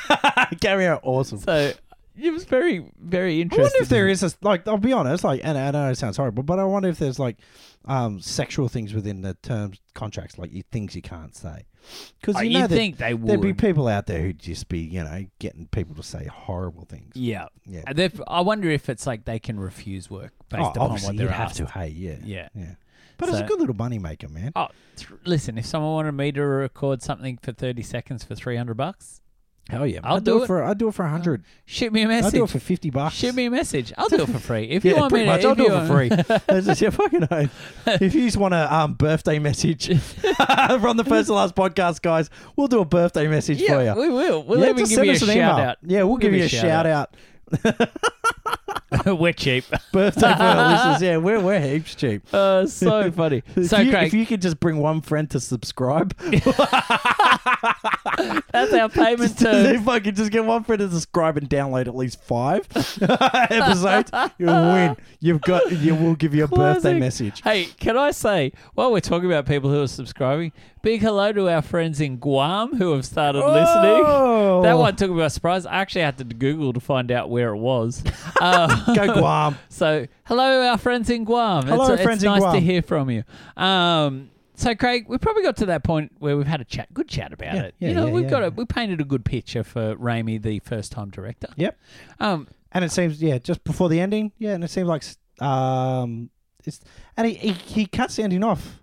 Speaker 2: [laughs] Carry out awesome. [laughs]
Speaker 1: so it was very, very
Speaker 2: I wonder
Speaker 1: interesting.
Speaker 2: if there is a, like I'll be honest, like and I know it sounds horrible, but I wonder if there's like um sexual things within the terms contracts, like you, things you can't say. Because
Speaker 1: Oh,
Speaker 2: you know
Speaker 1: you
Speaker 2: that
Speaker 1: think they
Speaker 2: there'd
Speaker 1: would?
Speaker 2: be people out there who'd just be, you know, getting people to say horrible things.
Speaker 1: yeah.
Speaker 2: Yeah.
Speaker 1: Mm, And they've- I wonder if it's like they can refuse work based
Speaker 2: Oh,
Speaker 1: upon
Speaker 2: obviously
Speaker 1: what
Speaker 2: you'd
Speaker 1: they're
Speaker 2: have
Speaker 1: asked.
Speaker 2: to, hey, yeah.
Speaker 1: Yeah.
Speaker 2: Yeah. But it's a
Speaker 1: So-
Speaker 2: good little moneymaker, man.
Speaker 1: Oh, th- listen, if someone wanted me to record something for 30 seconds for 300 bucks,
Speaker 2: Hell yeah.
Speaker 1: I'll
Speaker 2: I'd do,
Speaker 1: do
Speaker 2: it
Speaker 1: it.
Speaker 2: for I'd do it for a hundred.
Speaker 1: shoot me a
Speaker 2: I'd do it
Speaker 1: message.
Speaker 2: for fifty bucks.
Speaker 1: Shoot me a message. I'll do it for free. If you
Speaker 2: yeah,
Speaker 1: want me
Speaker 2: pretty
Speaker 1: to,
Speaker 2: much.
Speaker 1: if
Speaker 2: I'll do
Speaker 1: you
Speaker 2: it for
Speaker 1: want-
Speaker 2: free.
Speaker 1: [laughs]
Speaker 2: That's just, yeah, fucking oath. If you just want a um, birthday message [laughs] from the first to last podcast, guys, we'll do a birthday message for
Speaker 1: Yeah,
Speaker 2: you.
Speaker 1: we will. We'll
Speaker 2: yeah,
Speaker 1: even
Speaker 2: just
Speaker 1: give
Speaker 2: send
Speaker 1: you a
Speaker 2: us an
Speaker 1: shout
Speaker 2: email. [laughs]
Speaker 1: out.
Speaker 2: Yeah, we'll give, you a shout out.
Speaker 1: [laughs] We're cheap.
Speaker 2: Birthday for our listeners. Yeah, we're, we're heaps cheap.
Speaker 1: Uh, [laughs] so funny.
Speaker 2: If,
Speaker 1: So,
Speaker 2: you,
Speaker 1: Craig,
Speaker 2: if you [laughs] could just bring one friend to subscribe,
Speaker 1: [laughs]
Speaker 2: [laughs]
Speaker 1: that's our payment terms.
Speaker 2: [laughs] if I could just get one friend to subscribe and download at least five [laughs] episodes, you win. You've got. You will give you a birthday
Speaker 1: Classic.
Speaker 2: message.
Speaker 1: Hey, can I say, while we're talking about people who are subscribing, big hello to our friends in Guam who have started listening.
Speaker 2: Oh.
Speaker 1: That one took me by surprise. I actually had to Google to find out where it
Speaker 2: [laughs]
Speaker 1: was. Uh,
Speaker 2: Go Guam.
Speaker 1: so, hello, our friends in Guam.
Speaker 2: Hello,
Speaker 1: it's, it's
Speaker 2: friends in
Speaker 1: nice to
Speaker 2: Guam.
Speaker 1: hear from you. Um, so, Craig, we probably got to that point where we've had a chat, good chat about
Speaker 2: Yeah,
Speaker 1: it.
Speaker 2: yeah,
Speaker 1: you know,
Speaker 2: yeah,
Speaker 1: we've
Speaker 2: yeah.
Speaker 1: got a, we painted a good picture for Raimi, the first-time director.
Speaker 2: Yep.
Speaker 1: Um,
Speaker 2: And it seems, yeah, just before the ending, yeah, and it seems like, um, it's and he, he he cuts the ending off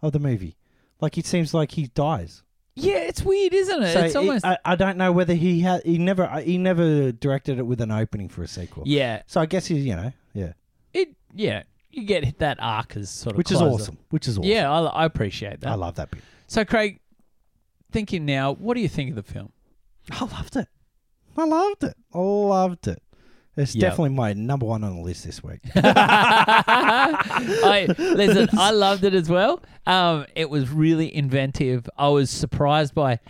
Speaker 2: of the movie, like it seems like he dies.
Speaker 1: yeah, it's weird, isn't it?
Speaker 2: so
Speaker 1: it's
Speaker 2: it-
Speaker 1: almost
Speaker 2: I, I don't know whether he had he never uh, he never directed it with an opening for a sequel.
Speaker 1: yeah.
Speaker 2: So I guess he, you know, yeah,
Speaker 1: It yeah, you get that arc as sort of
Speaker 2: which is
Speaker 1: closer.
Speaker 2: awesome, which is awesome.
Speaker 1: Yeah, I, I appreciate that.
Speaker 2: I love that bit.
Speaker 1: so, Craig, thinking now, what do you think of the film?
Speaker 2: I loved it. I loved it. I loved it.
Speaker 4: It's
Speaker 1: Yep.
Speaker 4: definitely my number one on the list this
Speaker 1: [laughs]
Speaker 4: week.
Speaker 1: I listen.
Speaker 4: [laughs]
Speaker 1: I loved it as well. Um, it was really inventive. I was surprised by,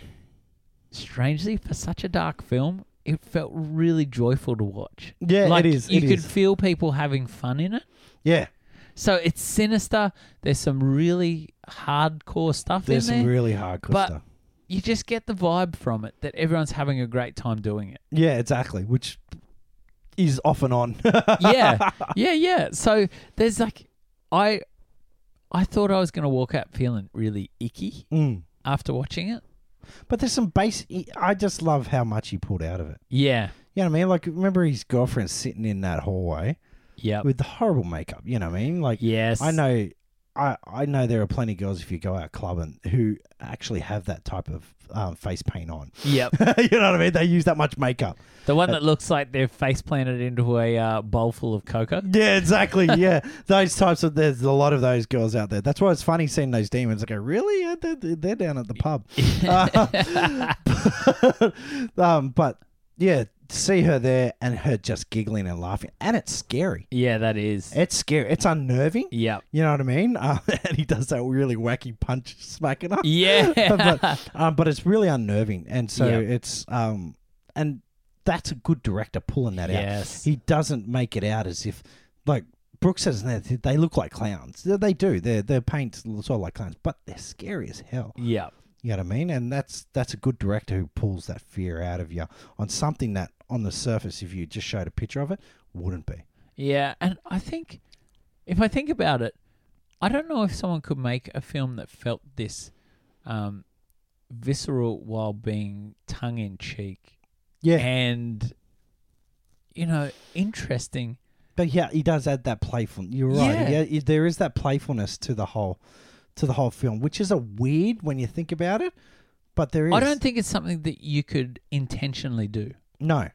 Speaker 1: strangely, for such a dark film, it felt really joyful to watch.
Speaker 4: Yeah,
Speaker 1: like,
Speaker 4: it is.
Speaker 1: You
Speaker 4: it
Speaker 1: could
Speaker 4: is.
Speaker 1: feel people having fun in it.
Speaker 4: yeah,
Speaker 1: So it's sinister. There's some really hardcore stuff
Speaker 4: there's
Speaker 1: in
Speaker 4: some
Speaker 1: there.
Speaker 4: really hardcore
Speaker 1: But-
Speaker 4: stuff.
Speaker 1: you just get the vibe from it that everyone's having a great time doing it.
Speaker 4: Yeah, exactly. Which is off and on.
Speaker 1: [laughs] yeah, yeah, yeah. So there's like, I, I thought I was gonna walk out feeling really icky
Speaker 4: Mm.
Speaker 1: after watching it.
Speaker 4: But there's some base. I just love how much he pulled out of it.
Speaker 1: Yeah,
Speaker 4: You know what I mean? Like, remember his girlfriend sitting in that hallway
Speaker 1: yeah,
Speaker 4: with the horrible makeup. You know what I mean? Like,
Speaker 1: yes.
Speaker 4: I know, I I know there are plenty of girls if you go out clubbing who actually have that type of um, face paint on. [laughs]
Speaker 1: Yep,
Speaker 4: you know what I mean? They use that much makeup.
Speaker 1: the
Speaker 4: [laughs]
Speaker 1: one that looks like they're face planted into a uh, bowl full of
Speaker 4: [laughs]
Speaker 1: cocoa. [laughs]
Speaker 4: Yeah, exactly. yeah, those types of there's a lot of those girls out there. That's why it's funny seeing those demons. I go, really? Yeah, they're, they're down at the pub. Uh, [laughs] um, but yeah, to see her there and her just giggling and laughing, and it's scary.
Speaker 1: Yeah, that is.
Speaker 4: It's scary. It's unnerving. [laughs]
Speaker 1: Yep.
Speaker 4: You know what I mean? Uh, and he does that really wacky punch smacking up.
Speaker 1: Yeah.
Speaker 4: but, um, but it's really unnerving, and so
Speaker 1: Yeah.
Speaker 4: it's um, and that's a good director pulling that out.
Speaker 1: yes.
Speaker 4: He doesn't make it out as if like Brooks says in there, they look like clowns. They- They do. Their their paint looks all like clowns, but they're scary as hell.
Speaker 1: yep.
Speaker 4: You know what I mean? And that's that's a good director who pulls that fear out of you on something that on the surface, if you just showed a picture of it, wouldn't be.
Speaker 1: Yeah, and I think if I think about it, I don't know if someone could make a film that felt this um, visceral while being tongue in cheek
Speaker 4: Yeah,
Speaker 1: and you know interesting.
Speaker 4: but yeah, he does add that playful. You're right.
Speaker 1: Yeah.
Speaker 4: Yeah, y- there is that playfulness to the whole to the whole film, which is a weird when you think about it. But there is.
Speaker 1: I don't think it's something that you could intentionally do.
Speaker 4: no.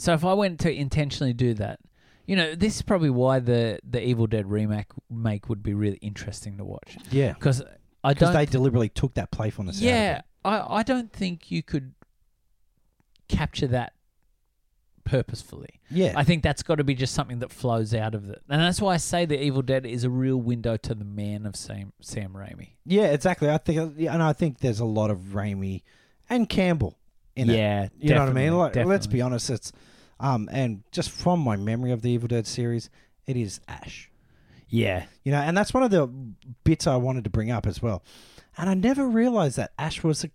Speaker 1: So if I went to intentionally do that, you know, this is probably why the the Evil Dead remake make would be really interesting to watch
Speaker 4: Yeah,
Speaker 1: because I
Speaker 4: because
Speaker 1: don't
Speaker 4: they deliberately took that playfulness. out of it.
Speaker 1: Yeah, I, I don't think you could capture that purposefully.
Speaker 4: Yeah.
Speaker 1: I think that's got to be just something that flows out of it. And that's why I say The Evil Dead is a real window to the man of Sam, Sam Raimi.
Speaker 4: yeah, exactly. I think, yeah, and I think there's a lot of Raimi and Campbell in it.
Speaker 1: yeah,
Speaker 4: You know what I mean? Like,
Speaker 1: definitely,
Speaker 4: let's be honest. It's, um, and just from my memory of the Evil Dead series, it is Ash.
Speaker 1: definitely. Yeah,
Speaker 4: You know, and that's one of the bits I wanted to bring up as well. And I never realized that Ash was a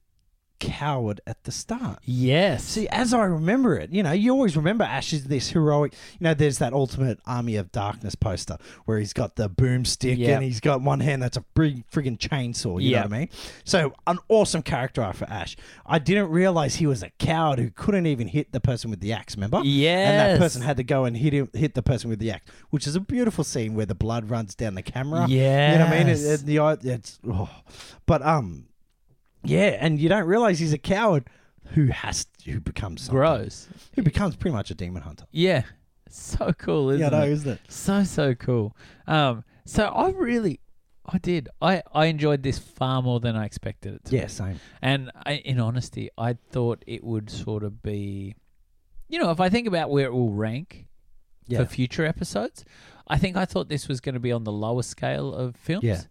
Speaker 4: coward at the start.
Speaker 1: yes,
Speaker 4: See, as I remember it, you know, you always remember Ash is this heroic. You know, there's that ultimate Army of Darkness poster where he's got the boomstick
Speaker 1: Yep.
Speaker 4: and he's got one hand that's a big friggin' chainsaw. You
Speaker 1: Yep.
Speaker 4: know what I mean? So, an awesome character arc for Ash. I didn't realize he was a coward who couldn't even hit the person with the axe. Remember? And
Speaker 1: Yes.
Speaker 4: that person had to go and hit him, hit the person with the axe, which is a beautiful scene where the blood runs down the camera. You know what I mean? It,
Speaker 1: Yes.
Speaker 4: it- the eye- it's, oh. but um, yeah, and you don't realize he's a coward who has who becomes something.
Speaker 1: gross.
Speaker 4: Who becomes pretty much a demon hunter.
Speaker 1: Yeah, so cool, isn't
Speaker 4: yeah, no,
Speaker 1: it?
Speaker 4: isn't it?
Speaker 1: So so cool. Um, so I really, I did. I I enjoyed this far more than I expected it to.
Speaker 4: Yeah, same.
Speaker 1: And I, in honesty, I thought it would sort of be, you know, if I think about where it will rank
Speaker 4: Yeah,
Speaker 1: for future episodes, I think I thought this was going to be on the lower scale of films.
Speaker 4: Yeah.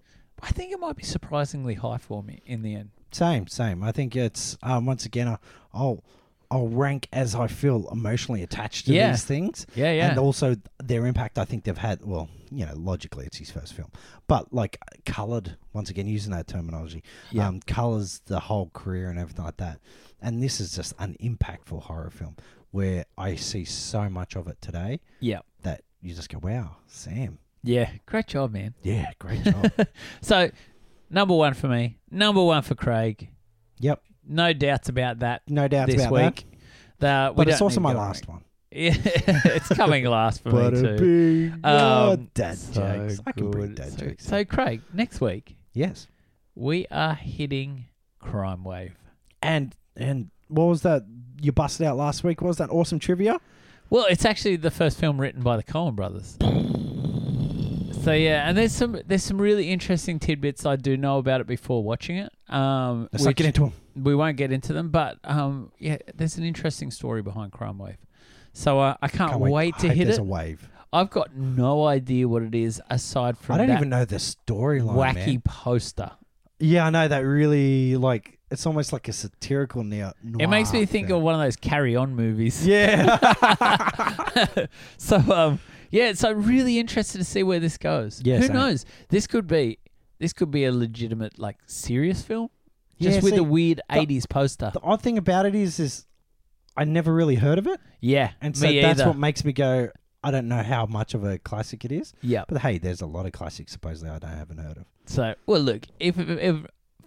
Speaker 1: I think it might be surprisingly high for me in the end.
Speaker 4: same, same. I think it's um, once again, I- I'll I'll rank as I feel emotionally attached to
Speaker 1: Yeah.
Speaker 4: these things.
Speaker 1: Yeah, yeah.
Speaker 4: And also their impact, I think they've had. Well, you know, logically, it's his first film, but like colored once again using that terminology,
Speaker 1: Yeah.
Speaker 4: um, colors the whole career and everything like that. And this is just an impactful horror film where I see so much of it today
Speaker 1: yeah.
Speaker 4: that you just go, "Wow, Sam,
Speaker 1: Yeah. Great job, man.
Speaker 4: yeah, great job."
Speaker 1: [laughs] So, number one for me, number one for Craig.
Speaker 4: yep,
Speaker 1: No doubts about that
Speaker 4: no doubts
Speaker 1: this
Speaker 4: about that.
Speaker 1: week. The- we
Speaker 4: But it's
Speaker 1: don't
Speaker 4: also
Speaker 1: need
Speaker 4: my
Speaker 1: to go
Speaker 4: last one.
Speaker 1: [laughs] Yeah, it's coming last for me too.
Speaker 4: big
Speaker 1: Um,
Speaker 4: dad
Speaker 1: so
Speaker 4: jokes. I can bring
Speaker 1: good.
Speaker 4: dad
Speaker 1: so,
Speaker 4: jokes.
Speaker 1: So, Craig, next week
Speaker 4: yes,
Speaker 1: we are hitting crime wave.
Speaker 4: and and what was that you busted out last week? What was that awesome trivia?
Speaker 1: Well, it's actually the first film written by the Coen
Speaker 4: [laughs]
Speaker 1: brothers. So yeah, and there's some there's some really interesting tidbits I do know about it before watching it. Um,
Speaker 4: Let's not
Speaker 1: which
Speaker 4: get into them.
Speaker 1: we won't get into them, but um, yeah, there's an interesting story behind crime wave. So uh, I can't,
Speaker 4: Can't
Speaker 1: wait,
Speaker 4: I
Speaker 1: to
Speaker 4: hope
Speaker 1: hit
Speaker 4: there's
Speaker 1: it.
Speaker 4: a wave.
Speaker 1: I've got no idea what it is aside from
Speaker 4: I don't
Speaker 1: that
Speaker 4: even know the storyline.
Speaker 1: wacky
Speaker 4: man.
Speaker 1: poster.
Speaker 4: Yeah, I know that really like it's almost like a satirical now.
Speaker 1: It makes me think of one of those carry on movies.
Speaker 4: yeah.
Speaker 1: [laughs] so um yeah, so I'm really interested to see where this goes.
Speaker 4: Yeah,
Speaker 1: Who
Speaker 4: same.
Speaker 1: knows? This could be this could be a legitimate like serious film. Just
Speaker 4: Yeah,
Speaker 1: with
Speaker 4: see,
Speaker 1: a weird eighties poster.
Speaker 4: the odd thing about it is, is I never really heard of it,
Speaker 1: yeah.
Speaker 4: and
Speaker 1: me
Speaker 4: so that's
Speaker 1: either.
Speaker 4: what makes me go. I don't know how much of a classic it is,
Speaker 1: yeah.
Speaker 4: but hey, there's a lot of classics supposedly I don't haven't heard of.
Speaker 1: So well look, if, if, if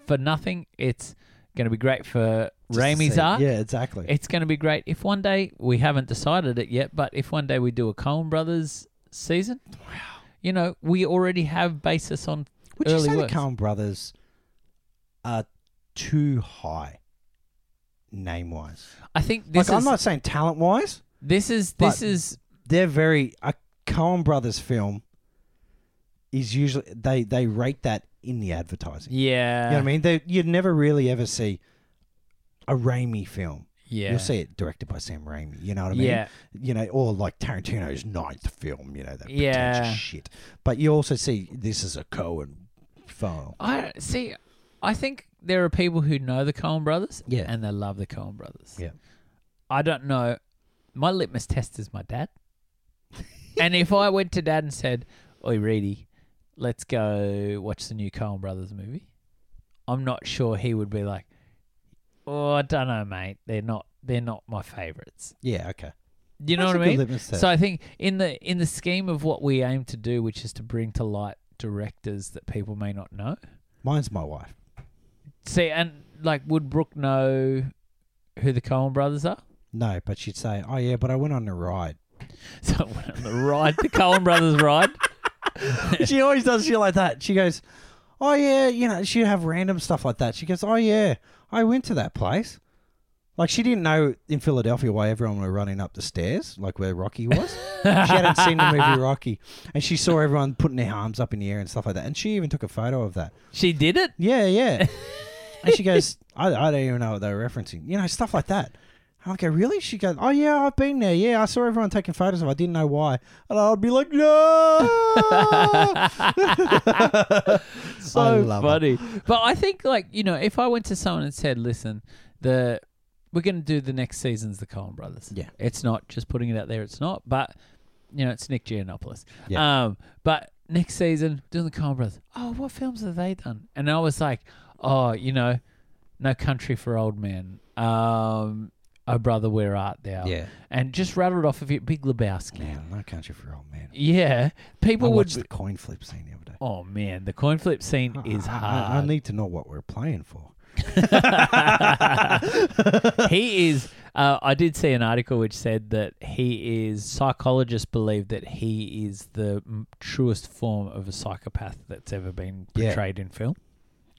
Speaker 1: for nothing, it's gonna be great for
Speaker 4: Just to
Speaker 1: Raimi's
Speaker 4: see.
Speaker 1: art.
Speaker 4: Yeah, exactly.
Speaker 1: It's going to be great if one day we haven't decided it yet, but if one day we do a Coen Brothers season, wow. you know, we already have basis on
Speaker 4: Would you
Speaker 1: early
Speaker 4: say
Speaker 1: works.
Speaker 4: the Coen Brothers are too high name wise?
Speaker 1: I think
Speaker 4: Like
Speaker 1: this
Speaker 4: I'm
Speaker 1: is
Speaker 4: not saying talent wise,
Speaker 1: this is
Speaker 4: but-
Speaker 1: this is
Speaker 4: they're very a Coen Brothers film is usually they they rate that in the advertising.
Speaker 1: yeah
Speaker 4: You know what I mean? They you'd never really ever see a Raimi film.
Speaker 1: yeah
Speaker 4: You'll see it directed by Sam Raimi. You know what I mean?
Speaker 1: yeah
Speaker 4: You know, or like Tarantino's ninth film. You know that
Speaker 1: Yeah.
Speaker 4: pretentious shit. But you also see this is a Cohen film.
Speaker 1: I see I think there are people who know the Coen Brothers
Speaker 4: Yeah.
Speaker 1: and they love the Coen Brothers
Speaker 4: Yeah.
Speaker 1: I don't know my litmus test is my dad [laughs] and if I went to dad and said oi Reedy let's go watch the new Coen Brothers movie I'm not sure he would be like oh I don't know mate they're not they're not my favorites
Speaker 4: Yeah. Okay.
Speaker 1: you know
Speaker 4: That's
Speaker 1: what
Speaker 4: a
Speaker 1: I
Speaker 4: good
Speaker 1: mean
Speaker 4: litmus test.
Speaker 1: So I think in the in the scheme of what we aim to do, which is to bring to light directors that people may not know.
Speaker 4: Mine's my wife.
Speaker 1: See, and like, would Brooke know who the Coen Brothers are? [laughs]
Speaker 4: No, but she'd say, "Oh yeah, but I went on a ride."
Speaker 1: So I went on the ride, the Coen Brothers ride.
Speaker 4: she always does shit like that. She goes, "Oh yeah, you know." She'd have random stuff like that. She goes, "Oh yeah, I went to that place." Like she didn't know in Philadelphia why everyone were running up the stairs, like where Rocky was. she hadn't
Speaker 1: [laughs]
Speaker 4: seen the movie Rocky, and she saw everyone putting their arms up in the air and stuff like that. And she even took a photo of that.
Speaker 1: She did it.
Speaker 4: Yeah, yeah. and she goes, I, I don't even know what they were referencing. You know, stuff like that. And I go, really? She goes, oh, yeah, I've been there. Yeah, I saw everyone taking photos of it. I didn't know why. And I'd be
Speaker 1: [laughs]
Speaker 4: like, no. [laughs]
Speaker 1: so
Speaker 4: I love
Speaker 1: funny. But I think, like, you know, if I went to someone and said, "Listen, the we're going to do the next season's the Coen Brothers."
Speaker 4: Yeah.
Speaker 1: it's not just putting it out there. It's not, but you know, it's Nick Giannopoulos.
Speaker 4: Yeah.
Speaker 1: Um, but next season doing the Coen Brothers. Oh, what films have they done? And I was like, oh, you know, No Country for Old Men. Um, Oh brother, where art thou?
Speaker 4: Yeah.
Speaker 1: and just rattled off of it. Big Lebowski.
Speaker 4: Man, no country for old man.
Speaker 1: Yeah,
Speaker 4: I
Speaker 1: people would.
Speaker 4: watched the coin flip scene the other day.
Speaker 1: Oh man, the coin flip scene is
Speaker 4: [laughs] I- I-
Speaker 1: hard.
Speaker 4: I, need to know what we're playing for.
Speaker 1: [laughs] he is. Uh, I did see an article which said that he is. Psychologists believe that he is the m- truest form of a psychopath that's ever been
Speaker 4: Yeah.
Speaker 1: portrayed in film.
Speaker 4: [laughs]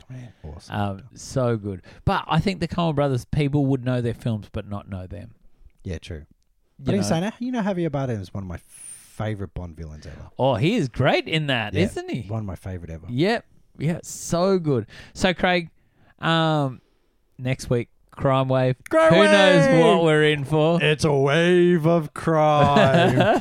Speaker 4: Man, awesome.
Speaker 1: Um, so good. But I think the Coen Brothers people would know their films, but not know them.
Speaker 4: yeah, true.
Speaker 1: You
Speaker 4: But
Speaker 1: know?
Speaker 4: he's saying that, you know, Javier Bardem is one of my favorite Bond villains ever.
Speaker 1: Oh, he is great in that,
Speaker 4: Yeah.
Speaker 1: not he?
Speaker 4: One of my favorite ever.
Speaker 1: Yep. Yeah. So good. So Craig, um, next week crime wave.
Speaker 4: Crime
Speaker 1: Who knows
Speaker 4: Wave!
Speaker 1: what we're in
Speaker 4: [laughs]
Speaker 1: for?
Speaker 4: It's a wave
Speaker 1: [laughs]
Speaker 4: of crime.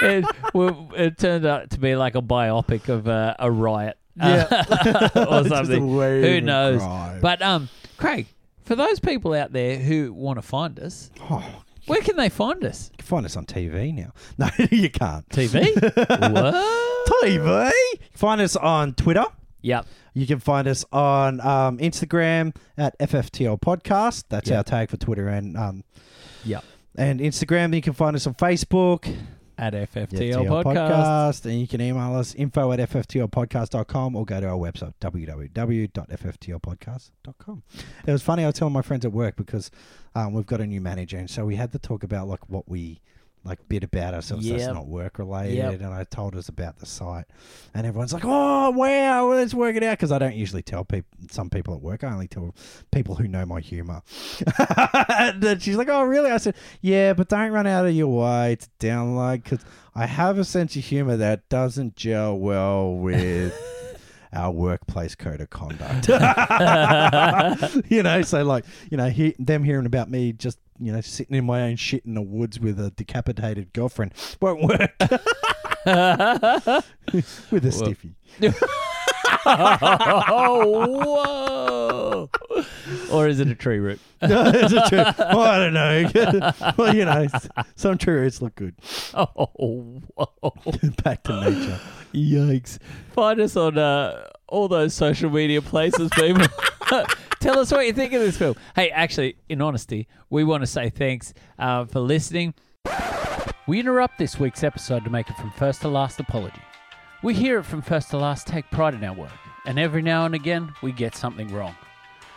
Speaker 1: it, well, it turned out to be like a biopic of uh, a riot
Speaker 4: Yeah.
Speaker 1: uh, [laughs] or
Speaker 4: Just a
Speaker 1: something.
Speaker 4: wave
Speaker 1: Who
Speaker 4: of
Speaker 1: knows?
Speaker 4: crime.
Speaker 1: But um, Craig, for those people out there who want to find us,
Speaker 4: Oh,
Speaker 1: where can they find us?
Speaker 4: you can find us on TV now. [laughs] No, you
Speaker 1: [laughs]
Speaker 4: can't.
Speaker 1: TV. what?
Speaker 4: TV. Find us on Twitter.
Speaker 1: Yep.
Speaker 4: You can find us on um, Instagram at FFTL Podcast. That's
Speaker 1: Yeah.
Speaker 4: our tag for Twitter and um,
Speaker 1: Yep.
Speaker 4: and Instagram. You can find us on Facebook,
Speaker 1: At FFTL
Speaker 4: FTL
Speaker 1: podcast.
Speaker 4: And you can email us info at FFTLpodcast.com or go to our website, www.fftlpodcast.com. It was funny, I was telling my friends at work because um, we've got a new manager. And so we had to talk about like what we like bit about ourselves that's
Speaker 1: Yep.
Speaker 4: not work related.
Speaker 1: Yep.
Speaker 4: And I told us about the site. And everyone's like, oh, wow, well, let's work it out. Because I don't usually tell people, some people at work, I only tell people who know my humor. and then she's like, oh, really? I said, yeah, but don't run out of your way to download because I have a sense of humor that doesn't gel well
Speaker 1: [laughs]
Speaker 4: with our workplace code of [laughs] conduct. you know, so like, you know, he, them hearing about me just
Speaker 2: you know, sitting in my own shit in the woods with a decapitated girlfriend won't work with a
Speaker 4: [laughs]
Speaker 2: stiffy.
Speaker 1: [laughs] oh, whoa. Or is it a tree root?
Speaker 2: It's a true- well,
Speaker 4: Oh,
Speaker 2: I don't know. [laughs] well, you know, s- some true roots look good.
Speaker 1: [laughs] Oh, whoa.
Speaker 2: Back to nature.
Speaker 1: Yikes. Find us on uh, all those social media places, people. [laughs] Tell us what you think of this film. Hey, actually, in honesty, we want to say thanks uh, for listening. We interrupt this week's episode to make a from first to last apology. We here at From First to Last take pride in our work, and every now and again we get something wrong.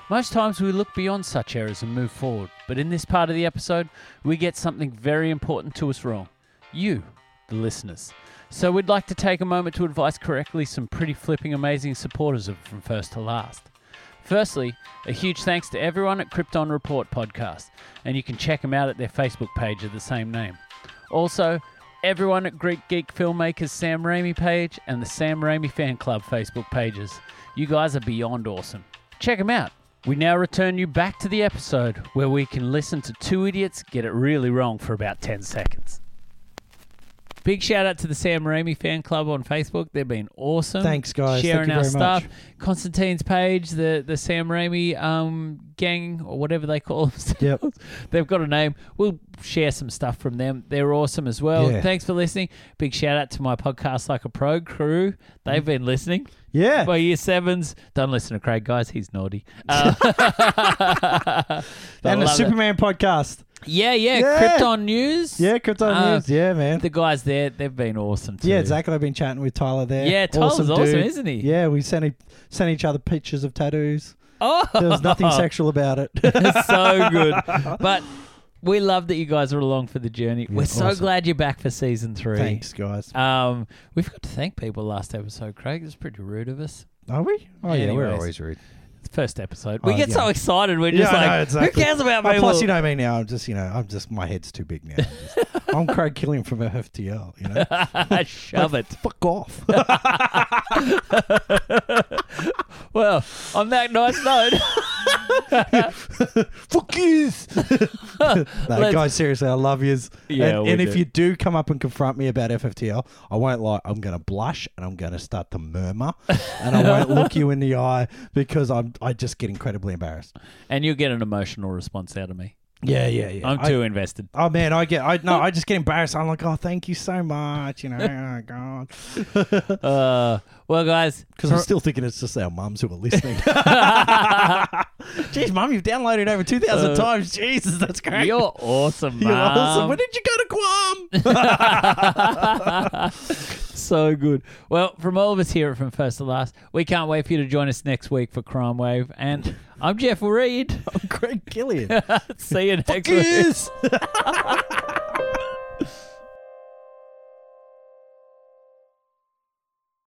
Speaker 1: Most times we look beyond such errors and move forward, but in this part of the episode, we get something very important to us wrong. You, the listeners. So we'd like to take a moment to advise correctly some pretty flipping amazing supporters of From First to Last. Firstly, a huge thanks to everyone at Krypton Report Podcast, and you can check them out at their Facebook page of the same name. Also, everyone at Greek Geek Filmmakers Sam Raimi page and the Sam Raimi Fan Club Facebook pages. You guys are beyond awesome. Check them out. We now return you back to the episode where we can listen to two idiots get it really wrong for about 10 seconds. Big shout out to the Sam Raimi fan club on Facebook. They've been awesome.
Speaker 2: Thanks, guys.
Speaker 1: Um,
Speaker 2: Thank
Speaker 1: Sharing
Speaker 2: you
Speaker 1: our
Speaker 2: very
Speaker 1: stuff.
Speaker 2: much.
Speaker 1: Constantine's page, the the Sam Raimi um, gang or whatever they call [laughs] them.
Speaker 2: Yep.
Speaker 1: They've got a name. We'll share some stuff from them. They're awesome as well.
Speaker 2: Yeah.
Speaker 1: Thanks for listening. Big shout out to my podcast, Like a Pro crew. They've been listening.
Speaker 2: Yeah.
Speaker 1: My year sevens. Don't listen to Craig, guys. He's
Speaker 2: [laughs]
Speaker 1: naughty. Uh, [laughs] but I
Speaker 2: and the
Speaker 1: love it.
Speaker 2: Superman podcast.
Speaker 1: Yeah, yeah,
Speaker 2: Yeah.
Speaker 1: Krypton News.
Speaker 2: Yeah, Krypton
Speaker 1: Uh,
Speaker 2: News. Yeah, man.
Speaker 1: The guys there, they've been awesome too.
Speaker 2: yeah, exactly. I've been chatting with Tyler there.
Speaker 1: Yeah, Tyler's awesome,
Speaker 2: dude.
Speaker 1: isn't he?
Speaker 2: Yeah, we sent, e- sent each other pictures of tattoos.
Speaker 1: Oh,
Speaker 2: There
Speaker 1: [laughs]
Speaker 2: was nothing sexual about it.
Speaker 1: so good. But we love that you guys are along for the journey. We're so
Speaker 2: awesome.
Speaker 1: glad you're back for season three.
Speaker 2: Thanks, guys.
Speaker 1: Um, we forgot to thank people last episode, Craig. It's pretty rude of us.
Speaker 2: Are we? Oh, yeah, we're
Speaker 1: Anyways.
Speaker 2: always rude.
Speaker 1: It's First episode. We
Speaker 2: Oh,
Speaker 1: get
Speaker 2: yeah.
Speaker 1: so excited. We're just
Speaker 2: Yeah, I
Speaker 1: like,
Speaker 2: know, exactly.
Speaker 1: who cares about
Speaker 2: Oh,
Speaker 1: people?
Speaker 2: plus, you know me now. I'm just, you know, I'm just, my head's too big now. I'm, just- I'm Craig Killian from FTL, you
Speaker 1: [laughs]
Speaker 2: know?
Speaker 1: Shove it.
Speaker 2: [laughs] Fuck
Speaker 1: [laughs]
Speaker 2: off.
Speaker 1: Well, on that [laughs] nice note,
Speaker 2: Fuck yous. no,
Speaker 1: Let's-
Speaker 2: guys, [laughs] seriously, I love yous.
Speaker 1: Yeah,
Speaker 2: and
Speaker 1: we
Speaker 2: and if
Speaker 1: do.
Speaker 2: you do come up and confront me about FFTL, I won't lie. I'm going to blush and I'm going to start to murmur and I [laughs] won't look you in the eye because I'm, I just get incredibly embarrassed.
Speaker 1: and you'll get an emotional response out of me.
Speaker 2: Yeah, yeah, yeah.
Speaker 1: I'm
Speaker 2: I-
Speaker 1: too invested.
Speaker 2: Oh man, I get I no, I just get embarrassed. I'm like, oh, thank you so much, [laughs] you know, oh god,
Speaker 1: Uh, well,
Speaker 2: [laughs]
Speaker 1: guys,
Speaker 2: because I'm still thinking it's just our mums who are listening. [laughs]
Speaker 1: [laughs]
Speaker 2: Jeez, mum, you've downloaded over two thousand
Speaker 1: Uh,
Speaker 2: times. Jesus, that's great.
Speaker 1: you're awesome,
Speaker 2: [laughs] You're awesome.
Speaker 1: Mum.
Speaker 2: When did you go to
Speaker 1: [laughs]
Speaker 2: Guam? [laughs]
Speaker 1: so good. Well, from all of us here at From First to Last, we can't wait for you to join us next week for Crime Wave. And I'm Jeff Reed. [laughs]
Speaker 2: [laughs] Craig Gillian.
Speaker 1: See you next week.
Speaker 2: Yes.